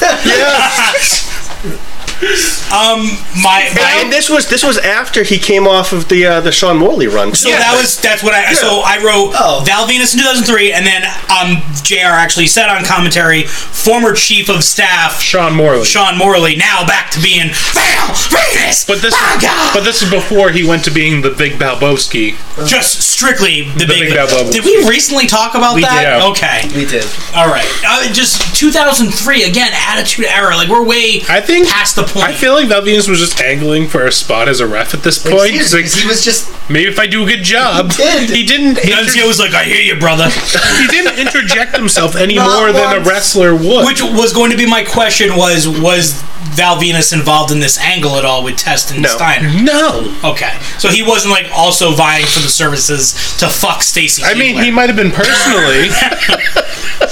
[SPEAKER 2] Um, my, my
[SPEAKER 4] And this was this was after he came off of the uh, the Sean Morley run.
[SPEAKER 2] So that was that's what I so I wrote
[SPEAKER 1] Oh.
[SPEAKER 2] Val Venus in 2003, and then um Jr. actually said on commentary, former chief of staff
[SPEAKER 3] Sean Morley.
[SPEAKER 2] Sean Morley now back to being Val Venus.
[SPEAKER 3] But this,
[SPEAKER 2] my God.
[SPEAKER 3] but this is before he went to being the big Balbowski.
[SPEAKER 2] just strictly the, big,
[SPEAKER 3] Big Bad Bubble.
[SPEAKER 2] Did we recently talk about that?
[SPEAKER 3] did.
[SPEAKER 2] Okay,
[SPEAKER 1] we did.
[SPEAKER 2] all right. Uh, just 2003 again, attitude error. Like we're way
[SPEAKER 3] I think.
[SPEAKER 2] past the point.
[SPEAKER 3] I feel like Val Venus was just angling for a spot as a ref at this point.
[SPEAKER 1] Excuse me,
[SPEAKER 3] Like,
[SPEAKER 1] 'cause he was just
[SPEAKER 3] Maybe if I do a good job.
[SPEAKER 1] He did.
[SPEAKER 3] He didn't.
[SPEAKER 2] Nuncio
[SPEAKER 3] Inter-
[SPEAKER 2] was like, "I hear you, brother."
[SPEAKER 3] he didn't interject himself any
[SPEAKER 1] Not
[SPEAKER 3] more than a
[SPEAKER 1] once.
[SPEAKER 3] wrestler would.
[SPEAKER 2] Which was going to be my question: was was Val Venus involved in this angle at all with Test and
[SPEAKER 4] No.
[SPEAKER 3] Mm-hmm.
[SPEAKER 2] Steiner?
[SPEAKER 3] no.
[SPEAKER 2] Okay, so he wasn't like also vying for the services to fuck Stacy.
[SPEAKER 3] I mean,
[SPEAKER 2] Keibler.
[SPEAKER 3] he might have been personally.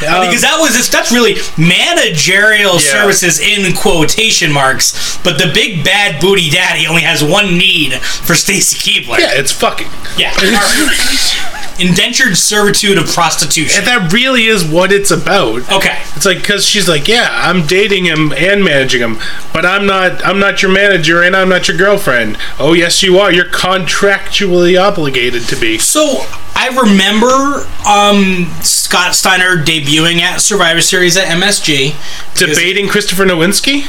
[SPEAKER 2] because that was it's- that's really managerial
[SPEAKER 3] um, Yeah.
[SPEAKER 2] services in quotation marks. But the big bad booty daddy only has one need for Stacy Keebler.
[SPEAKER 3] yeah, it's fucking.
[SPEAKER 2] Yeah. Alright. Indentured servitude of prostitution.
[SPEAKER 3] And that really is what it's about.
[SPEAKER 2] Okay.
[SPEAKER 3] It's like because she's like, yeah, I'm dating him and managing him, but I'm not. I'm not your manager, and I'm not your girlfriend. Oh yes, you are. You're contractually obligated to be.
[SPEAKER 2] So I remember um, Scott Steiner debuting at Survivor Series at MSG. because-
[SPEAKER 3] Debating Christopher Nowinski.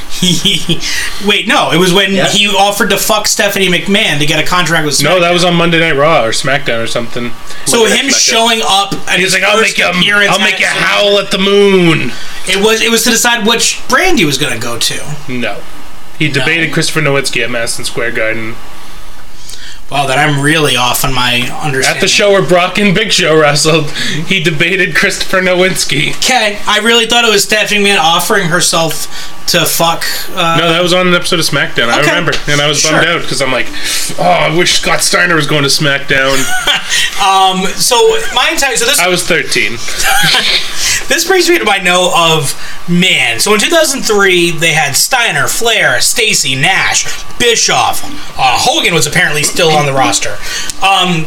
[SPEAKER 2] Wait, no, it was when
[SPEAKER 1] Yeah.
[SPEAKER 2] he offered to fuck Stephanie McMahon to get a contract with.
[SPEAKER 3] No,
[SPEAKER 2] SmackDown.
[SPEAKER 3] that was on Monday Night Raw or SmackDown or something.
[SPEAKER 2] So him showing up and
[SPEAKER 3] He's like, I'll make you.
[SPEAKER 2] appearance
[SPEAKER 3] I'll
[SPEAKER 2] at
[SPEAKER 3] make you
[SPEAKER 2] Survivor-
[SPEAKER 3] howl at the moon.
[SPEAKER 2] It was it was to decide which brand he was going to go to.
[SPEAKER 3] No. He debated Christopher Nowitzki at Madison Square Garden
[SPEAKER 2] Wow, that I'm really off on my understanding.
[SPEAKER 3] at the show where Brock and Big Show wrestled. He debated Christopher Nowitzki.
[SPEAKER 2] Okay, I really thought it was Stephanie McMahon offering herself to fuck. Uh,
[SPEAKER 3] No, that was on an episode of SmackDown. I
[SPEAKER 2] Okay.
[SPEAKER 3] remember, and I was bummed
[SPEAKER 2] Sure.
[SPEAKER 3] out because I'm like, oh, I wish Scott Steiner was going to SmackDown.
[SPEAKER 2] Um, so my entire so this
[SPEAKER 3] I was 13.
[SPEAKER 2] this brings me to my note of man. So in 2003, they had Steiner, Flair, Stacy, Nash, Bischoff. Uh, Hogan was apparently still on the roster. Um,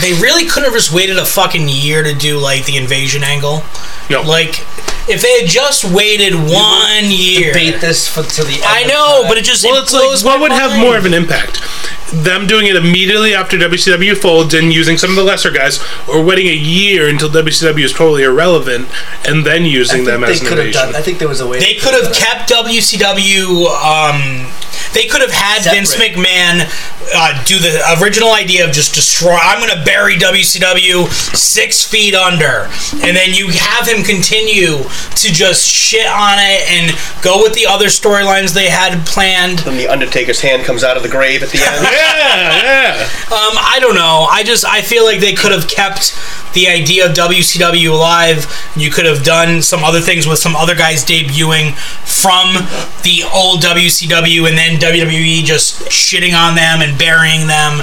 [SPEAKER 2] they really could have just waited a fucking year to do like the invasion angle.
[SPEAKER 3] No.
[SPEAKER 2] Like, if they had just waited one year,
[SPEAKER 1] Bait this for, to the. End
[SPEAKER 2] I
[SPEAKER 1] of
[SPEAKER 2] know,
[SPEAKER 1] time.
[SPEAKER 2] but it just
[SPEAKER 3] Well,
[SPEAKER 2] it
[SPEAKER 3] it's like
[SPEAKER 2] blows
[SPEAKER 3] what
[SPEAKER 2] my
[SPEAKER 3] would have
[SPEAKER 2] mind.
[SPEAKER 3] more of an impact? Them doing it immediately after WCW folds and using some of the lesser guys, or waiting a year until WCW is totally irrelevant and then using them
[SPEAKER 1] they
[SPEAKER 3] as an
[SPEAKER 1] could have done.
[SPEAKER 3] invasion.
[SPEAKER 1] I think there was a way.
[SPEAKER 2] They could have kept WCW. Um, they could have had
[SPEAKER 1] Separate.
[SPEAKER 2] Vince McMahon uh, do the original idea of just destroy. I'm going to bury WCW six feet under, and then you have him continue to just shit on it and go with the other storylines they had planned.
[SPEAKER 4] When the Undertaker's hand comes out of the grave at the end.
[SPEAKER 3] Yeah, yeah.
[SPEAKER 2] Um, I don't know. I just I feel like they could have kept the idea of WCW alive. You could have done some other things with some other guys debuting from the old WCW, and then WWE just shitting on them and burying them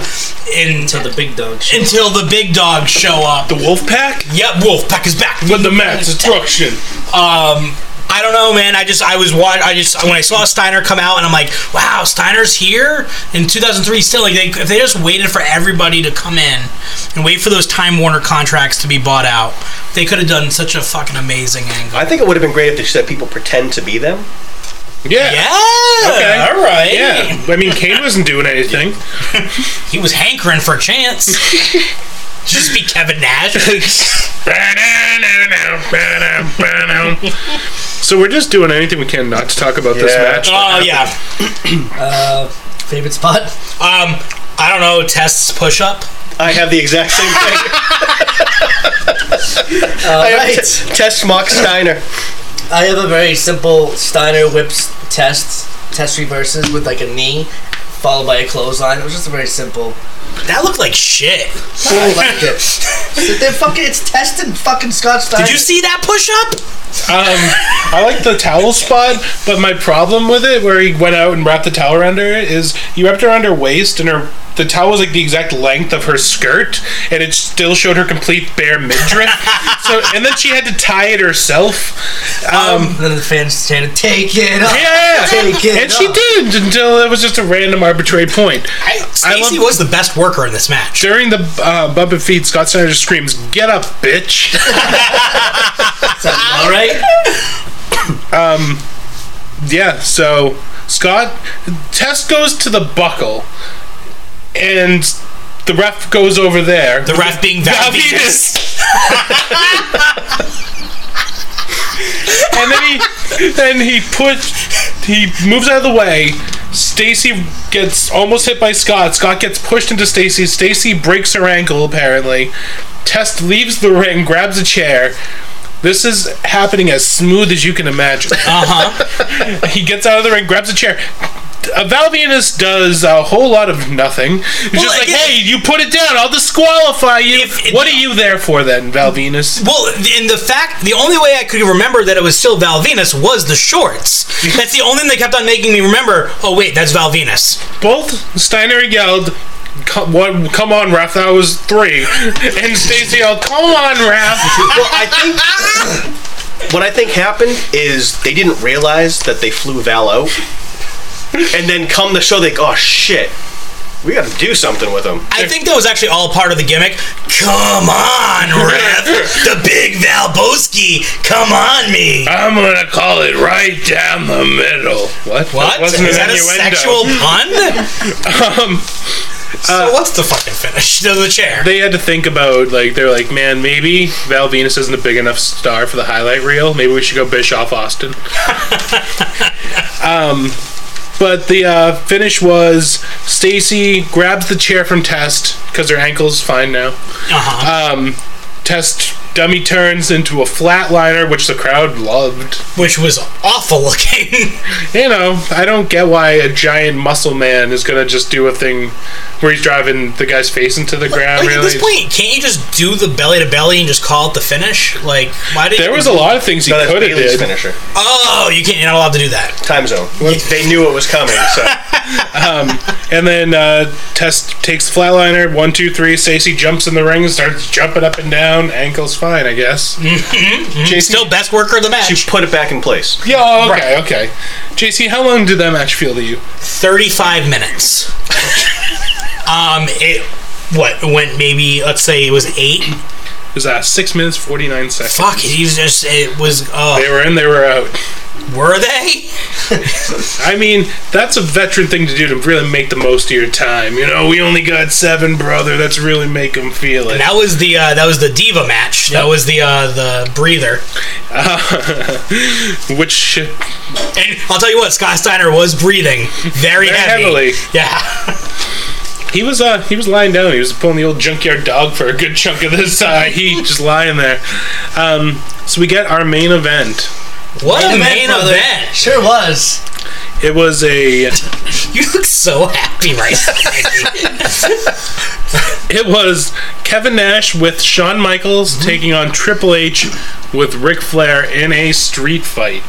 [SPEAKER 2] in,
[SPEAKER 1] to the big dog. show.
[SPEAKER 2] until the big dogs show up.
[SPEAKER 3] The Wolfpack
[SPEAKER 2] Yep, Wolfpack is back.
[SPEAKER 3] with the mass destruction.
[SPEAKER 2] Um, I don't know, man. I just I was watch. I just when I saw Steiner come out, and I'm like, wow, Steiner's here in 2003. Still, like they, if they just waited for everybody to come in and wait for those Time Warner contracts to be bought out, they could have done such a fucking amazing angle.
[SPEAKER 4] I think it would have been great if they just had people pretend to be them.
[SPEAKER 3] Yeah.
[SPEAKER 2] Yeah.
[SPEAKER 3] Okay.
[SPEAKER 2] All right.
[SPEAKER 3] Yeah. I mean, Kane wasn't doing anything.
[SPEAKER 2] He was hankering for a chance. Just be Kevin Nash.
[SPEAKER 3] so we're just doing anything we can not to talk about this
[SPEAKER 4] Yeah.
[SPEAKER 3] match.
[SPEAKER 2] oh yeah.
[SPEAKER 1] Uh, favorite spot?
[SPEAKER 2] Um, I don't know. Tests push up.
[SPEAKER 4] I have the exact same thing. I
[SPEAKER 1] All right.
[SPEAKER 4] have t- test mock Steiner.
[SPEAKER 1] I have a very simple Steiner whips test, test reverses with like a knee, followed by a clothesline. It was just a very simple.
[SPEAKER 2] That looked like shit.
[SPEAKER 1] I liked it. So they're fucking, it's testing fucking Scott Steiner.
[SPEAKER 2] Did you see that push up?
[SPEAKER 3] Um, I like the towel spot, but my problem with it, where he went out and wrapped the towel around her, is he wrapped her around her waist, and her the towel was like the exact length of her skirt, and it still showed her complete bare midriff. so, and then she had to tie it herself. Um,
[SPEAKER 1] And then the fans chanted, "Take it off."
[SPEAKER 3] yeah,
[SPEAKER 1] Take it
[SPEAKER 3] and she
[SPEAKER 1] off.
[SPEAKER 3] did until it was just a random arbitrary point.
[SPEAKER 2] Stacy
[SPEAKER 3] love-
[SPEAKER 2] was the best worker in this match.
[SPEAKER 3] During the uh, bump and feed, Scott Steiner just screams, "Get up, bitch!"
[SPEAKER 1] All right.
[SPEAKER 3] Yeah, so Scott Test goes to the buckle and the ref goes over there.
[SPEAKER 2] The ref being Val
[SPEAKER 3] Val
[SPEAKER 2] Venus.
[SPEAKER 3] Venus. and then he then he put he moves out of the way. Stacy gets almost hit by Scott. Scott gets pushed into Stacy. Stacy breaks her ankle apparently. Test leaves the ring, grabs a chair. This is happening as smooth as you can imagine.
[SPEAKER 2] Uh huh.
[SPEAKER 3] He gets out of the ring, grabs a chair. Uh, Valvianus does a whole lot of nothing. He's just like,
[SPEAKER 2] again-
[SPEAKER 3] hey, you put it down, I'll disqualify you.
[SPEAKER 2] If- if-
[SPEAKER 3] what are you there for then, Valvinus?
[SPEAKER 2] Well, in the fact, the only way I could remember that it was still Val Venus was the shorts. That's the only thing they kept on making me remember. Oh wait, that's Val Venus.
[SPEAKER 3] Both Steiner yelled, come, what, come on, ref, that was three. and Stacy yelled, come on, ref.
[SPEAKER 4] Well, I think what I think happened is they didn't realize that they flew Val out, and then come the show, they go, "Oh shit, we got to do something with him."
[SPEAKER 2] I think that was actually all part of the gimmick. Come on, Rev, the big Val Boski. Come on, me.
[SPEAKER 3] I'm gonna call it right down the middle. What?
[SPEAKER 2] What is
[SPEAKER 3] wasn't an
[SPEAKER 2] that a
[SPEAKER 3] innuendo.
[SPEAKER 2] sexual pun?
[SPEAKER 3] Um,
[SPEAKER 2] so what's the fucking finish? The, the chair.
[SPEAKER 3] they had to think about like they're like, man, maybe Val Venus isn't a big enough star for the highlight reel. Maybe we should go Bischoff Austin. um, but the uh, finish was Stacy grabs the chair from Test because her ankle's fine now.
[SPEAKER 2] uh-huh.
[SPEAKER 3] Um, Test dummy turns into a flatliner, which the crowd loved.
[SPEAKER 2] Which was awful looking.
[SPEAKER 3] You know, I don't get why a giant muscle man is gonna just do a thing where he's driving the guy's face into the ground.
[SPEAKER 2] like
[SPEAKER 3] really,
[SPEAKER 2] at this point, can't you just do the belly to belly and just call it the finish? Like why did
[SPEAKER 3] there was a lot of things he
[SPEAKER 4] No, that's
[SPEAKER 3] could have
[SPEAKER 4] Bailey's
[SPEAKER 3] did.
[SPEAKER 4] finisher.
[SPEAKER 2] Oh, you can't. You're not allowed to do that.
[SPEAKER 4] Time zone. They knew it was coming, so
[SPEAKER 3] And then uh, Test takes the flatliner. One, two, three. Stacy jumps in the ring and starts jumping up and down. Ankle's fine, I guess. JC,
[SPEAKER 2] Mm-hmm, Still best worker of the match.
[SPEAKER 4] she put it back in place.
[SPEAKER 3] Yeah. oh, okay. Okay. JC, how long did that match feel to you?
[SPEAKER 2] 35 minutes. um, it what it went maybe let's say it was eight.
[SPEAKER 3] It was uh, six minutes forty nine seconds.
[SPEAKER 2] Fuck, it was just it was.
[SPEAKER 3] They
[SPEAKER 2] Oh,
[SPEAKER 3] were in. They were out.
[SPEAKER 2] were they?
[SPEAKER 3] I mean, that's a veteran thing to do to really make the most of your time. You know, we only got seven, brother. That's really make them feel it.
[SPEAKER 2] That was the uh, that was the diva match. That was the uh, the breather.
[SPEAKER 3] which
[SPEAKER 2] And I'll tell you what, Scott Steiner was breathing very,
[SPEAKER 3] Very
[SPEAKER 2] heavy.
[SPEAKER 3] heavily.
[SPEAKER 2] Yeah,
[SPEAKER 3] He was uh he was lying down. He was pulling the old junkyard dog for a good chunk of this uh, heat, just lying there. Um, so we get our main event.
[SPEAKER 2] what a main
[SPEAKER 1] brother.
[SPEAKER 2] event!
[SPEAKER 1] Sure was.
[SPEAKER 3] It was a
[SPEAKER 2] You look so happy right now.
[SPEAKER 3] it was Kevin Nash with Shawn Michaels
[SPEAKER 2] Mm-hmm.
[SPEAKER 3] taking on Triple H with Ric Flair in a street fight.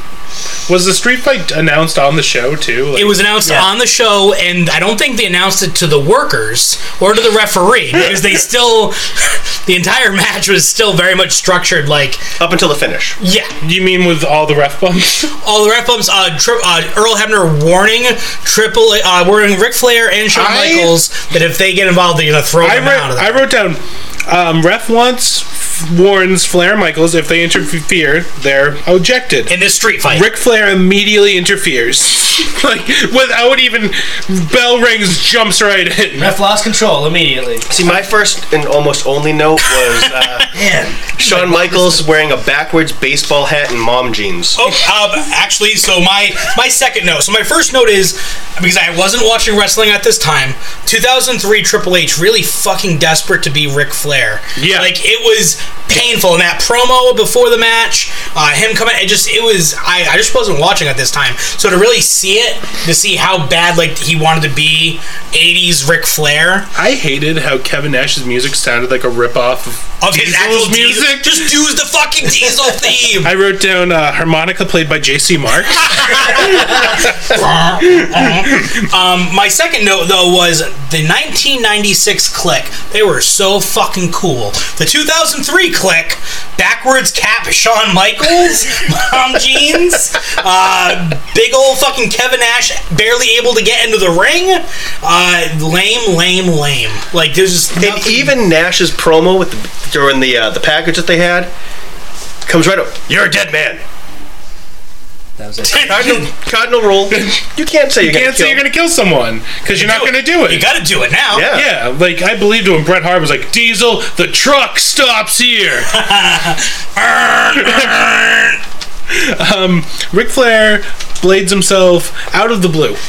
[SPEAKER 3] Was the street fight announced on the show too? Like,
[SPEAKER 2] It was announced on the show, and I don't think they announced it to the workers or to the referee because they still, the entire match was still very much structured like,
[SPEAKER 4] Up until the finish.
[SPEAKER 2] yeah,
[SPEAKER 3] you mean with all the ref bumps?
[SPEAKER 2] all the ref bumps, uh, tri- uh, Earl Hebner warning Triple, uh, warning Ric Flair and Shawn
[SPEAKER 3] I-
[SPEAKER 2] Michaels that if they get involved, they're gonna throw
[SPEAKER 3] I
[SPEAKER 2] them out
[SPEAKER 3] wrote,
[SPEAKER 2] of
[SPEAKER 3] I
[SPEAKER 2] there.
[SPEAKER 3] wrote down Um, ref once warns Flair Michaels if they interfere, they're ejected.
[SPEAKER 2] in this street fight.
[SPEAKER 3] Ric Flair immediately interferes, like without even bell rings, jumps right in.
[SPEAKER 1] Ref lost control immediately.
[SPEAKER 4] See, my first and almost only note was uh,
[SPEAKER 1] Man,
[SPEAKER 4] Shawn Michaels wearing a backwards baseball hat and mom jeans.
[SPEAKER 2] Oh, um, actually, so my my second note. So my first note is because I wasn't watching wrestling at this time. 2003 Triple H really fucking desperate to be Ric Flair.
[SPEAKER 3] Yeah.
[SPEAKER 2] like it was painful in that promo before the match. Uh, him coming, it just it was. I I just wasn't watching at this time. So to really see it, to see how bad like he wanted to be 80s Ric Flair
[SPEAKER 3] I hated how Kevin Nash's music sounded like a ripoff of,
[SPEAKER 2] of his
[SPEAKER 3] Diesel's
[SPEAKER 2] actual Diesel-
[SPEAKER 3] music.
[SPEAKER 2] just use the fucking Diesel theme.
[SPEAKER 3] I wrote down uh, harmonica played by J.C. Marks.
[SPEAKER 2] um, my second note though was the 1996 click. They were so fucking cool. The 2003 click, backwards cap Shawn Michaels, mom jeans, uh, big old fucking Kevin Nash, barely able to get into the ring. Uh, lame, lame, lame. Like there's just
[SPEAKER 4] And
[SPEAKER 2] nothing-
[SPEAKER 4] even Nash's promo with the, during the uh, the package that they had comes right up. You're a dead man.
[SPEAKER 1] that was it.
[SPEAKER 4] Cardinal, cardinal rule. You can't say you're
[SPEAKER 3] can't
[SPEAKER 4] gonna
[SPEAKER 3] say
[SPEAKER 4] kill.
[SPEAKER 3] you're gonna kill someone because you're not gonna do it.
[SPEAKER 2] You gotta do it now.
[SPEAKER 4] Yeah.
[SPEAKER 3] yeah, like I believed when Bret Hart was like, "Diesel, the truck stops here." um, Ric Flair blades himself out of the blue.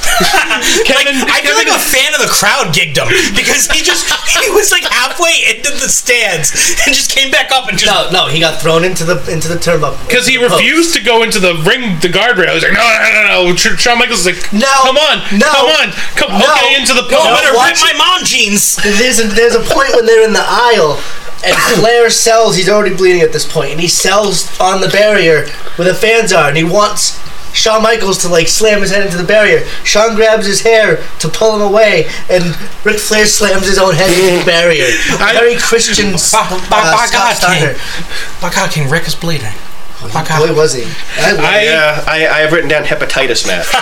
[SPEAKER 3] Kevin,
[SPEAKER 2] I feel like a fan of the crowd gigged him because he just he was like halfway into the stands and just came back up and just
[SPEAKER 1] No, no, he got thrown into the into the turnbuckle
[SPEAKER 3] because he
[SPEAKER 1] into the post.
[SPEAKER 3] refused to go into the ring, the guardrail. He's like, "No, no, no, no." Tr- Shawn Michaels is like,
[SPEAKER 1] No,
[SPEAKER 3] come on,
[SPEAKER 1] no,
[SPEAKER 3] come on, come
[SPEAKER 1] no,
[SPEAKER 3] okay into the
[SPEAKER 1] no,
[SPEAKER 3] pole."
[SPEAKER 2] better
[SPEAKER 1] what?
[SPEAKER 2] rip my mom jeans.
[SPEAKER 1] There's a, there's a point when they're in the aisle and Flair sells. He's already bleeding at this point, and he sells on the barrier where the fans are, and he wants Shawn Michaels to like slam his head into the barrier. Shawn grabs his hair to pull him away, and Ric Flair slams his own head into the barrier.
[SPEAKER 3] I-
[SPEAKER 1] Very Christian. s-
[SPEAKER 2] By, by,
[SPEAKER 1] uh,
[SPEAKER 2] by
[SPEAKER 1] Scott
[SPEAKER 2] God,
[SPEAKER 1] Steiner.
[SPEAKER 2] King. By God, King Rick is bleeding. By
[SPEAKER 1] Boy,
[SPEAKER 2] God.
[SPEAKER 1] was he! I,
[SPEAKER 3] I-
[SPEAKER 4] Yeah, I, I have written down hepatitis, Matt.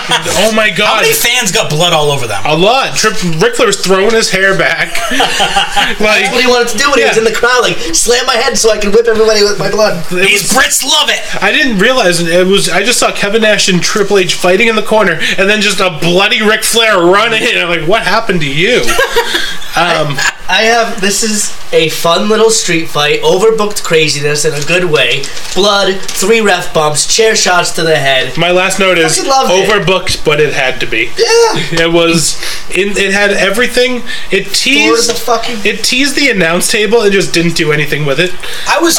[SPEAKER 3] Oh my god!
[SPEAKER 2] How many fans got blood all over them?
[SPEAKER 3] A lot. Trip, Ric Flair's throwing his hair back. like,
[SPEAKER 1] that's what he wanted to do when he was
[SPEAKER 3] Yeah.
[SPEAKER 1] in the crowd, like slam my head so I can whip everybody with my blood.
[SPEAKER 3] it
[SPEAKER 2] These
[SPEAKER 3] was-
[SPEAKER 2] Brits love it.
[SPEAKER 3] I didn't realize it was. I just saw Kevin Nash and Triple H fighting in the corner, and then just a bloody Ric Flair running. in. I'm like, what happened to you? Um,
[SPEAKER 1] I have this is a fun little street fight, overbooked craziness in a good way. Blood, three ref bumps, chair shots to the head.
[SPEAKER 3] My last note is
[SPEAKER 1] Fucking loved it.
[SPEAKER 3] overbooked, but it had to be.
[SPEAKER 1] Yeah.
[SPEAKER 3] It was. It, it had everything. It
[SPEAKER 1] Or the
[SPEAKER 3] teased.
[SPEAKER 1] fucking
[SPEAKER 3] It teased the announce table and just didn't do anything with it.
[SPEAKER 2] I was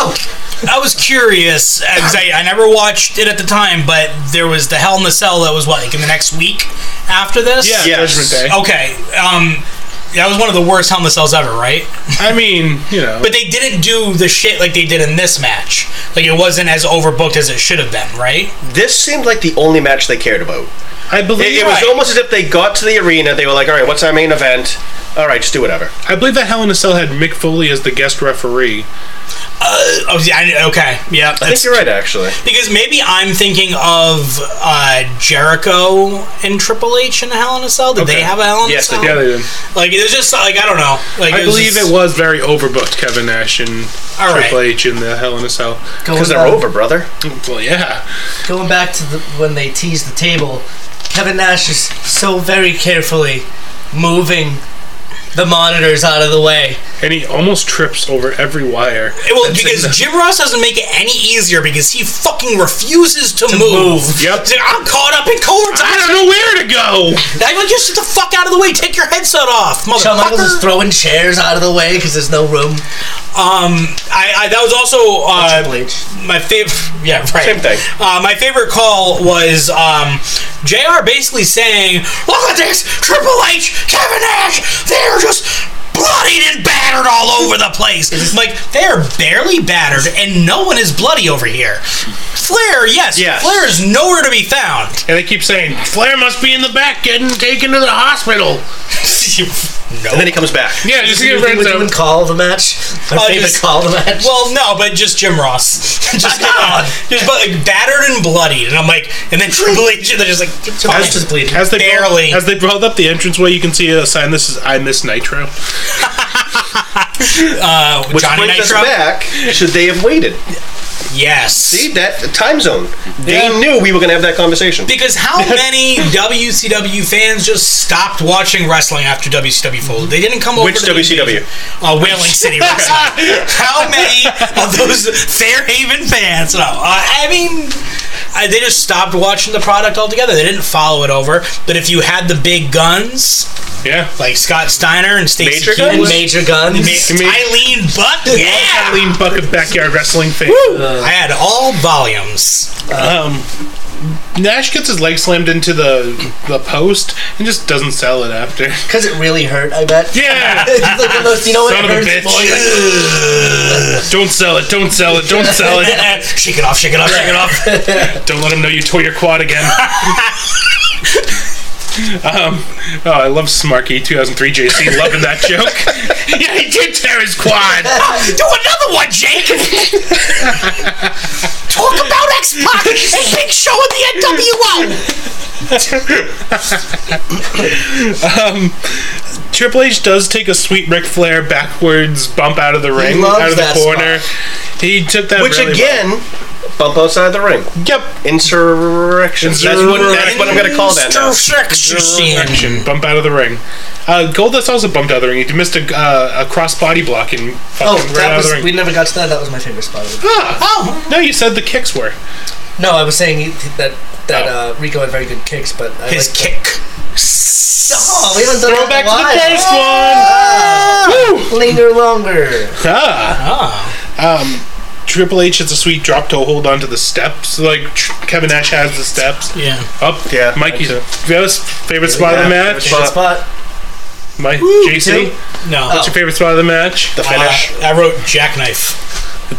[SPEAKER 2] I was curious because I, I never watched it at the time, but there was the Hell in the Cell that was what like in the next week after this.
[SPEAKER 3] Yeah, Oh.
[SPEAKER 4] Yes.
[SPEAKER 3] Judgment Day.
[SPEAKER 2] Okay. Um. That was one of the worst Hell in the Cells ever, right?
[SPEAKER 3] I mean, you know.
[SPEAKER 2] But they didn't do the shit like they did in this match. Like it wasn't as overbooked as it should have been, right?
[SPEAKER 4] this seemed like the only match they cared about.
[SPEAKER 3] I believe
[SPEAKER 4] It, it was almost as if they got to the arena, they were like, all right, what's our main event? All right, just do whatever.
[SPEAKER 3] I believe that Hell in a Cell had Mick Foley as the guest referee.
[SPEAKER 2] Uh, oh, yeah, I- okay, yeah.
[SPEAKER 4] I think
[SPEAKER 2] that's-
[SPEAKER 4] you're right, actually.
[SPEAKER 2] Because maybe I'm thinking of uh, Jericho and Triple H in Hell in a Cell. Did they
[SPEAKER 3] Okay.
[SPEAKER 2] have a Hell in
[SPEAKER 4] Yes,
[SPEAKER 2] a Cell?
[SPEAKER 4] they
[SPEAKER 3] Yeah, they did.
[SPEAKER 2] Like it was just like I don't know. Like
[SPEAKER 3] I believe
[SPEAKER 2] just-
[SPEAKER 3] it was very overbooked, Kevin Nash and
[SPEAKER 2] All right.
[SPEAKER 3] Triple H in the Hell in a Cell.
[SPEAKER 1] going
[SPEAKER 4] Because they're
[SPEAKER 1] back,
[SPEAKER 4] over, brother.
[SPEAKER 3] Well, yeah.
[SPEAKER 1] Going back to the, when they teased the table, Kevin Nash is so very carefully moving the monitors out of the way.
[SPEAKER 3] And he almost trips over every wire.
[SPEAKER 2] Well, because Jim Ross doesn't make it any easier because he fucking refuses to, move.
[SPEAKER 1] move.
[SPEAKER 3] Yep.
[SPEAKER 2] He's like, I'm caught up in cords.
[SPEAKER 3] I
[SPEAKER 2] I'm
[SPEAKER 3] don't know where to go!
[SPEAKER 2] like, just get the fuck out of the way. Take your headset off,
[SPEAKER 1] Shawn Michaels is
[SPEAKER 2] motherfucker.
[SPEAKER 1] throwing chairs out of the way because there's no room.
[SPEAKER 2] Um, I, I that was also uh,
[SPEAKER 1] Triple H.
[SPEAKER 2] my favorite. Yeah, right.
[SPEAKER 4] Same thing.
[SPEAKER 2] Uh, my favorite call was um, Jr. basically saying, "Look at this, Triple H, Kevin Nash. They're just." Bloodied and battered all over the place. Like they're barely battered, and no one is bloody over here. Flair, yes,
[SPEAKER 4] Yes.
[SPEAKER 2] Flair is nowhere to be found.
[SPEAKER 3] And they keep saying, Flair must be in the back getting taken to the hospital.
[SPEAKER 4] And then he comes back.
[SPEAKER 3] Yeah, just
[SPEAKER 1] You
[SPEAKER 3] get
[SPEAKER 1] think we
[SPEAKER 3] friends
[SPEAKER 1] can even
[SPEAKER 3] out.
[SPEAKER 1] call the match? My
[SPEAKER 2] Oh,
[SPEAKER 1] favorite
[SPEAKER 2] just-
[SPEAKER 1] call the match.
[SPEAKER 2] Well, no, but just Jim Ross. just, just but, like, battered and bloodied. And I'm like, and then Triple H, and they're just like, fine.
[SPEAKER 1] Michaels is bleeding.
[SPEAKER 3] As they
[SPEAKER 2] Barely.
[SPEAKER 3] Brought, as they brought up the entranceway, you can see a sign that says, I miss Nitro.
[SPEAKER 2] uh,
[SPEAKER 4] Which
[SPEAKER 2] Johnny
[SPEAKER 4] brings us
[SPEAKER 2] Nitro.
[SPEAKER 4] back. Should they have waited?
[SPEAKER 2] Yes.
[SPEAKER 4] See that time zone? They
[SPEAKER 2] Yeah.
[SPEAKER 4] knew we were going to have that conversation.
[SPEAKER 2] Because how many WCW fans just stopped watching wrestling after WCW folded? They didn't come over.
[SPEAKER 4] Which
[SPEAKER 2] to the
[SPEAKER 4] WCW?
[SPEAKER 2] invasion. Uh, Wailing City Wrestling. how many of those Fairhaven fans? No, uh, I mean. I, they just stopped watching the product altogether. They didn't follow it over. But if you had the big guns,
[SPEAKER 3] Yeah.
[SPEAKER 2] like Scott Steiner and Stacey
[SPEAKER 4] Major
[SPEAKER 2] Keebler-
[SPEAKER 4] guns?
[SPEAKER 1] Major guns.
[SPEAKER 2] Ma- Eileen Buck, yeah!
[SPEAKER 3] Lean bucket backyard wrestling fan.
[SPEAKER 2] I had all volumes.
[SPEAKER 3] Um, Nash gets his leg slammed into the the post and just doesn't sell it after.
[SPEAKER 1] Because it really hurt, I bet.
[SPEAKER 3] Yeah.
[SPEAKER 1] It's like the most, you know what?
[SPEAKER 3] Son
[SPEAKER 1] it
[SPEAKER 3] of a
[SPEAKER 1] hurts
[SPEAKER 3] bitch.
[SPEAKER 1] more than-
[SPEAKER 3] Don't sell it. Don't sell it. Don't sell it.
[SPEAKER 2] shake it off, shake it off, shake it off.
[SPEAKER 3] Don't let him know you tore your quad again. um, oh, I love Smarky 2003 JC. Loving that joke. yeah, he did tear his quad.
[SPEAKER 2] Do another one, Jake. Talk about X Pac and Big Show in the NWO.
[SPEAKER 3] Triple H does take a sweet Ric Flair backwards bump out of the ring,
[SPEAKER 1] loves
[SPEAKER 3] out of the
[SPEAKER 1] that
[SPEAKER 3] corner. He took that
[SPEAKER 4] Which
[SPEAKER 3] really
[SPEAKER 4] again, bump outside the ring.
[SPEAKER 3] well. Yep.
[SPEAKER 4] Insurrection. That's what, that's what I'm going to call that now.
[SPEAKER 2] now.
[SPEAKER 3] Direction, bump out of the ring. Uh, Goldust also bumped out of the ring. He missed a, uh, a cross body block and fucking
[SPEAKER 1] Oh,
[SPEAKER 3] ran
[SPEAKER 1] that
[SPEAKER 3] out of the
[SPEAKER 1] was,
[SPEAKER 3] ring.
[SPEAKER 1] we Oh. never got to that. That was my favorite spot. of the-
[SPEAKER 3] Ah, no, you said the kicks were.
[SPEAKER 1] No, I was saying he- that that
[SPEAKER 3] Oh.
[SPEAKER 1] uh, Rico had very good kicks, but I
[SPEAKER 2] His
[SPEAKER 1] like
[SPEAKER 2] kick.
[SPEAKER 1] Oh, we haven't done
[SPEAKER 3] Throw
[SPEAKER 1] that
[SPEAKER 3] back
[SPEAKER 1] in a
[SPEAKER 3] to the
[SPEAKER 1] while. Oh,
[SPEAKER 3] first
[SPEAKER 1] Ah.
[SPEAKER 3] one. Woo!
[SPEAKER 1] Linger longer.
[SPEAKER 3] Ah.
[SPEAKER 2] Oh.
[SPEAKER 3] Um, Triple H hits a sweet drop toe hold onto the steps, like tr- Kevin Nash has the steps.
[SPEAKER 2] Yeah.
[SPEAKER 3] Up,
[SPEAKER 4] Yeah,
[SPEAKER 3] Mikey's
[SPEAKER 4] that's
[SPEAKER 3] favorite favorite spot of the
[SPEAKER 4] Yeah,
[SPEAKER 3] match.
[SPEAKER 4] favorite
[SPEAKER 1] Good spot.
[SPEAKER 3] My JC,
[SPEAKER 1] two.
[SPEAKER 2] No.
[SPEAKER 3] what's your favorite spot of the match?
[SPEAKER 4] The
[SPEAKER 2] Uh,
[SPEAKER 4] finish.
[SPEAKER 2] I wrote jackknife.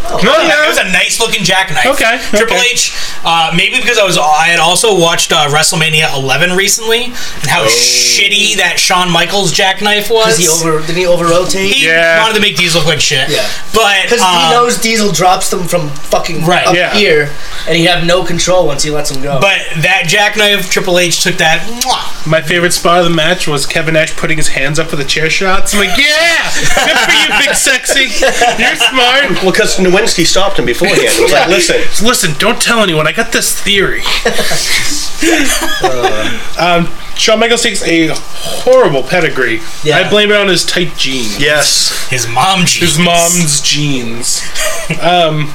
[SPEAKER 3] Oh,
[SPEAKER 2] It was a nice looking jackknife.
[SPEAKER 3] Okay,
[SPEAKER 2] Triple
[SPEAKER 3] okay.
[SPEAKER 2] H. Uh, maybe because I was I had also watched uh, WrestleMania 11 recently and
[SPEAKER 4] Oh.
[SPEAKER 2] how shitty that Shawn Michaels jackknife was.
[SPEAKER 1] Because he over didn't he over rotate?
[SPEAKER 2] He
[SPEAKER 3] Yeah.
[SPEAKER 2] wanted to make these look like shit.
[SPEAKER 1] Yeah.
[SPEAKER 2] But
[SPEAKER 1] Because
[SPEAKER 2] um,
[SPEAKER 1] he knows Diesel drops them from fucking
[SPEAKER 2] Right,
[SPEAKER 1] up
[SPEAKER 3] uh, yeah.
[SPEAKER 1] here, and he'd have no control once he lets them go.
[SPEAKER 2] But that jackknife, Triple H took that. mwah.
[SPEAKER 3] My favorite spot of the match was Kevin Nash putting his hands up for the chair shots. I'm like, yeah, good for you, big sexy. You're smart.
[SPEAKER 4] Well, because Nowinski stopped him beforehand. It was like, listen,
[SPEAKER 3] Listen, don't tell anyone. I got this theory. um, Shawn Michaels takes a horrible pedigree.
[SPEAKER 1] Yeah.
[SPEAKER 3] I blame it on his tight jeans.
[SPEAKER 4] yes.
[SPEAKER 2] His mom jeans.
[SPEAKER 3] His mom's jeans. um,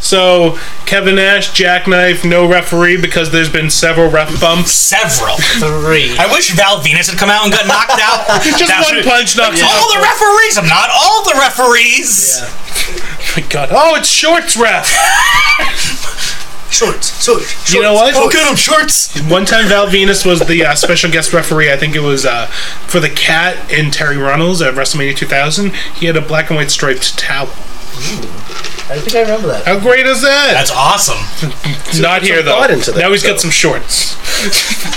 [SPEAKER 3] so Kevin Nash, jackknife, no referee because there's been several ref bumps.
[SPEAKER 2] Several.
[SPEAKER 1] three.
[SPEAKER 2] I wish Val Venus had come out and got knocked out.
[SPEAKER 3] Just
[SPEAKER 2] That
[SPEAKER 3] one
[SPEAKER 2] would-
[SPEAKER 3] punch knocks him
[SPEAKER 2] All
[SPEAKER 3] out.
[SPEAKER 2] the referees. I'm not all the referees.
[SPEAKER 3] Oh my God. Oh, it's shorts ref.
[SPEAKER 1] Shorts, shorts, shorts.
[SPEAKER 3] You know what?
[SPEAKER 2] Oh, good, I'm shorts.
[SPEAKER 3] One time, Val Venus was the uh, special guest referee. I think it was uh, for the Cat and Terry Runnels at WrestleMania 2000. He had a black and white striped towel.
[SPEAKER 1] I think I remember that.
[SPEAKER 3] How great is that?
[SPEAKER 2] That's awesome.
[SPEAKER 3] Not
[SPEAKER 4] put
[SPEAKER 3] here
[SPEAKER 4] some
[SPEAKER 3] though.
[SPEAKER 4] thought into that,
[SPEAKER 3] now he's
[SPEAKER 4] though.
[SPEAKER 3] got some shorts,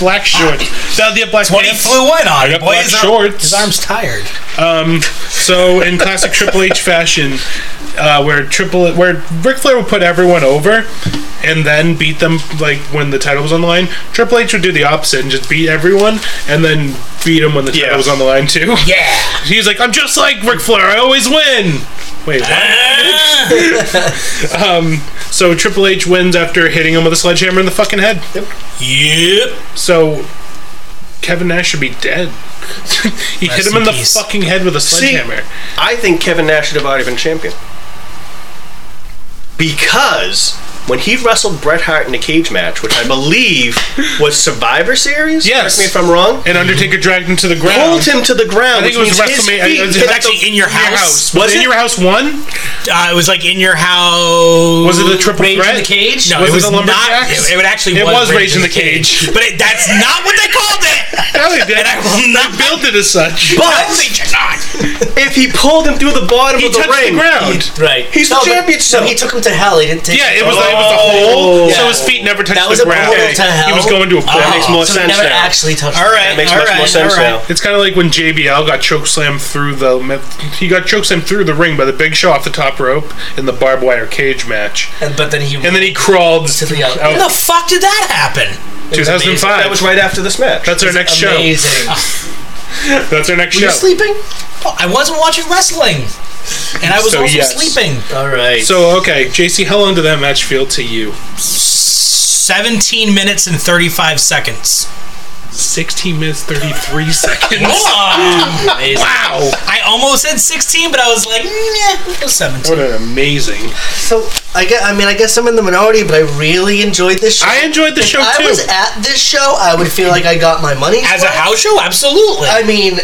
[SPEAKER 3] black shorts. That'll be a black.
[SPEAKER 2] When he
[SPEAKER 3] pants.
[SPEAKER 2] flew in on
[SPEAKER 3] got
[SPEAKER 2] him,
[SPEAKER 3] black
[SPEAKER 2] boy, his, arm-
[SPEAKER 3] shorts.
[SPEAKER 2] his arm's tired.
[SPEAKER 3] Um, so in classic Triple H fashion, uh, where Triple where Ric Flair would put everyone over and then beat them like when the title was on the line, Triple H would do the opposite and just beat everyone and then beat him when the title
[SPEAKER 4] Yeah.
[SPEAKER 3] was on the line too.
[SPEAKER 2] Yeah.
[SPEAKER 3] He's like, I'm just like Ric Flair, I always win. Wait, what?
[SPEAKER 2] Ah.
[SPEAKER 3] so Triple H wins after hitting him with a sledgehammer in the fucking head.
[SPEAKER 2] yep.
[SPEAKER 3] So Kevin Nash should be dead. he hit
[SPEAKER 2] Rest
[SPEAKER 3] him
[SPEAKER 2] in
[SPEAKER 3] in the
[SPEAKER 2] peace.
[SPEAKER 3] fucking head with a sledgehammer.
[SPEAKER 4] I think Kevin Nash should have already been champion. Because when he wrestled Bret Hart in a cage match, which I believe was Survivor Series,
[SPEAKER 3] Yes.
[SPEAKER 4] correct me if I'm wrong,
[SPEAKER 3] and Undertaker dragged him to the ground.
[SPEAKER 4] pulled him to the ground.
[SPEAKER 3] I think it
[SPEAKER 4] which
[SPEAKER 3] was
[SPEAKER 4] means his
[SPEAKER 3] WrestleMania.
[SPEAKER 4] feet
[SPEAKER 3] was
[SPEAKER 4] hit
[SPEAKER 2] It's actually
[SPEAKER 3] the-
[SPEAKER 2] in your house.
[SPEAKER 3] Was,
[SPEAKER 4] Was
[SPEAKER 3] it in
[SPEAKER 4] it?
[SPEAKER 3] your house one?
[SPEAKER 2] Uh, it was like in your house.
[SPEAKER 3] Was it the triple
[SPEAKER 1] Rage
[SPEAKER 3] threat?
[SPEAKER 1] in the cage.
[SPEAKER 2] No,
[SPEAKER 3] Was
[SPEAKER 2] it
[SPEAKER 3] it
[SPEAKER 2] was
[SPEAKER 3] the
[SPEAKER 2] not.
[SPEAKER 3] Lumberjacks?
[SPEAKER 2] It, it actually
[SPEAKER 3] It
[SPEAKER 2] was,
[SPEAKER 3] was Rage in the Cage.
[SPEAKER 2] but it, that's not what they called it.
[SPEAKER 3] Hell, they did.
[SPEAKER 2] And I will not
[SPEAKER 3] They built it as such.
[SPEAKER 2] No,
[SPEAKER 4] But
[SPEAKER 2] they did not.
[SPEAKER 4] if he pulled him through the bottom
[SPEAKER 3] he
[SPEAKER 4] of the
[SPEAKER 3] touched
[SPEAKER 4] ring,
[SPEAKER 3] the ground.
[SPEAKER 1] Right.
[SPEAKER 4] He's the
[SPEAKER 1] but-
[SPEAKER 4] champion,
[SPEAKER 1] So
[SPEAKER 4] so-
[SPEAKER 1] he took him to hell. He didn't take.
[SPEAKER 3] Yeah, it
[SPEAKER 1] him
[SPEAKER 3] was,
[SPEAKER 1] to
[SPEAKER 3] it was
[SPEAKER 1] hell.
[SPEAKER 3] a hole,
[SPEAKER 1] Yeah.
[SPEAKER 3] so his feet never touched
[SPEAKER 1] That was
[SPEAKER 3] the
[SPEAKER 1] a
[SPEAKER 3] ground.
[SPEAKER 1] portal to
[SPEAKER 3] He
[SPEAKER 1] hell. Uh-huh.
[SPEAKER 3] was going to a portal.
[SPEAKER 4] That makes more
[SPEAKER 1] So he
[SPEAKER 4] sense
[SPEAKER 1] never
[SPEAKER 4] now.
[SPEAKER 1] actually touched.
[SPEAKER 2] Ah, All
[SPEAKER 1] him.
[SPEAKER 2] right,
[SPEAKER 4] That makes
[SPEAKER 2] all
[SPEAKER 4] much more
[SPEAKER 2] right,
[SPEAKER 4] sense
[SPEAKER 2] all right.
[SPEAKER 4] now.
[SPEAKER 3] It's kind of like when JBL got chokeslammed through the. He got chokeslammed through the ring by the Big Show off the top rope in the barbed wire cage match,
[SPEAKER 1] And, but then he.
[SPEAKER 3] and then he crawled
[SPEAKER 1] To the out-
[SPEAKER 2] When the fuck did that happen?
[SPEAKER 1] it was amazing.
[SPEAKER 3] 2005.
[SPEAKER 4] That was right after this match.
[SPEAKER 3] That's our next
[SPEAKER 1] Amazing.
[SPEAKER 3] show. That's our next
[SPEAKER 1] Were you
[SPEAKER 3] show.
[SPEAKER 1] sleeping?
[SPEAKER 2] Oh, I wasn't watching wrestling. and I was
[SPEAKER 3] So,
[SPEAKER 2] also
[SPEAKER 3] yes.
[SPEAKER 2] sleeping.
[SPEAKER 1] All right.
[SPEAKER 3] So okay, JC, how long did that match feel to you?
[SPEAKER 2] 17 minutes and 35 seconds.
[SPEAKER 3] 16 minutes 33 seconds.
[SPEAKER 2] Hold on. Amazing.
[SPEAKER 3] Wow!
[SPEAKER 2] I almost said 16, but I was like, mm, yeah, it was 17.
[SPEAKER 3] What an amazing.
[SPEAKER 1] So I get. I mean, I guess I'm in the minority, but I really enjoyed this show.
[SPEAKER 3] I enjoyed the
[SPEAKER 1] If
[SPEAKER 3] show
[SPEAKER 1] I
[SPEAKER 3] too.
[SPEAKER 1] was at this show, I would feel like I got my money.
[SPEAKER 2] As a house show, absolutely.
[SPEAKER 1] I mean,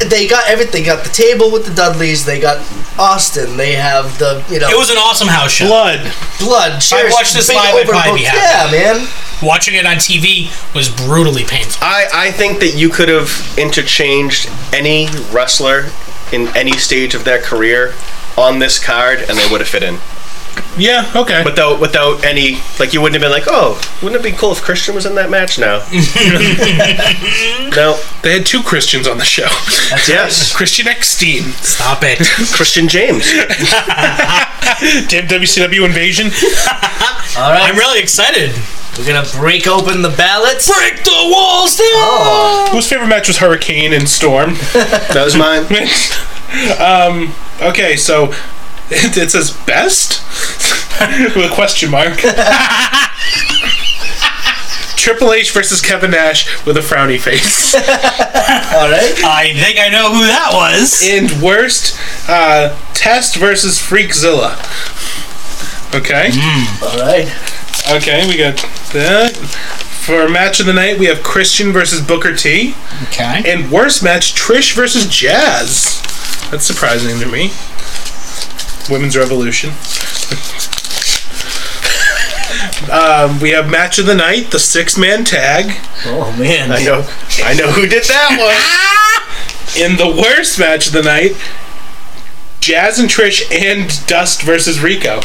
[SPEAKER 1] they got everything. They got the table with the Dudleys. They got Austin. They have the you know
[SPEAKER 2] it was an awesome house show.
[SPEAKER 3] Blood.
[SPEAKER 1] blood. Cheers,
[SPEAKER 2] watched this
[SPEAKER 1] big
[SPEAKER 2] live, I'd probably
[SPEAKER 1] overbooked-
[SPEAKER 2] be
[SPEAKER 1] Yeah,
[SPEAKER 2] happy.
[SPEAKER 1] man.
[SPEAKER 2] Watching it on TV was brutally painful.
[SPEAKER 4] I, I think that you could have interchanged any wrestler in any stage of their career on this card and they would have fit in.
[SPEAKER 3] Yeah, okay. But
[SPEAKER 4] Without without any like you wouldn't have been like, Oh, wouldn't it be cool if Christian was in that match now? no.
[SPEAKER 3] they had two Christians on the show.
[SPEAKER 4] Yes.
[SPEAKER 3] Christian Eckstein.
[SPEAKER 2] Stop it.
[SPEAKER 4] Christian James.
[SPEAKER 3] Damn WCW invasion.
[SPEAKER 1] All right,
[SPEAKER 2] I'm really excited.
[SPEAKER 1] we're gonna break open the ballots.
[SPEAKER 2] Break the walls down!
[SPEAKER 1] Oh.
[SPEAKER 3] Whose favorite match was Hurricane and Storm?
[SPEAKER 4] That was mine.
[SPEAKER 3] um, okay, so it, it says best with a question mark. Triple H versus Kevin Nash with a frowny face.
[SPEAKER 1] All right.
[SPEAKER 2] I think I know who that was.
[SPEAKER 3] and worst, uh, Test versus Freakzilla. Okay.
[SPEAKER 1] All right.
[SPEAKER 3] Okay, we got that. For match of the night, we have Christian versus Booker T.
[SPEAKER 2] Okay.
[SPEAKER 3] And worst match, Trish versus Jazz. That's surprising to me. Women's Revolution. um, we have match of the night, the six man tag.
[SPEAKER 1] Oh man.
[SPEAKER 4] I know I know who did that
[SPEAKER 3] In the worst match of the night, Jazz and Trish and Dust versus Rico.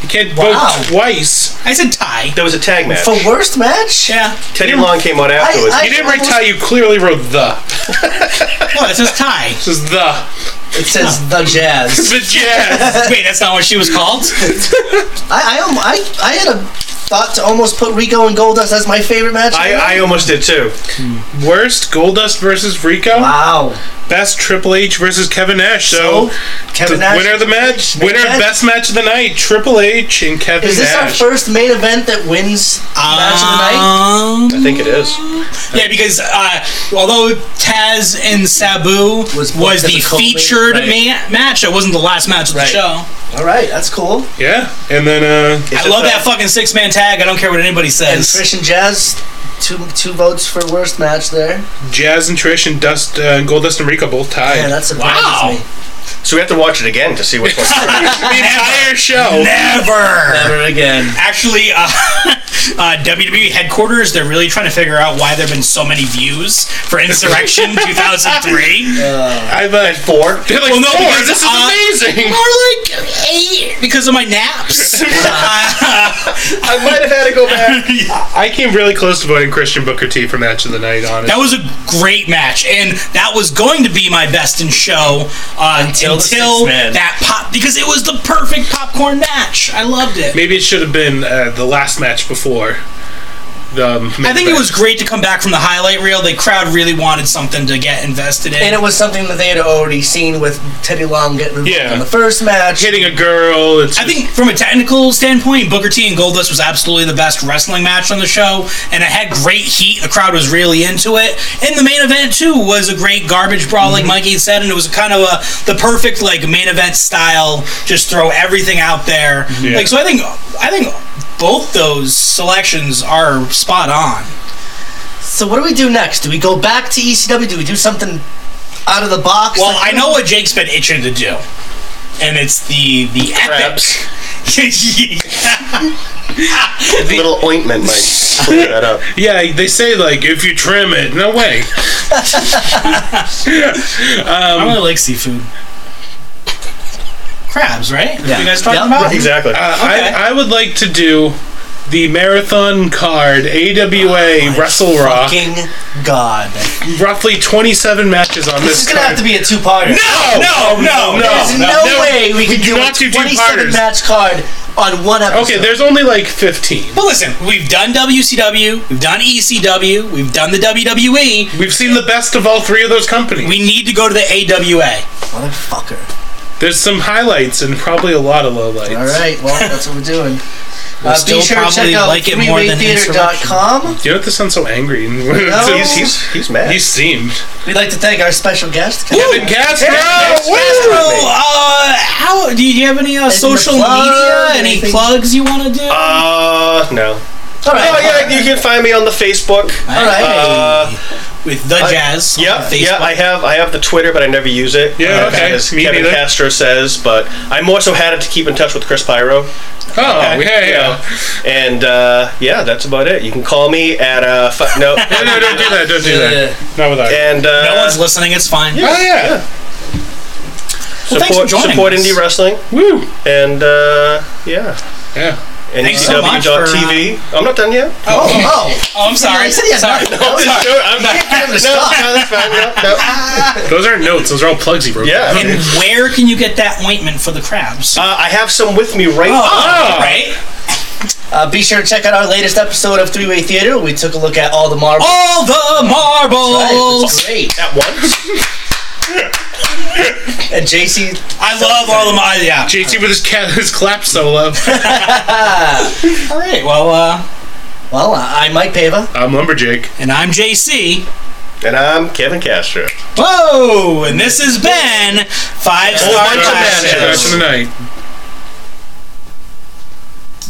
[SPEAKER 3] You can't
[SPEAKER 1] Wow.
[SPEAKER 3] vote twice.
[SPEAKER 2] I said tie.
[SPEAKER 4] one. There was a tag match.
[SPEAKER 1] For worst match?
[SPEAKER 2] Yeah.
[SPEAKER 4] Teddy Long came on afterwards.
[SPEAKER 1] I-
[SPEAKER 3] You didn't write tie, you clearly wrote the.
[SPEAKER 2] Well, it says tie.
[SPEAKER 3] This is the.
[SPEAKER 1] It says the Jazz.
[SPEAKER 3] The Jazz.
[SPEAKER 2] Wait, that's not what she was called?
[SPEAKER 1] I I al- I, I had a thought to almost put Rico and Goldust as my favorite match.
[SPEAKER 4] I, I almost did too.
[SPEAKER 3] Worst, Goldust versus Rico.
[SPEAKER 1] wow.
[SPEAKER 3] Best Triple H versus Kevin Nash. So,
[SPEAKER 1] So, Kevin
[SPEAKER 3] the
[SPEAKER 1] Nash-
[SPEAKER 3] winner of the match,
[SPEAKER 1] Main
[SPEAKER 3] winner of
[SPEAKER 1] event?
[SPEAKER 3] best match of the night, Triple H and Kevin
[SPEAKER 1] Is this our
[SPEAKER 3] Nash.
[SPEAKER 1] first main event that wins match of the night?
[SPEAKER 2] Um,
[SPEAKER 4] I think it is.
[SPEAKER 2] Yeah, because uh, although Taz and Sabu
[SPEAKER 1] Was
[SPEAKER 2] was,
[SPEAKER 1] booked as
[SPEAKER 2] the
[SPEAKER 1] a co-main,
[SPEAKER 2] featured
[SPEAKER 1] right.
[SPEAKER 2] ma- match, it wasn't the last match of the
[SPEAKER 1] Right.
[SPEAKER 2] show.
[SPEAKER 1] All right, that's cool.
[SPEAKER 3] yeah, and then uh,
[SPEAKER 4] Is
[SPEAKER 2] I
[SPEAKER 4] it
[SPEAKER 2] love
[SPEAKER 4] the-
[SPEAKER 2] that fucking six man tag. I don't care what anybody
[SPEAKER 1] And
[SPEAKER 2] says.
[SPEAKER 1] Trish and Jazz, two two votes for worst match there.
[SPEAKER 3] Jazz and Trish and Dust uh, and Goldust and Rico both tied.
[SPEAKER 1] Man, that surprises
[SPEAKER 2] Wow.
[SPEAKER 1] me.
[SPEAKER 4] So we have to watch it again to see which one.
[SPEAKER 3] the entire show.
[SPEAKER 2] Never.
[SPEAKER 1] again.
[SPEAKER 2] Actually, uh, uh, WWE headquarters, they're really trying to figure out why there have been so many views for Insurrection 2003.
[SPEAKER 3] I've uh,
[SPEAKER 4] Four.
[SPEAKER 3] they're like,
[SPEAKER 2] Well, no,
[SPEAKER 3] "Four,
[SPEAKER 2] because,
[SPEAKER 3] this is
[SPEAKER 2] uh,
[SPEAKER 3] amazing.
[SPEAKER 2] More like eight because of my naps. Uh,
[SPEAKER 4] I might have had to go back.
[SPEAKER 3] I came really close to voting Christian Booker T for match of the night. Honestly,
[SPEAKER 2] That was a great match, and that was going to be my best in show uh, until,
[SPEAKER 1] the sixth man.
[SPEAKER 2] that pop because it was the perfect popcorn match. I loved it.
[SPEAKER 3] maybe it should have been uh, the last match before. The um, main
[SPEAKER 2] I think it
[SPEAKER 3] event.
[SPEAKER 2] was great to come back from the highlight reel. The crowd really wanted something to get invested in.
[SPEAKER 1] And it was something that they had already seen with Teddy Long getting involved
[SPEAKER 3] Yeah.
[SPEAKER 1] in the first match.
[SPEAKER 3] hitting a girl. It's
[SPEAKER 2] I think from a technical standpoint, Booker T and Goldust was absolutely the best wrestling match on the show, and it had great heat. The crowd was really into it, and the main event too was a great garbage brawl, like Mikey said, and it was kind of a the perfect like main event style. Just throw everything out there.
[SPEAKER 3] Yeah.
[SPEAKER 2] Like so, I think I think both those selections are spot on.
[SPEAKER 1] So what do we do next? Do we go back to ECW? Do we do something out of the box?
[SPEAKER 2] Well,
[SPEAKER 1] Like-
[SPEAKER 2] I know what Jake's been itching to do, and it's the the
[SPEAKER 4] Crabs.
[SPEAKER 2] epic.
[SPEAKER 4] Little ointment might clear that up.
[SPEAKER 3] Yeah, they say like if you trim it, no way.
[SPEAKER 2] I really like seafood. Crabs, right?
[SPEAKER 1] Yeah.
[SPEAKER 2] You guys talking
[SPEAKER 1] Yeah,
[SPEAKER 2] about?
[SPEAKER 1] right.
[SPEAKER 4] Exactly.
[SPEAKER 3] Uh,
[SPEAKER 2] Okay.
[SPEAKER 3] I, I would like to do the marathon card AWA Wrestle Raw.
[SPEAKER 1] Fucking God.
[SPEAKER 3] Roughly 27 matches on
[SPEAKER 1] This is
[SPEAKER 3] this.
[SPEAKER 1] gonna have
[SPEAKER 3] card.
[SPEAKER 1] to be a
[SPEAKER 2] No,
[SPEAKER 1] two-parter.
[SPEAKER 2] no, no,
[SPEAKER 1] There's
[SPEAKER 3] no,
[SPEAKER 1] no,
[SPEAKER 3] no,
[SPEAKER 1] way we
[SPEAKER 3] we
[SPEAKER 1] can
[SPEAKER 3] do
[SPEAKER 1] do a
[SPEAKER 3] not do
[SPEAKER 1] 27
[SPEAKER 3] two-parters.
[SPEAKER 1] match card on one episode.
[SPEAKER 3] Okay, there's only like 15.
[SPEAKER 2] But listen, we've done WCW, we've done ECW, we've done the E. WWE.
[SPEAKER 3] We've seen the best of all three of those companies.
[SPEAKER 2] We need to go to the AWA.
[SPEAKER 1] Motherfucker.
[SPEAKER 3] There's some highlights and probably a lot of lowlights.
[SPEAKER 1] All right, well, that's what we're doing.
[SPEAKER 2] We'll
[SPEAKER 1] uh,
[SPEAKER 2] still
[SPEAKER 1] be sure to
[SPEAKER 2] probably
[SPEAKER 1] check out
[SPEAKER 2] like it more than
[SPEAKER 1] freewaytheater.com.
[SPEAKER 3] You don't have to sound so angry.
[SPEAKER 1] No.
[SPEAKER 4] He's, he's, he's mad.
[SPEAKER 3] He seemed.
[SPEAKER 1] We'd like to thank our special guest.
[SPEAKER 3] Kevin Castro!
[SPEAKER 2] Astro, uh, how do you have any uh, social
[SPEAKER 1] plug,
[SPEAKER 2] media? Any
[SPEAKER 1] anything?
[SPEAKER 2] plugs you want to do?
[SPEAKER 4] uh, no.
[SPEAKER 1] All right.
[SPEAKER 4] Oh, yeah, you can find me on the Facebook.
[SPEAKER 1] All right.
[SPEAKER 4] Uh,
[SPEAKER 2] With the jazz. on
[SPEAKER 4] yeah,
[SPEAKER 2] Facebook.
[SPEAKER 4] yeah, I have I have the Twitter, but I never use it.
[SPEAKER 3] Yeah,
[SPEAKER 4] Uh,
[SPEAKER 3] okay.
[SPEAKER 4] As
[SPEAKER 3] Me
[SPEAKER 4] Kevin
[SPEAKER 3] neither.
[SPEAKER 4] Castro says, but I more so had it to keep in touch with Chris Pyro. Uh,
[SPEAKER 3] Oh, yeah,
[SPEAKER 4] You
[SPEAKER 3] yeah.
[SPEAKER 4] know, and uh, yeah, that's about it. You can call me at uh, fu- no,
[SPEAKER 3] No, no, don't do that. Don't do
[SPEAKER 1] Yeah.
[SPEAKER 3] that. Not without.
[SPEAKER 4] and uh,
[SPEAKER 2] no one's listening. It's fine.
[SPEAKER 3] Oh, yeah.
[SPEAKER 2] Well, thanks
[SPEAKER 4] support
[SPEAKER 2] for joining
[SPEAKER 4] support
[SPEAKER 2] us.
[SPEAKER 4] indie wrestling,
[SPEAKER 3] Woo.
[SPEAKER 4] and uh, yeah, E
[SPEAKER 3] Yeah.
[SPEAKER 4] and
[SPEAKER 2] Thanks so much for,
[SPEAKER 4] TV. I'm not done yet.
[SPEAKER 2] Oh,
[SPEAKER 1] oh,
[SPEAKER 2] oh, I'm sorry.
[SPEAKER 1] I said he had
[SPEAKER 2] sorry.
[SPEAKER 1] nothing.
[SPEAKER 4] I'm sure. I'm not.
[SPEAKER 1] him to
[SPEAKER 4] No,
[SPEAKER 1] stop.
[SPEAKER 4] no, that's fine. No, no.
[SPEAKER 3] Those aren't notes. Those are all plugs he wrote.
[SPEAKER 4] Yeah.
[SPEAKER 3] down.
[SPEAKER 2] And where can you get that ointment for the crabs?
[SPEAKER 4] Uh, ah. I have some with me right
[SPEAKER 2] oh,
[SPEAKER 4] now.
[SPEAKER 3] oh.
[SPEAKER 2] right.
[SPEAKER 1] Uh, be sure to check out our latest episode of Three Way Theater. We took a look at all the marbles.
[SPEAKER 2] All the marbles.
[SPEAKER 1] It's great.
[SPEAKER 4] at once.
[SPEAKER 1] And JC,
[SPEAKER 2] I love all the marbles. Yeah.
[SPEAKER 3] JT with his cat, his clap solo.
[SPEAKER 2] All right. Well, uh,
[SPEAKER 1] well, uh, I'm Mike Pava.
[SPEAKER 3] I'm Lumberjake.
[SPEAKER 2] and I'm JC.
[SPEAKER 4] And I'm Kevin Castro.
[SPEAKER 2] Whoa! And this has been Five Star
[SPEAKER 4] bunch of
[SPEAKER 2] Trash.
[SPEAKER 4] badges.
[SPEAKER 3] Trash of the night.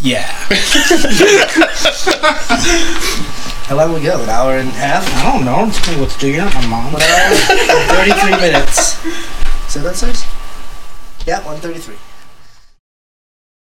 [SPEAKER 2] Yeah.
[SPEAKER 1] How long we go? An hour and a half?
[SPEAKER 2] I don't know. Let's do- Let's do your mom.
[SPEAKER 1] An hour and 33 minutes. Is that that size? Yeah, 133.